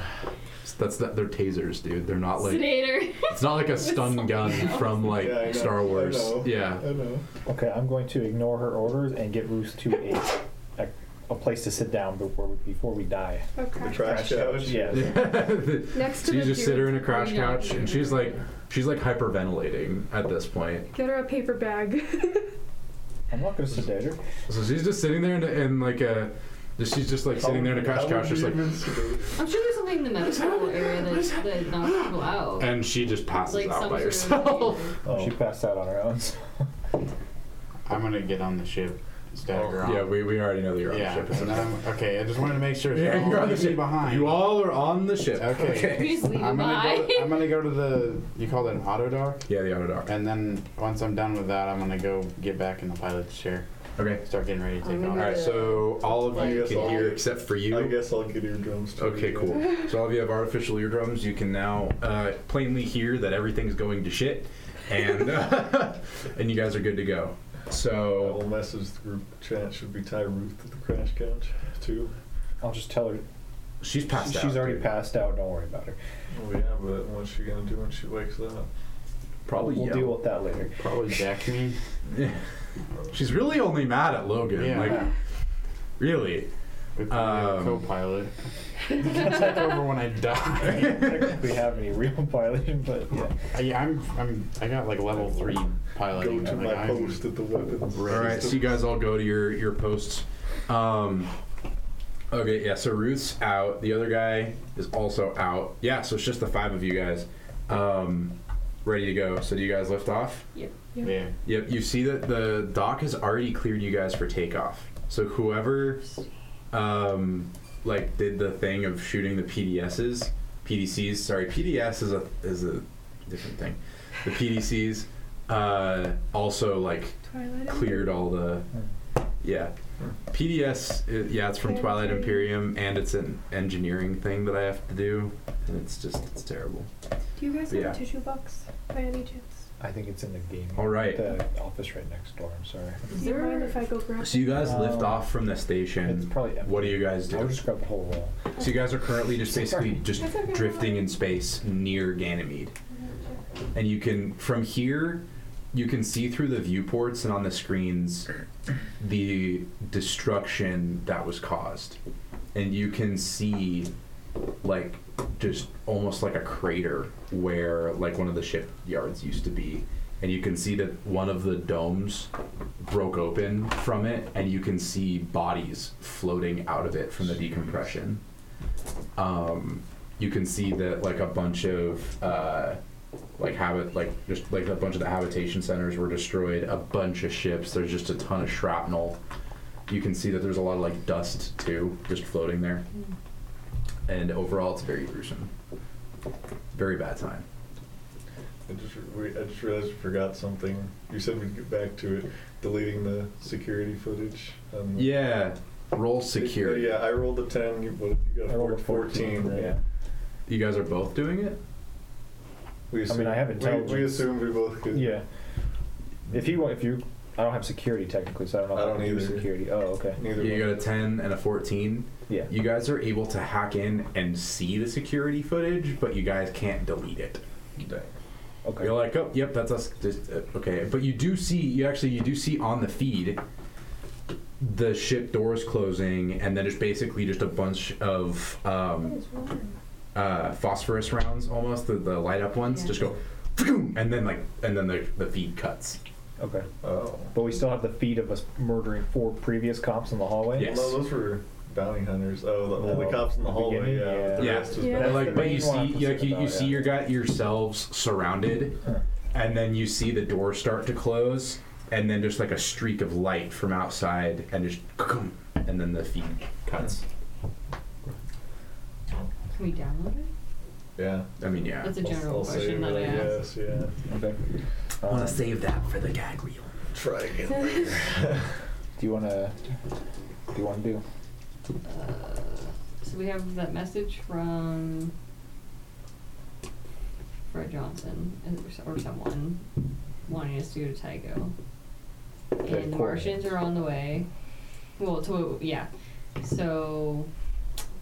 Speaker 2: That's that. They're tasers, dude. They're not like
Speaker 4: sedator.
Speaker 2: it's not like a stun gun from like
Speaker 5: Yeah, I know,
Speaker 2: Star
Speaker 5: I
Speaker 2: Wars.
Speaker 5: know.
Speaker 2: Yeah.
Speaker 5: I know.
Speaker 1: Okay, I'm going to ignore her orders and get Roos to a, a, a place to sit down before we, before we die.
Speaker 5: The
Speaker 7: Okay.
Speaker 5: trash couch.
Speaker 1: Yes.
Speaker 7: Next
Speaker 2: so
Speaker 7: to
Speaker 2: you
Speaker 7: the
Speaker 2: just sit
Speaker 7: dude.
Speaker 2: her in a crash
Speaker 4: Oh, yeah.
Speaker 2: couch, and she's like, she's like hyperventilating at this point.
Speaker 7: Get her a paper bag.
Speaker 1: I'm not going to sedate her.
Speaker 2: So she's just sitting there in, in like a, she's just like sitting there in a crash
Speaker 5: How
Speaker 2: couch,
Speaker 5: would
Speaker 2: just
Speaker 5: you
Speaker 2: like,
Speaker 5: even sedate?
Speaker 4: I'm sure there's something in the medical area that, that knocks people out.
Speaker 2: and she just passes
Speaker 4: like
Speaker 2: out
Speaker 4: some
Speaker 2: by
Speaker 4: sort
Speaker 2: herself.
Speaker 4: of
Speaker 1: She passed out on her own. so-
Speaker 3: I'm gonna get on the ship, stagger on.
Speaker 2: Oh, Yeah, we, we already know that you're on
Speaker 3: yeah.
Speaker 2: the ship.
Speaker 3: and I'm- okay, I just wanted to make sure. she
Speaker 2: Yeah,
Speaker 3: don't
Speaker 2: you're on the
Speaker 3: leave me
Speaker 2: ship.
Speaker 3: Behind.
Speaker 2: You all are on the ship.
Speaker 3: Okay.
Speaker 4: Please leave
Speaker 3: I'm gonna
Speaker 4: by.
Speaker 3: go. I'm gonna go to the. You call it an auto dock,
Speaker 2: Yeah, the auto dock.
Speaker 3: and then once I'm done with that, I'm gonna go get back in the pilot's chair,
Speaker 2: Okay.
Speaker 3: start getting ready to take
Speaker 14: I'm
Speaker 3: off.
Speaker 2: All right. So all of you
Speaker 5: I guess
Speaker 2: can
Speaker 5: I'll-
Speaker 2: hear except for you.
Speaker 5: I guess I'll get eardrums too.
Speaker 2: Okay, cool. So all of you have artificial eardrums. You can now uh, plainly hear that everything's going to shit, and uh, and you guys are good to go.
Speaker 5: I
Speaker 2: So
Speaker 5: will message the group chat. Should we tie Ruth to the crash couch too?
Speaker 1: I'll just tell her.
Speaker 2: she's passed out.
Speaker 1: she's already
Speaker 2: dude.
Speaker 1: passed out. Don't worry about her.
Speaker 5: Oh yeah, but what's she gonna do when she wakes up?
Speaker 2: Probably
Speaker 1: We'll
Speaker 2: yell.
Speaker 1: deal with that later.
Speaker 3: Probably deck me.
Speaker 2: She's really only mad at Logan.
Speaker 3: Yeah.
Speaker 2: Like really.
Speaker 3: We probably have a
Speaker 2: Um,
Speaker 3: co-pilot. You can take over when I die.
Speaker 1: we have any real violation, but yeah.
Speaker 3: I, I'm, I'm, I got like level three
Speaker 5: Go
Speaker 3: piloting.
Speaker 5: to
Speaker 3: like,
Speaker 5: my
Speaker 3: I'm-
Speaker 5: post at the weapons.
Speaker 3: Right.
Speaker 2: All right. So you guys all go to your your posts. Um, okay. Yeah. So Ruth's out. The other guy is also out. Yeah. So it's just the five of you guys. Um, ready to go. So do you guys lift off?
Speaker 3: Yeah.
Speaker 2: Yep, you see that the dock has already cleared you guys for takeoff. So whoever um, like did the thing of shooting the PDSs, PDCs, sorry, PDS is a is a different thing. The PDCs uh, also like
Speaker 7: Twilight.
Speaker 2: cleared all the yeah. PDS i- uh, yeah, it's from Twilight Imperium and it's an engineering thing that I have to do and it's just it's terrible.
Speaker 7: Do you guys have
Speaker 2: Yeah.
Speaker 7: a tissue box by any chance?
Speaker 1: I think it's in the game.
Speaker 2: All right.
Speaker 1: The office right next door. I'm sorry.
Speaker 7: Do you mind if I go grab?
Speaker 2: So you guys lift
Speaker 1: Um,
Speaker 2: off from the
Speaker 1: It's
Speaker 2: station.
Speaker 1: probably. Empty.
Speaker 2: What do you guys do?
Speaker 1: I'll just grab the whole wall.
Speaker 2: So you guys are currently just basically just
Speaker 7: That's okay.
Speaker 2: drifting in space near Ganymede. And you can from here you can see through the viewports and on the screens the destruction that was caused. And you can see like just almost like a crater where like one of the shipyards used to be. And you can see that one of the domes broke open from it, and you can see bodies floating out of it from the decompression um, you can see that like a bunch of uh, like habit like just like a bunch of the habitation centers were destroyed a bunch of ships there's just a ton of shrapnel you can see that there's a lot of like dust too just floating there and overall it's very gruesome very bad time
Speaker 5: I just, we, I just realized we forgot something. You said we'd get back to it. Deleting the security footage. On the
Speaker 2: yeah roll security
Speaker 5: Yeah, I rolled a ten. You, what, you got
Speaker 1: I
Speaker 5: a
Speaker 1: rolled a
Speaker 5: 14. right?
Speaker 1: Yeah.
Speaker 2: you guys are both doing it
Speaker 5: We assumed,
Speaker 1: I have intelligence.
Speaker 5: We, we assumed we both could.
Speaker 1: Yeah. If you want, if you, I don't have security technically, so I don't know.
Speaker 5: I
Speaker 1: if
Speaker 5: don't
Speaker 1: can do
Speaker 5: either.
Speaker 1: Security. Oh, okay.
Speaker 5: Neither
Speaker 2: you
Speaker 5: one.
Speaker 2: got a 10 and a 14
Speaker 1: Yeah.
Speaker 2: you guys are able to hack in and see the security footage but you guys can't delete it
Speaker 1: Okay.
Speaker 2: You're like, oh, yep, that's us. Just, uh, okay, but you do see, you actually, you do see on the feed the ship doors closing, and then it's basically just a bunch of um, uh, phosphorus rounds, almost the, the light up ones,
Speaker 14: Yeah.
Speaker 2: just go, "Phew," and then like, and then the, the feed cuts.
Speaker 1: Okay.
Speaker 5: Oh.
Speaker 1: But we still have the feed of us murdering four previous cops in the hallway.
Speaker 2: Yes.
Speaker 5: Well, no, those were bounty hunters. Oh, the, well, the
Speaker 1: No.
Speaker 5: cops in the
Speaker 1: The
Speaker 5: hallway.
Speaker 1: beginning?
Speaker 5: Yeah.
Speaker 1: Yeah.
Speaker 5: The
Speaker 2: Yeah.
Speaker 5: rest was
Speaker 7: Yeah.
Speaker 5: bounty
Speaker 2: And, like,
Speaker 1: the
Speaker 2: but
Speaker 1: main
Speaker 2: you
Speaker 1: one I'm
Speaker 2: see, like,
Speaker 1: concerned
Speaker 2: you, you
Speaker 1: about,
Speaker 2: see
Speaker 1: yeah.
Speaker 2: your guy yourselves surrounded,
Speaker 1: Huh.
Speaker 2: and then you see the door start to close, and then just like a streak of light from outside, and just and then the feed cuts.
Speaker 4: Can we download it?
Speaker 5: Yeah.
Speaker 2: I mean, yeah.
Speaker 4: That's a general
Speaker 5: I'll
Speaker 4: question
Speaker 5: save
Speaker 4: that I
Speaker 5: it,
Speaker 4: asked.
Speaker 5: guess, yeah.
Speaker 1: Okay.
Speaker 2: I
Speaker 1: Um,
Speaker 2: want to save that for the gag reel.
Speaker 5: Try again later.
Speaker 1: do you want to? Do you want to do?
Speaker 4: Uh, So we have that message from Fred Johnson and- or someone wanting us to go to Tygo.
Speaker 1: Okay,
Speaker 4: And
Speaker 1: cool.
Speaker 4: Martians are on the way. Well, to yeah. So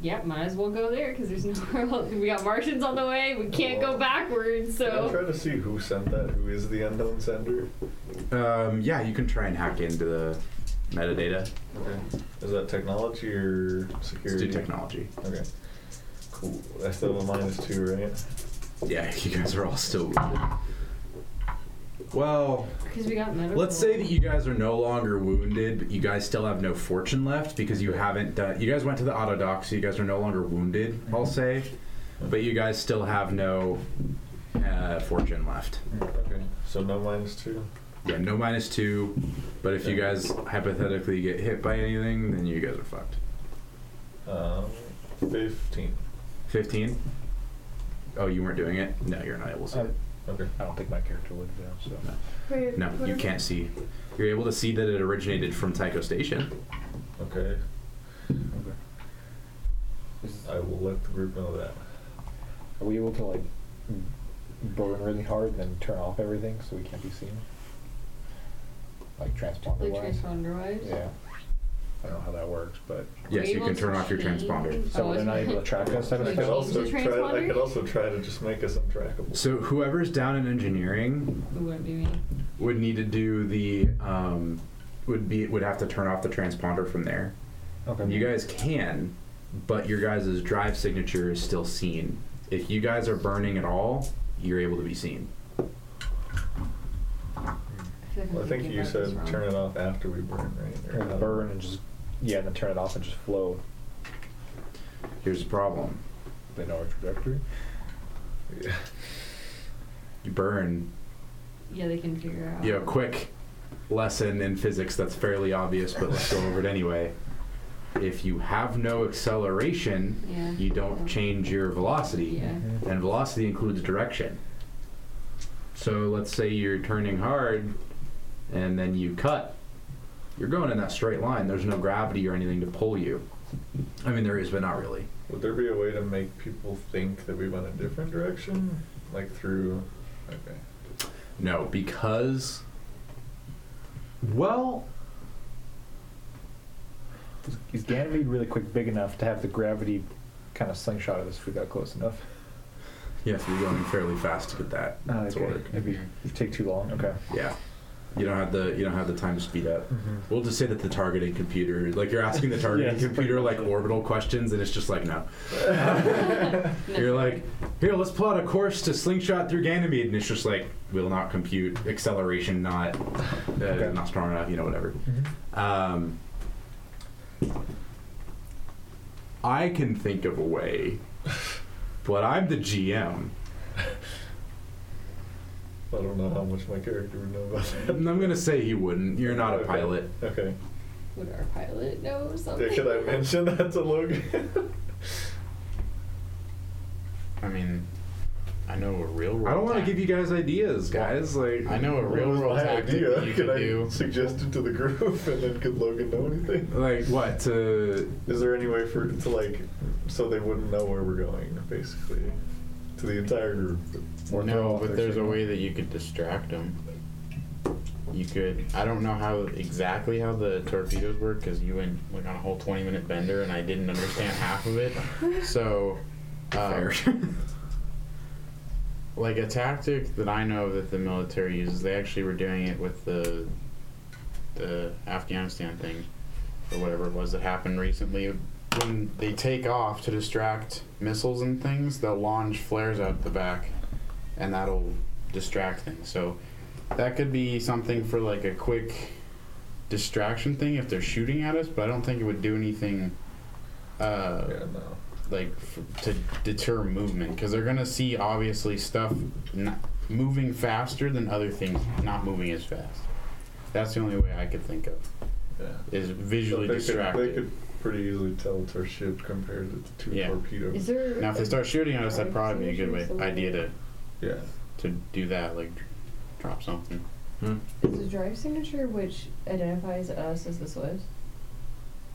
Speaker 4: yeah, might as well go there because there's nowhere else. We got Martians on the way. We can't go backwards.
Speaker 5: Can I
Speaker 4: So
Speaker 5: try to see who sent that? Who is the unknown sender?
Speaker 2: Um, yeah, you can try and hack into the metadata.
Speaker 5: Okay. Is that technology or
Speaker 2: Let's
Speaker 5: security?
Speaker 2: do technology.
Speaker 5: Okay. Cool. I still have a minus two, right?
Speaker 2: Yeah, you guys are all still. Wounded. Well,
Speaker 4: because we got medical.
Speaker 2: let's say that you guys are no longer wounded, but you guys still have no fortune left because you haven't done. You guys went to the auto dock, so you guys are no longer wounded. I'll say, but you guys still have no uh, fortune left.
Speaker 5: Okay. So no minus two.
Speaker 2: Yeah, no minus two. But if you guys hypothetically get hit by anything, then you guys are fucked.
Speaker 5: Um, Fifteen.
Speaker 2: Fifteen. Oh, you weren't doing it. No, you're not able
Speaker 1: Uh,
Speaker 2: to. See it.
Speaker 5: Okay.
Speaker 1: I don't think my character would though. So
Speaker 7: Wait,
Speaker 2: No,
Speaker 7: what
Speaker 2: you
Speaker 7: if-
Speaker 2: can't see. You're able to see that it originated from Tycho Station.
Speaker 5: Okay. I will let the group know that.
Speaker 1: are we able to like burn really hard, then turn off everything so we can't be seen? Like transponder
Speaker 4: Like
Speaker 1: wise.
Speaker 4: transponder wise.
Speaker 1: Yeah. I don't know how that works, but
Speaker 2: Yes, you can turn off your transponder.
Speaker 1: so they're not able to track us. Type of
Speaker 5: I
Speaker 4: Like
Speaker 5: could
Speaker 4: change
Speaker 1: thing?
Speaker 5: also
Speaker 4: the
Speaker 5: try. I
Speaker 4: transponder?
Speaker 5: could also try to just make us untrackable.
Speaker 2: So whoever's down in engineering
Speaker 4: It wouldn't be me.
Speaker 2: would need to do the um, would be would have to turn off the transponder from there.
Speaker 1: Okay.
Speaker 2: You guys can, but your guys' drive signature is still seen. If you guys are burning at all, you're able to be seen.
Speaker 4: I, feel like I'm
Speaker 5: Well, I think
Speaker 4: thinking
Speaker 5: you
Speaker 4: about this
Speaker 5: said
Speaker 4: wrong.
Speaker 5: turn it off after we burn, right?
Speaker 1: Or burn and just yeah, and then turn it off and just flow.
Speaker 2: Here's the problem:
Speaker 1: They know our trajectory.
Speaker 5: Yeah.
Speaker 2: you burn.
Speaker 4: Yeah, they can figure out.
Speaker 2: You know, quick lesson in physics that's fairly obvious, but let's go over it anyway. If you have no acceleration,
Speaker 4: Yeah.
Speaker 2: you don't change your velocity.
Speaker 4: Yeah.
Speaker 2: and velocity includes direction. So let's say you're turning hard and then you cut. You're going in that straight line. There's no gravity or anything to pull you. I mean, there is, but not really.
Speaker 5: Would there be a way to make people think that we went a different direction, like through? Okay.
Speaker 2: No, because. Well,
Speaker 1: Is Ganymede really quick big enough to have the gravity kind of slingshot at us if we got close enough?
Speaker 2: yes, you're going fairly fast to get that
Speaker 1: Uh,
Speaker 2: to work.
Speaker 1: Maybe it'd take too long. Okay.
Speaker 2: Yeah, you don't have the you don't have the time to speed up.
Speaker 1: Mhm.
Speaker 2: We'll just say that the targeting computer, like you're asking the targeting
Speaker 1: Yes.
Speaker 2: computer like orbital questions, and it's just like no. You're like, here, let's plot a course to slingshot through Ganymede, and it's just like, will not compute, acceleration not, uh,
Speaker 1: Okay.
Speaker 2: not strong enough, you know, whatever. Um, I can think of a way, but I'm the GM,
Speaker 5: I don't know how much my character would know about that.
Speaker 2: and I'm gonna say he wouldn't. You're not a pilot.
Speaker 5: Okay.
Speaker 4: Would our pilot know something?
Speaker 5: Yeah, should I mention that to Logan?
Speaker 3: I mean, I know a real world.
Speaker 2: I don't want to
Speaker 3: tac-
Speaker 2: give you guys ideas, guys. Like,
Speaker 3: I know a
Speaker 5: What
Speaker 3: real
Speaker 5: was
Speaker 3: world
Speaker 5: my
Speaker 3: tactic
Speaker 5: idea?
Speaker 3: that you
Speaker 5: Can
Speaker 3: can
Speaker 5: I
Speaker 3: do.
Speaker 5: suggest it to the group, and then could Logan know anything?
Speaker 2: like what to
Speaker 5: Is there any way for to like, so they wouldn't know where we're going, basically, to the entire group?
Speaker 1: Or throw
Speaker 3: no,
Speaker 1: off
Speaker 3: but
Speaker 1: their
Speaker 3: there's a
Speaker 1: signal.
Speaker 3: way that you could distract them. You could. I don't know how exactly how the torpedoes work because you went like on a whole 20 minute bender and I didn't understand half of it. So, um,
Speaker 2: fire?
Speaker 3: like a tactic that I know that the military uses, they actually were doing it with the the Afghanistan thing or whatever it was that happened recently. When they take off to distract missiles and things, they'll launch flares out the back, and that'll distract things. So that could be something for like a quick distraction thing if they're shooting at us. But I don't think it would do anything. Uh,
Speaker 5: Yeah, no.
Speaker 3: like f- to deter movement because they're gonna see obviously stuff. Not, moving faster than other things not moving as fast. That's the only way I could think of
Speaker 5: Yeah.
Speaker 3: is visually
Speaker 5: they
Speaker 3: distracted.
Speaker 5: Could, they could pretty easily tell it's our ship compared to the two
Speaker 3: Yeah.
Speaker 5: torpedoes.
Speaker 4: Is there?
Speaker 3: now, if they start shooting at us, that'd probably be a good way, idea to,
Speaker 5: Yeah.
Speaker 3: to do that, like drop something.
Speaker 4: Is the drive signature which identifies us as the Swiss?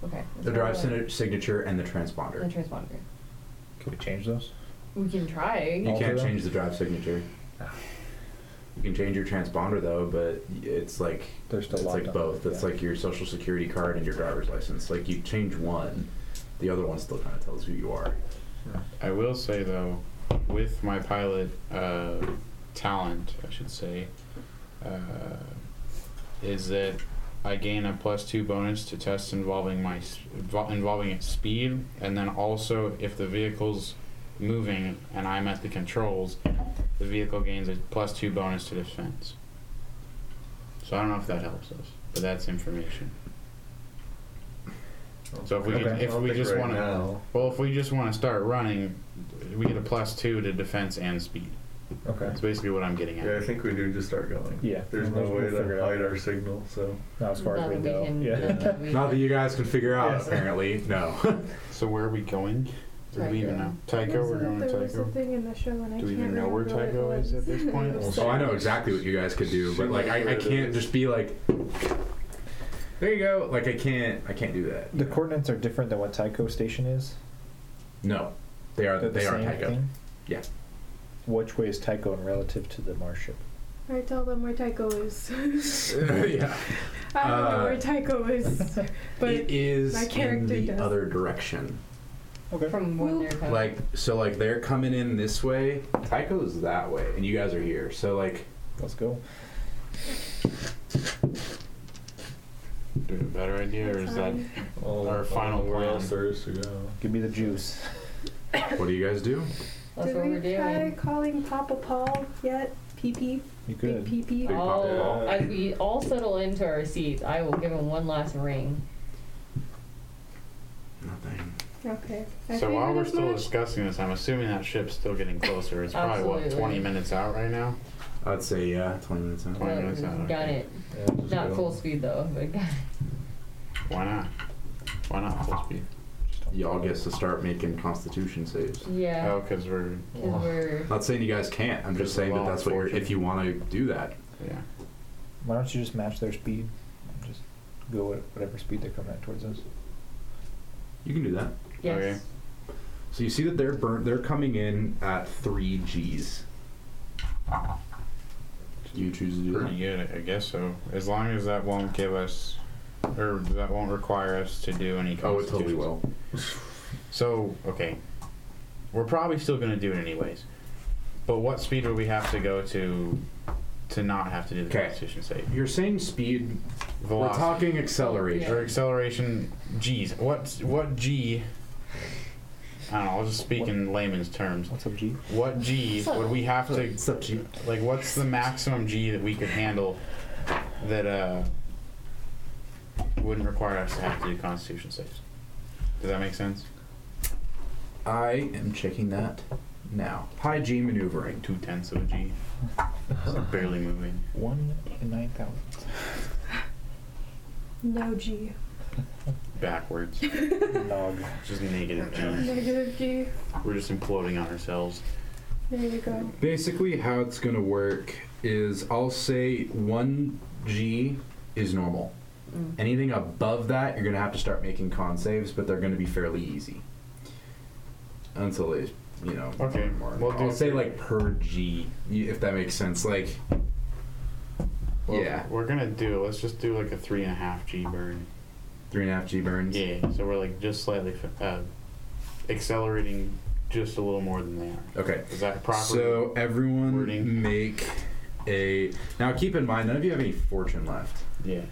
Speaker 4: Okay.
Speaker 2: The drive signa- signature and the
Speaker 4: The
Speaker 2: transponder.
Speaker 4: transponder.
Speaker 1: Can we change those?
Speaker 4: We can try.
Speaker 2: You
Speaker 1: Alter
Speaker 2: can't
Speaker 1: them? Ah.
Speaker 2: change the drive signature. You can change your transponder though, but it's like
Speaker 1: They're still
Speaker 2: it's
Speaker 1: locked
Speaker 2: like
Speaker 1: on.
Speaker 2: both. It's
Speaker 1: Yeah.
Speaker 2: like your social security card and your driver's license. Like you change one, the other one still kind of tells who you are.
Speaker 3: I will say though, with my pilot uh, talent, I should say, uh, is that I gain a plus two bonus to tests involving my s- invo- involving its speed, and then also if the vehicle's moving and I'm at the controls, the vehicle gains a plus two bonus to defense. So I don't know if that helps us, but that's information. So if we could-
Speaker 5: Okay.
Speaker 3: if
Speaker 5: I don't
Speaker 3: we
Speaker 5: think
Speaker 3: just
Speaker 5: right
Speaker 3: wanna-
Speaker 5: now,
Speaker 3: Well, if we just want to start running, we get a plus two to defense and speed.
Speaker 1: Okay.
Speaker 3: That's basically what I'm getting at.
Speaker 5: Yeah, I think we do just start going.
Speaker 1: Yeah.
Speaker 5: There's no
Speaker 1: We'll-
Speaker 5: way
Speaker 1: we'll figure
Speaker 5: to
Speaker 1: it out.
Speaker 5: hide our signal, so.
Speaker 1: Not as far
Speaker 4: Not
Speaker 1: as we
Speaker 4: that we
Speaker 1: know.
Speaker 4: can-
Speaker 1: yeah.
Speaker 4: not that we
Speaker 2: Not that
Speaker 4: can-
Speaker 2: you guys can figure out.
Speaker 1: Yes.
Speaker 2: Apparently, no.
Speaker 3: So where are we going? Do we even know? Tycho, we're going to
Speaker 7: There was a
Speaker 3: Tycho.
Speaker 7: thing in the show and I
Speaker 3: Do we even
Speaker 7: can't
Speaker 3: know where
Speaker 7: remember
Speaker 3: Tycho
Speaker 7: what it
Speaker 3: is at
Speaker 7: was.
Speaker 3: this point?
Speaker 7: It was
Speaker 2: oh, I know exactly what you guys could do, but like I, I can't just be like. There you go. Like I can't. I can't do that.
Speaker 1: The coordinates are different than what Tycho Station is.
Speaker 2: No, they are.
Speaker 1: They're the
Speaker 2: Uh, They are
Speaker 1: same
Speaker 2: Tycho.
Speaker 1: thing?
Speaker 2: Yeah.
Speaker 1: Which way is Tycho in relative to the Mars ship?
Speaker 7: All right, tell them where Tycho is.
Speaker 2: yeah.
Speaker 7: I don't
Speaker 2: Uh,
Speaker 7: know where Tycho is, but
Speaker 2: it is
Speaker 7: my
Speaker 2: in
Speaker 7: character
Speaker 2: the
Speaker 7: does.
Speaker 2: other direction.
Speaker 4: From when they're coming.
Speaker 2: Like so, like they're coming in this way. Tycho's that way, and you guys are here. So like,
Speaker 1: Let's go.
Speaker 3: Do we have a better idea, or is that Our final
Speaker 5: where
Speaker 3: plan.
Speaker 5: else there is to go.
Speaker 1: Give me the juice.
Speaker 2: what do you guys do?
Speaker 4: That's
Speaker 7: did
Speaker 4: what
Speaker 7: we
Speaker 4: we're doing.
Speaker 7: try calling Papa Paul yet? PP,
Speaker 1: You
Speaker 7: big
Speaker 1: could.
Speaker 7: PP.
Speaker 2: Big
Speaker 4: All,
Speaker 2: Papa.
Speaker 4: as we all settle into our seats, I will give him one last ring.
Speaker 2: Nothing.
Speaker 7: Okay. I
Speaker 3: so? While
Speaker 7: figured
Speaker 3: we're
Speaker 7: as
Speaker 3: still
Speaker 7: much.
Speaker 3: discussing this, I'm assuming that ship's still getting closer. It's probably what
Speaker 4: Absolutely.
Speaker 3: 20 minutes out right now.
Speaker 2: I'd say yeah, twenty minutes out.
Speaker 3: Why
Speaker 4: Uh,
Speaker 3: not? Sound
Speaker 4: got
Speaker 3: okay.
Speaker 4: it.
Speaker 5: Yeah, just
Speaker 4: Not
Speaker 5: go.
Speaker 4: full speed though, but got it.
Speaker 3: Why not? Why not full speed?
Speaker 2: Y'all gets to start making Constitution saves.
Speaker 4: Yeah,
Speaker 3: Oh, because we're
Speaker 4: because we're
Speaker 2: Not saying you guys can't. I'm just
Speaker 3: Just a
Speaker 2: saying that
Speaker 3: law
Speaker 2: that's what you're.
Speaker 3: enforcement.
Speaker 2: If you want to do that,
Speaker 3: yeah.
Speaker 1: Why don't you just match their speed? Just go at whatever speed they're coming at towards us.
Speaker 2: you can do that.
Speaker 4: yes.
Speaker 3: Okay.
Speaker 2: So you see that they're burn. They're coming in at three G's. Do you choose to do
Speaker 3: Pretty
Speaker 2: that?
Speaker 3: good, I guess so. As long as that won't give us, or that won't require us to do any.
Speaker 2: Oh, it totally
Speaker 3: constitutions.
Speaker 2: will.
Speaker 3: So okay, we're probably still gonna do it anyways. But what speed would we have to go to to not have to do the
Speaker 2: 'Kay.
Speaker 3: constitution save?
Speaker 2: You're saying speed. We're
Speaker 3: Velocity
Speaker 2: talking acceleration.
Speaker 3: or acceleration? G's. What what G? I don't know. I'll just speak in layman's terms.
Speaker 1: What's up, G?
Speaker 3: What G would we have to
Speaker 2: It's up to you.
Speaker 3: like? What's the maximum G that we could handle that uh wouldn't require us to have to do constitution saves? Does that make sense?
Speaker 2: I am checking that now. High G maneuvering.
Speaker 3: Two tenths of a G. It's barely moving.
Speaker 1: One in nine thousand.
Speaker 7: No G.
Speaker 3: backwards.
Speaker 1: Nog.
Speaker 3: just negative G.
Speaker 7: Negative G.
Speaker 3: We're just imploding on ourselves.
Speaker 7: There you go.
Speaker 2: Basically, how it's gonna work is I'll say one G is normal. Anything above that, you're gonna have to start making con saves, but they're gonna be fairly easy until they, you know,
Speaker 3: Okay,
Speaker 2: More.
Speaker 3: we'll do-
Speaker 2: I'll say like per G, y- if that makes sense. Like,
Speaker 3: Well,
Speaker 2: yeah,
Speaker 3: We're gonna do. Let's just do like a three and a half G burn.
Speaker 2: three and a half G burns.
Speaker 3: Yeah. So we're like just slightly uh, accelerating, just a little more than they are.
Speaker 2: Okay.
Speaker 3: Is that proper?
Speaker 2: So everyone
Speaker 3: wording?
Speaker 2: make a. Now keep in mind, none of you have any fortune left.
Speaker 3: yeah.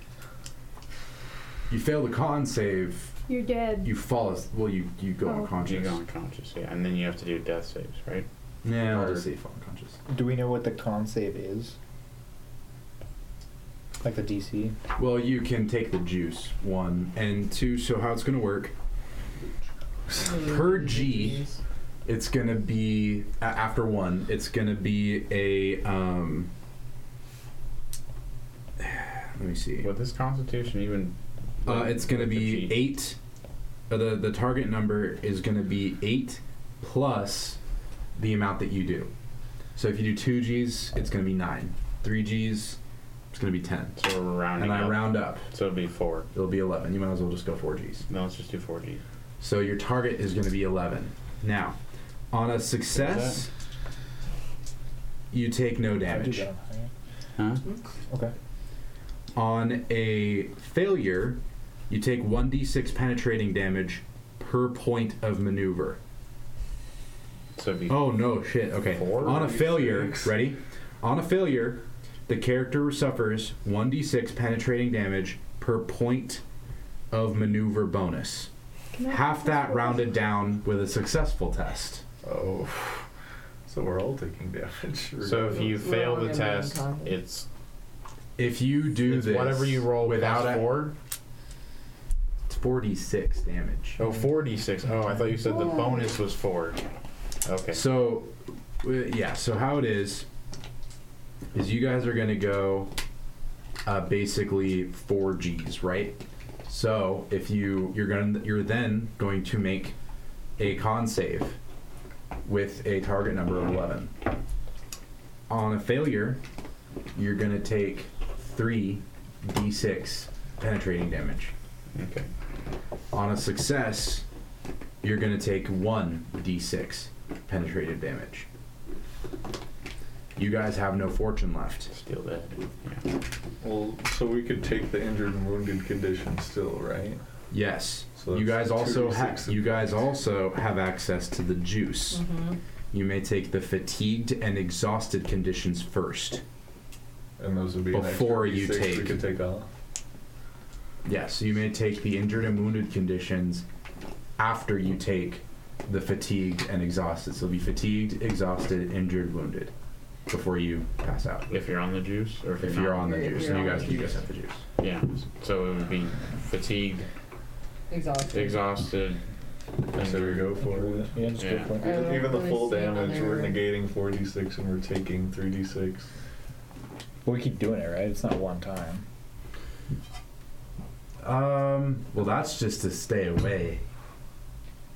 Speaker 2: You fail the con save,
Speaker 7: You're dead.
Speaker 2: you fall. as- Well, you you go
Speaker 7: Oh.
Speaker 3: You
Speaker 2: unconscious.
Speaker 3: go unconscious. Yeah, and then you have to do death saves, right?
Speaker 2: Yeah, I'll
Speaker 3: Or-
Speaker 2: just say you fall unconscious.
Speaker 1: Do we know what the con save is? Like the DC?
Speaker 2: Well, you can take the juice one and two. So how it's gonna work? Per G, It's gonna be a- after one. It's gonna be a. Um, let me see.
Speaker 3: Would this constitution even?
Speaker 2: Uh, it's gonna be
Speaker 3: Cheat?
Speaker 2: eight. Uh, the the target number is gonna be eight plus the amount that you do. So if you do two G's, it's gonna be nine. Three G's, it's gonna be ten.
Speaker 3: So we're rounding
Speaker 2: And I
Speaker 3: up.
Speaker 2: round up,
Speaker 3: so it'd be four.
Speaker 2: it'll be eleven. You might as well just go four G's.
Speaker 3: No, let's just do four G.
Speaker 2: So your target is going to be 11. Now, on a success, you take no damage.
Speaker 1: I do that.
Speaker 15: Huh?
Speaker 1: Okay.
Speaker 2: On a failure, you take 1d6 penetrating damage per point of maneuver.
Speaker 3: So it'd be
Speaker 2: Oh no, shit. Okay.
Speaker 3: Four
Speaker 2: On a
Speaker 3: D
Speaker 2: failure,
Speaker 3: six.
Speaker 2: ready? On a failure, the character suffers 1d6 penetrating damage per point of maneuver bonus.
Speaker 7: Can I-
Speaker 2: Half that rounded down with a successful test.
Speaker 5: Oh. So we're all taking damage.
Speaker 3: So if you
Speaker 4: We're
Speaker 3: fail
Speaker 4: all
Speaker 3: the
Speaker 4: gonna be
Speaker 3: test,
Speaker 4: unconscious.
Speaker 3: it's,
Speaker 2: If you do
Speaker 3: it's
Speaker 2: this,
Speaker 3: whatever you roll
Speaker 2: without
Speaker 3: plus
Speaker 2: a-
Speaker 3: four.
Speaker 2: it's 46 damage.
Speaker 3: Oh, 46. Oh, I thought you said the bonus was four. Okay.
Speaker 2: So, uh, yeah. So how it is is you guys are gonna go uh, basically four G's, right? So if you you're gonna you're then going to make a con save with a target number of eleven. On a failure, you're gonna take three d6 penetrating damage.
Speaker 3: Okay.
Speaker 2: On a success, you're going to take one d6 penetrative damage. You guys have no fortune left.
Speaker 3: Steal that.
Speaker 5: Well, so we could take the injured and wounded condition still, right?
Speaker 2: Yes.
Speaker 5: So
Speaker 2: you guys
Speaker 5: that's
Speaker 2: also have
Speaker 5: 2d6
Speaker 2: you guys
Speaker 5: impact.
Speaker 2: also have access to the juice.
Speaker 4: Mm-hmm.
Speaker 2: You may take the fatigued and exhausted conditions first.
Speaker 5: And those would be an extra
Speaker 2: Before you
Speaker 5: D6 we
Speaker 2: take.
Speaker 5: could take off.
Speaker 2: Yes, you may take the injured and wounded conditions after you take the fatigued and exhausted. So be fatigued, exhausted, injured, wounded before you pass out.
Speaker 3: If you're on the juice, or if,
Speaker 2: If you're
Speaker 3: not.
Speaker 2: on the
Speaker 4: If
Speaker 2: juice,
Speaker 4: you're
Speaker 2: you
Speaker 4: on
Speaker 2: guys
Speaker 4: the
Speaker 2: you
Speaker 4: juice.
Speaker 2: guys have the juice.
Speaker 3: Yeah. So it would be fatigued,
Speaker 4: Exhausted.
Speaker 3: exhausted.
Speaker 5: And so we go for it.
Speaker 1: Yeah, just
Speaker 3: Yeah.
Speaker 1: go for it.
Speaker 4: I
Speaker 5: Even,
Speaker 4: don't
Speaker 5: even the
Speaker 4: really
Speaker 5: full
Speaker 4: see
Speaker 5: damage, we're
Speaker 4: another-
Speaker 5: negating 4d6 and we're taking 3d6.
Speaker 1: Well, we keep doing it, right? It's not one time.
Speaker 2: Um. Well, that's just to stay away.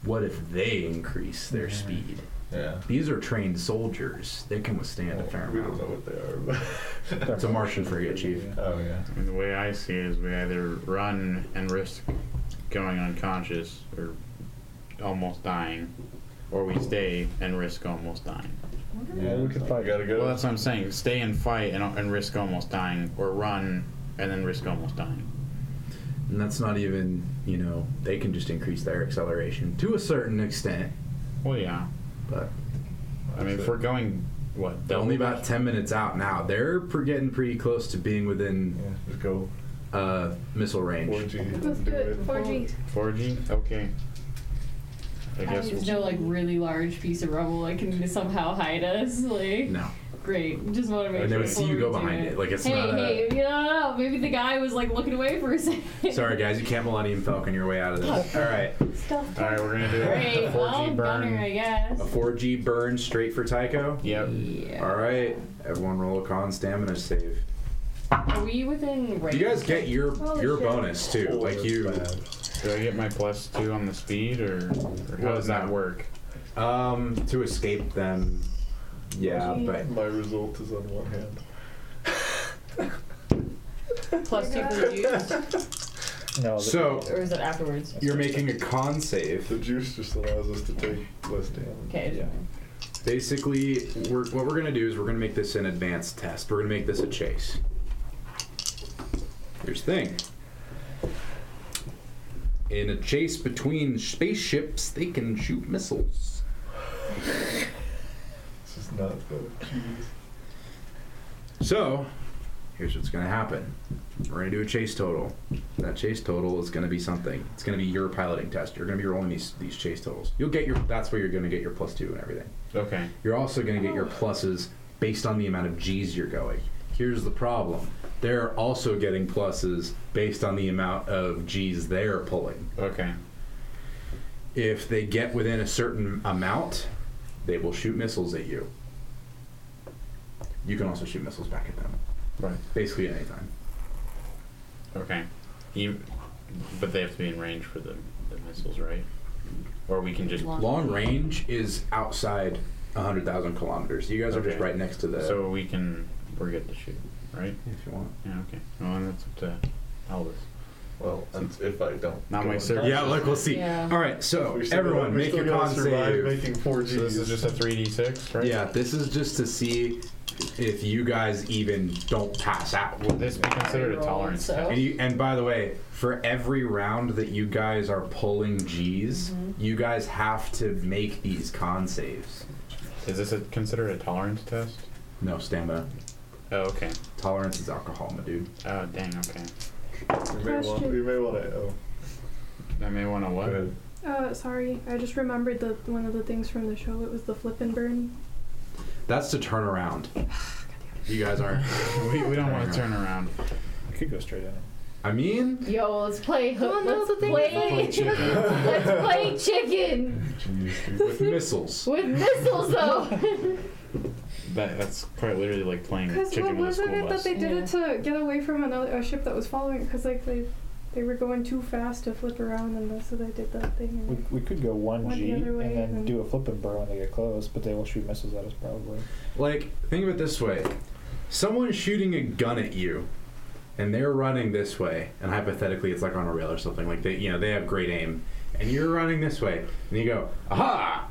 Speaker 2: What if they increase their speed?
Speaker 5: Yeah.
Speaker 2: These are trained soldiers. They can withstand a
Speaker 5: Well,
Speaker 2: fair
Speaker 5: we don't know
Speaker 2: amount.
Speaker 5: what they are, but.
Speaker 2: It's a Martian frigate, Chief.
Speaker 5: Oh, yeah.
Speaker 3: And the way I see it is we either run and risk going unconscious or almost dying, or we stay and risk almost dying.
Speaker 1: Yeah, we could probably
Speaker 5: Gotta go.
Speaker 3: Well, that's what I'm saying. Stay and fight and, and risk almost dying, or run and then risk almost dying.
Speaker 2: And that's not even, you know, they can just increase their acceleration to a certain extent.
Speaker 3: Well, yeah.
Speaker 2: But
Speaker 3: I mean, if we're going, what?
Speaker 2: they're
Speaker 3: double
Speaker 2: only about 10 minutes out now. They're pre- getting pretty close to being within
Speaker 5: Yeah, just go
Speaker 2: uh, missile range.
Speaker 5: 4G.
Speaker 7: Let's do it. 4G.
Speaker 3: 4G? Okay. I guess
Speaker 4: There's
Speaker 3: we'll,
Speaker 4: no like really large piece of rubble that can somehow hide us. Like,
Speaker 2: No.
Speaker 4: great. Just want to make
Speaker 2: And they
Speaker 4: sure.
Speaker 2: would see you
Speaker 4: before
Speaker 2: go
Speaker 4: we do
Speaker 2: behind it. Like, it's
Speaker 4: hey,
Speaker 2: not a-
Speaker 4: hey, you know, no, no, maybe the guy was like looking away for a second.
Speaker 2: Sorry, guys. You can't Millennium Falcon your way out of this. All right.
Speaker 4: Stuff.
Speaker 3: all right, we're gonna do
Speaker 4: Great.
Speaker 3: it. The 4G
Speaker 4: Well,
Speaker 3: burn.
Speaker 4: bummer, I guess.
Speaker 2: A 4G burn straight for Tycho.
Speaker 3: Yep.
Speaker 4: Yeah.
Speaker 2: Oh, All right. Everyone roll a con stamina save.
Speaker 4: Are we within range?
Speaker 2: You guys get your
Speaker 7: Holy
Speaker 2: your
Speaker 7: shit.
Speaker 2: bonus too.
Speaker 5: Oh,
Speaker 2: like
Speaker 5: that's
Speaker 2: you,
Speaker 5: bad.
Speaker 3: Do I get my plus two on the speed, or, or how
Speaker 2: Well,
Speaker 3: does that
Speaker 2: no.
Speaker 3: work?
Speaker 2: um, to escape them. Yeah, but
Speaker 5: My result is on one hand.
Speaker 4: Plus two for the juice?
Speaker 1: No.
Speaker 2: so
Speaker 4: Or is it afterwards?
Speaker 2: you're making a con
Speaker 5: The
Speaker 2: save.
Speaker 5: juice just allows us to take less damage.
Speaker 4: Okay.
Speaker 1: Yeah.
Speaker 2: Basically, we're, what we're gonna do is we're gonna make this an advanced test. We're gonna make this a chase. Here's the thing. In a chase between spaceships, they can shoot missiles.
Speaker 5: This is not good.
Speaker 2: So, here's what's going to happen. We're going to do a chase total. That chase total is going to be something. It's going to be your piloting test. You're going to be rolling these these chase totals. You'll get your. That's where you're going to get your plus two and everything.
Speaker 3: Okay.
Speaker 2: You're also going to get your pluses based on the amount of G's you're going. Here's the problem. They're also getting pluses based on the amount of G's they're pulling.
Speaker 3: Okay.
Speaker 2: If they get within a certain amount, They will shoot missiles at you. You can also shoot missiles back at them.
Speaker 16: Right.
Speaker 2: Basically at any time.
Speaker 3: Okay. You, but they have to be in range for the, the missiles, right? Or we can just.
Speaker 2: Long range is outside 100,000 kilometers. You guys are just
Speaker 3: Okay.
Speaker 2: right next to the.
Speaker 3: So we can. We're good to shoot, right?
Speaker 2: if you want.
Speaker 3: Yeah, okay. Well, then that's up to Albus.
Speaker 5: Well, and if I don't.
Speaker 17: Not
Speaker 5: go
Speaker 17: my
Speaker 5: in-
Speaker 17: search.
Speaker 2: Yeah, look, we'll see.
Speaker 4: Yeah.
Speaker 2: All right, so
Speaker 5: Oh, We still gotta-
Speaker 2: everyone,
Speaker 5: we
Speaker 2: make
Speaker 5: still
Speaker 2: your
Speaker 5: gotta
Speaker 2: con
Speaker 5: survive
Speaker 2: save.
Speaker 5: Making four Gs.
Speaker 17: So this is just a 3d6, right?
Speaker 2: Yeah, this is just to see if you guys even don't pass out.
Speaker 17: Would this be considered a tolerance
Speaker 4: So-
Speaker 17: test?
Speaker 2: And, you, and by the way, for every round that you guys are pulling G's, you guys have to make these con saves.
Speaker 3: Is this a, considered a tolerance test?
Speaker 2: No, stamina.
Speaker 3: Oh, okay.
Speaker 2: Tolerance is alcohol, my dude.
Speaker 3: Oh, dang, okay.
Speaker 5: We may want, we may want to. Oh,
Speaker 3: I may want to
Speaker 5: go
Speaker 3: what?
Speaker 5: ahead.
Speaker 7: Uh, sorry, I just remembered the one of the things from the show. It was the flip and burn.
Speaker 2: That's to turn around. You guys aren't.
Speaker 3: we, we don't want to turn around.
Speaker 1: I could go straight in.
Speaker 2: I mean,
Speaker 18: Yo, let's play. hook.
Speaker 7: Oh, no,
Speaker 18: let's,
Speaker 7: the thing
Speaker 18: play let's play chicken
Speaker 2: with missiles.
Speaker 18: with missiles, though.
Speaker 3: That, that's quite literally like playing
Speaker 7: Because what
Speaker 3: chicken with a
Speaker 7: wasn't
Speaker 3: Mm, school
Speaker 7: it that
Speaker 3: bus.
Speaker 7: they did
Speaker 18: Yeah.
Speaker 7: it to get away from another a ship that was following it? Because like they, they were going too fast to flip around, and so they did that thing.
Speaker 1: We,
Speaker 7: And
Speaker 1: we could go one
Speaker 7: Went
Speaker 1: G
Speaker 7: the other way
Speaker 1: and then
Speaker 7: and-
Speaker 1: do a flip and burn when they get close, but they will shoot missiles at us probably.
Speaker 2: Like, think of it this way someone shooting a gun at you, and they're running this way, and hypothetically it's like on a rail or something, like they, you know, they have great aim, and you're running this way, and you go, aha!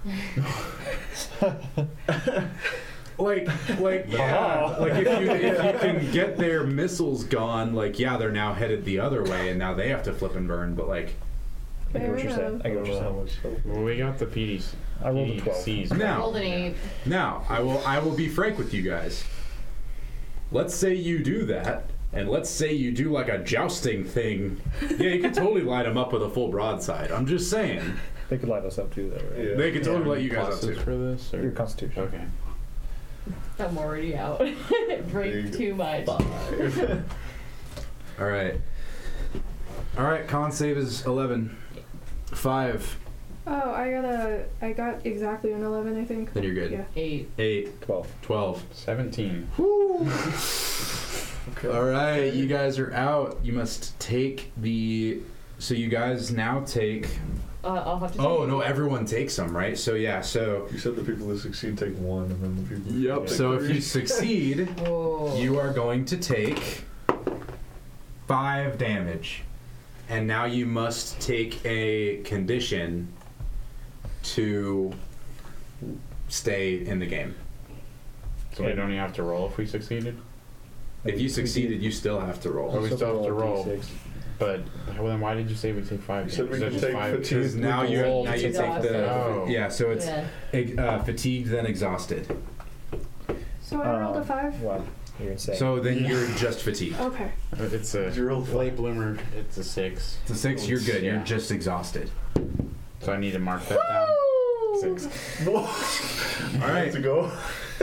Speaker 2: like, like, yeah.
Speaker 1: Aha.
Speaker 2: Like, if you, if you can get their missiles gone, like, yeah, they're now headed the other way, and now they have to flip and burn, but like,
Speaker 1: I get what you're saying. I get what you're saying.
Speaker 3: Well, we got the PDs.
Speaker 1: I rolled a 12.
Speaker 3: PDCs.
Speaker 2: now.
Speaker 18: Rolled an eight.
Speaker 2: Now, I will I will be frank with you guys. Let's say you do that, and let's say you do like a jousting thing. Yeah, you could totally light them up with a full broadside. I'm just saying.
Speaker 1: They could light us up too, though, right?
Speaker 5: Yeah.
Speaker 2: They could totally light you guys up
Speaker 3: Pluses
Speaker 2: too.
Speaker 3: for this?
Speaker 1: Your
Speaker 3: Or?
Speaker 1: constitution.
Speaker 3: Okay.
Speaker 4: I'm already out.
Speaker 5: There you
Speaker 4: Drink
Speaker 5: go.
Speaker 4: too much.
Speaker 2: All right. All right, con save is 11. 5.
Speaker 7: oh, I got a, I got exactly an eleven, I think.
Speaker 2: Then you're good.
Speaker 7: Yeah.
Speaker 4: Eight.
Speaker 2: 8.
Speaker 1: 12.
Speaker 2: 12.
Speaker 3: 17.
Speaker 2: All right, you guys are out. You must take the. So you guys now take.
Speaker 4: Uh, I'll have to.
Speaker 2: Oh
Speaker 4: take-
Speaker 2: no, everyone takes them, right? So yeah, so
Speaker 5: You said the people who succeed take one, and then the people. who
Speaker 2: Yep.
Speaker 5: take
Speaker 2: So if
Speaker 5: three.
Speaker 2: you succeed,
Speaker 4: Whoa.
Speaker 2: you are going to take five damage, and now you must take a condition to stay in the game.
Speaker 3: So we don't even have to roll if we succeeded?
Speaker 2: If you succeeded, you still have to
Speaker 3: But
Speaker 2: roll
Speaker 3: we still have to roll.
Speaker 1: D6.
Speaker 3: But well, then why did you say we take five?
Speaker 5: You said we
Speaker 3: damage?
Speaker 5: could
Speaker 3: Is that
Speaker 5: take
Speaker 3: just five?
Speaker 5: fatigue.
Speaker 2: because now you
Speaker 7: Oh,
Speaker 4: Roll
Speaker 2: now you take
Speaker 4: exhausted.
Speaker 2: the
Speaker 3: Oh.
Speaker 2: yeah. So it's
Speaker 4: Yeah.
Speaker 2: uh, fatigued then exhausted.
Speaker 7: So I rolled a
Speaker 1: Um,
Speaker 7: five.
Speaker 1: Wow, you're insane.
Speaker 2: So then you're just fatigued.
Speaker 7: Okay.
Speaker 3: Uh, It's a
Speaker 5: You rolled
Speaker 17: Late bloomer.
Speaker 3: it's a six.
Speaker 2: To six, you're good. You're
Speaker 3: Yeah.
Speaker 2: just exhausted.
Speaker 3: So I need to mark that down. Six.
Speaker 2: All
Speaker 5: I have
Speaker 2: right,
Speaker 5: to go.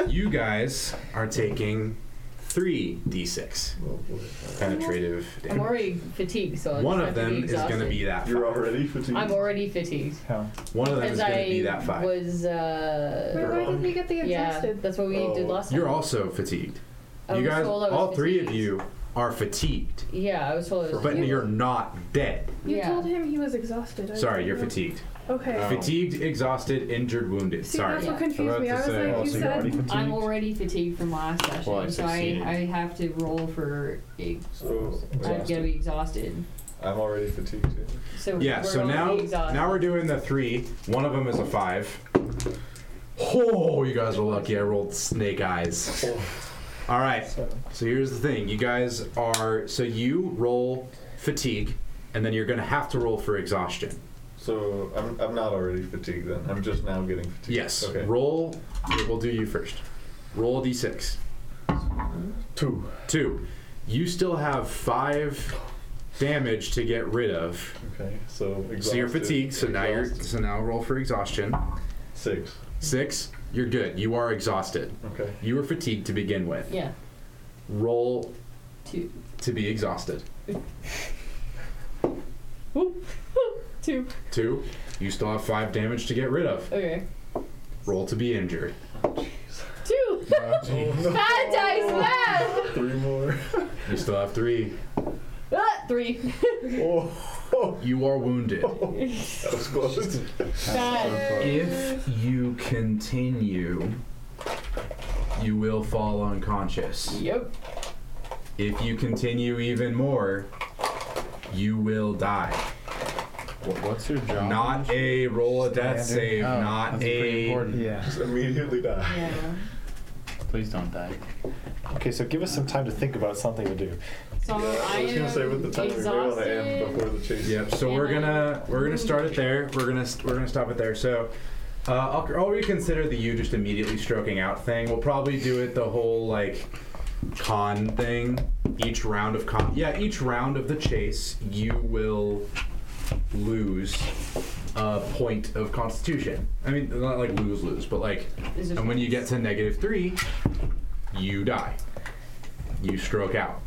Speaker 2: you guys are taking three d6
Speaker 5: Oh, boy.
Speaker 2: penetrative
Speaker 4: I'm
Speaker 2: damage.
Speaker 4: already fatigued, so I'll
Speaker 2: One
Speaker 4: just
Speaker 2: of
Speaker 4: have to
Speaker 2: them
Speaker 4: be
Speaker 2: is going to
Speaker 4: exhausted.
Speaker 2: be that.
Speaker 5: You're
Speaker 2: Five.
Speaker 5: already fatigued.
Speaker 4: I'm already fatigued.
Speaker 1: How?
Speaker 2: One of them is
Speaker 4: Because
Speaker 2: going
Speaker 4: I
Speaker 2: to be that five.
Speaker 4: was. Uh,
Speaker 7: Wait, why did we get the
Speaker 4: yeah,
Speaker 7: exhausted?
Speaker 4: that's what we
Speaker 5: Oh.
Speaker 4: did last time.
Speaker 2: You're also fatigued.
Speaker 4: I
Speaker 2: you
Speaker 4: was
Speaker 2: guys,
Speaker 4: told I was
Speaker 2: all three of
Speaker 4: fatigued.
Speaker 2: you are fatigued,
Speaker 4: Yeah, I was told it was.
Speaker 2: but you're not dead.
Speaker 7: You
Speaker 4: yeah.
Speaker 7: told him he was exhausted. I
Speaker 2: Sorry,
Speaker 7: didn't
Speaker 2: you're
Speaker 7: know.
Speaker 2: fatigued.
Speaker 7: Okay.
Speaker 3: Oh.
Speaker 2: Fatigued, exhausted, injured, wounded.
Speaker 7: See,
Speaker 2: Sorry.
Speaker 7: that's what
Speaker 4: Yeah.
Speaker 7: confused
Speaker 17: About
Speaker 7: me.
Speaker 17: to
Speaker 7: I was
Speaker 17: say,
Speaker 7: like,
Speaker 1: Oh,
Speaker 7: you
Speaker 1: so you're already
Speaker 7: said.
Speaker 1: fatigued?
Speaker 4: I'm already fatigued from last session,
Speaker 3: Well, I
Speaker 4: so I,
Speaker 3: succeeded.
Speaker 4: I have to roll for. i
Speaker 5: So
Speaker 4: I'm gonna be exhausted.
Speaker 5: I'm already fatigued. Too.
Speaker 4: So
Speaker 2: Yeah.
Speaker 4: We're
Speaker 2: So
Speaker 4: already
Speaker 2: now,
Speaker 4: exhausted.
Speaker 2: now we're doing the three. One of them is a five. Oh, you guys were lucky. I rolled snake eyes.
Speaker 4: Oh.
Speaker 2: All right.
Speaker 1: Seven.
Speaker 2: So here's the thing, you guys are so you roll fatigue, and then you're gonna have to roll for exhaustion.
Speaker 5: So I'm, I'm not already fatigued then. I'm just now getting fatigued.
Speaker 2: Yes.
Speaker 5: Okay.
Speaker 2: Roll. We'll do you first. Roll a d6.
Speaker 5: Two.
Speaker 2: Two. You still have five damage to get rid of.
Speaker 5: Okay. So exhausted.
Speaker 2: So you're fatigued. So now you're.
Speaker 5: Exhausted.
Speaker 2: So now roll for exhaustion.
Speaker 5: six.
Speaker 2: Six. You're good. You are exhausted.
Speaker 5: Okay.
Speaker 2: You were fatigued to begin with.
Speaker 4: Yeah.
Speaker 2: Roll
Speaker 4: Two.
Speaker 2: to be exhausted.
Speaker 4: Two.
Speaker 2: Two. You still have five damage to get rid of.
Speaker 4: Okay.
Speaker 2: Roll to be injured.
Speaker 4: Two.
Speaker 5: Oh,
Speaker 2: geez.
Speaker 4: Bad dice, bad.
Speaker 5: Three more.
Speaker 2: You still have three.
Speaker 4: Ah, three.
Speaker 5: Oh,
Speaker 2: You are wounded.
Speaker 5: that was close.
Speaker 2: If you continue, you will fall unconscious.
Speaker 19: Yep.
Speaker 2: If you continue even more, you will die.
Speaker 3: what's your job?
Speaker 2: Not a roll a death
Speaker 3: Standard?
Speaker 2: save,
Speaker 3: Oh,
Speaker 2: not
Speaker 3: that's pretty
Speaker 2: a.
Speaker 3: important.
Speaker 1: Yeah.
Speaker 5: Just immediately die.
Speaker 19: Yeah.
Speaker 20: Please don't die.
Speaker 21: Okay, so give us some time to think about something to do.
Speaker 19: So I
Speaker 5: I was
Speaker 19: am
Speaker 5: gonna say with the time we want to end
Speaker 19: exhausted.
Speaker 5: before the chase.
Speaker 2: Yep. So we're gonna we're gonna start it there. We're gonna st- we're gonna stop it there. So. Uh, I'll, I'll reconsider the you just immediately stroking out thing. We'll probably do it the whole like con thing. Each round of con, yeah, each round of the chase, you will lose a point of constitution. I mean, not like lose lose, but like,
Speaker 19: Is it-
Speaker 2: and when you get to negative three, you die. You stroke out,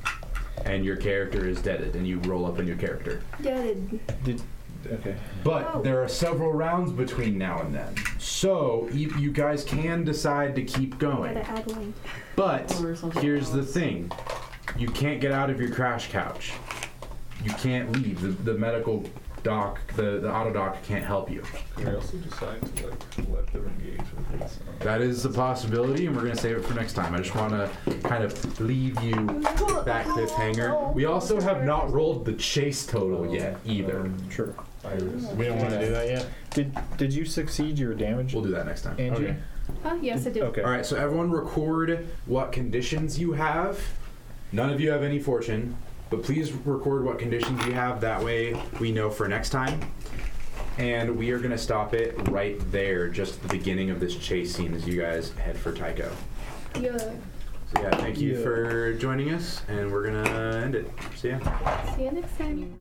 Speaker 2: and your character is deaded, and you roll up a new character.
Speaker 7: Dead.
Speaker 1: Did, okay.
Speaker 2: But there are several rounds between now and then, so you, you guys can decide to keep going.
Speaker 7: Gotta add one.
Speaker 2: But
Speaker 19: Or something
Speaker 2: here's the thing you can't get out of your crash couch. You can't leave. The, the medical doc, the, the auto doc can't help you.
Speaker 5: Can we also decide to like let them engage with it? so-
Speaker 2: That is a possibility, and we're going to save it for next time. I just want to kind of leave you that
Speaker 7: Oh,
Speaker 2: cliffhanger. We also have not rolled the chase total yet either.
Speaker 1: Sure.
Speaker 3: We don't want to do that yet.
Speaker 1: Did did you succeed your damage,
Speaker 2: We'll do that next time.
Speaker 1: Andrew?
Speaker 3: Okay.
Speaker 7: Oh, yes, I did.
Speaker 1: Okay.
Speaker 2: All right, so everyone record what conditions you have. None of you have any fortune, but please record what conditions you have. That way we know for next time. And we are going to stop it right there, just at the beginning of this chase scene as you guys head for Tycho.
Speaker 7: Yeah.
Speaker 2: So, yeah, thank you
Speaker 1: Yeah.
Speaker 2: for joining us, and we're going to end it. See ya.
Speaker 7: See you next time.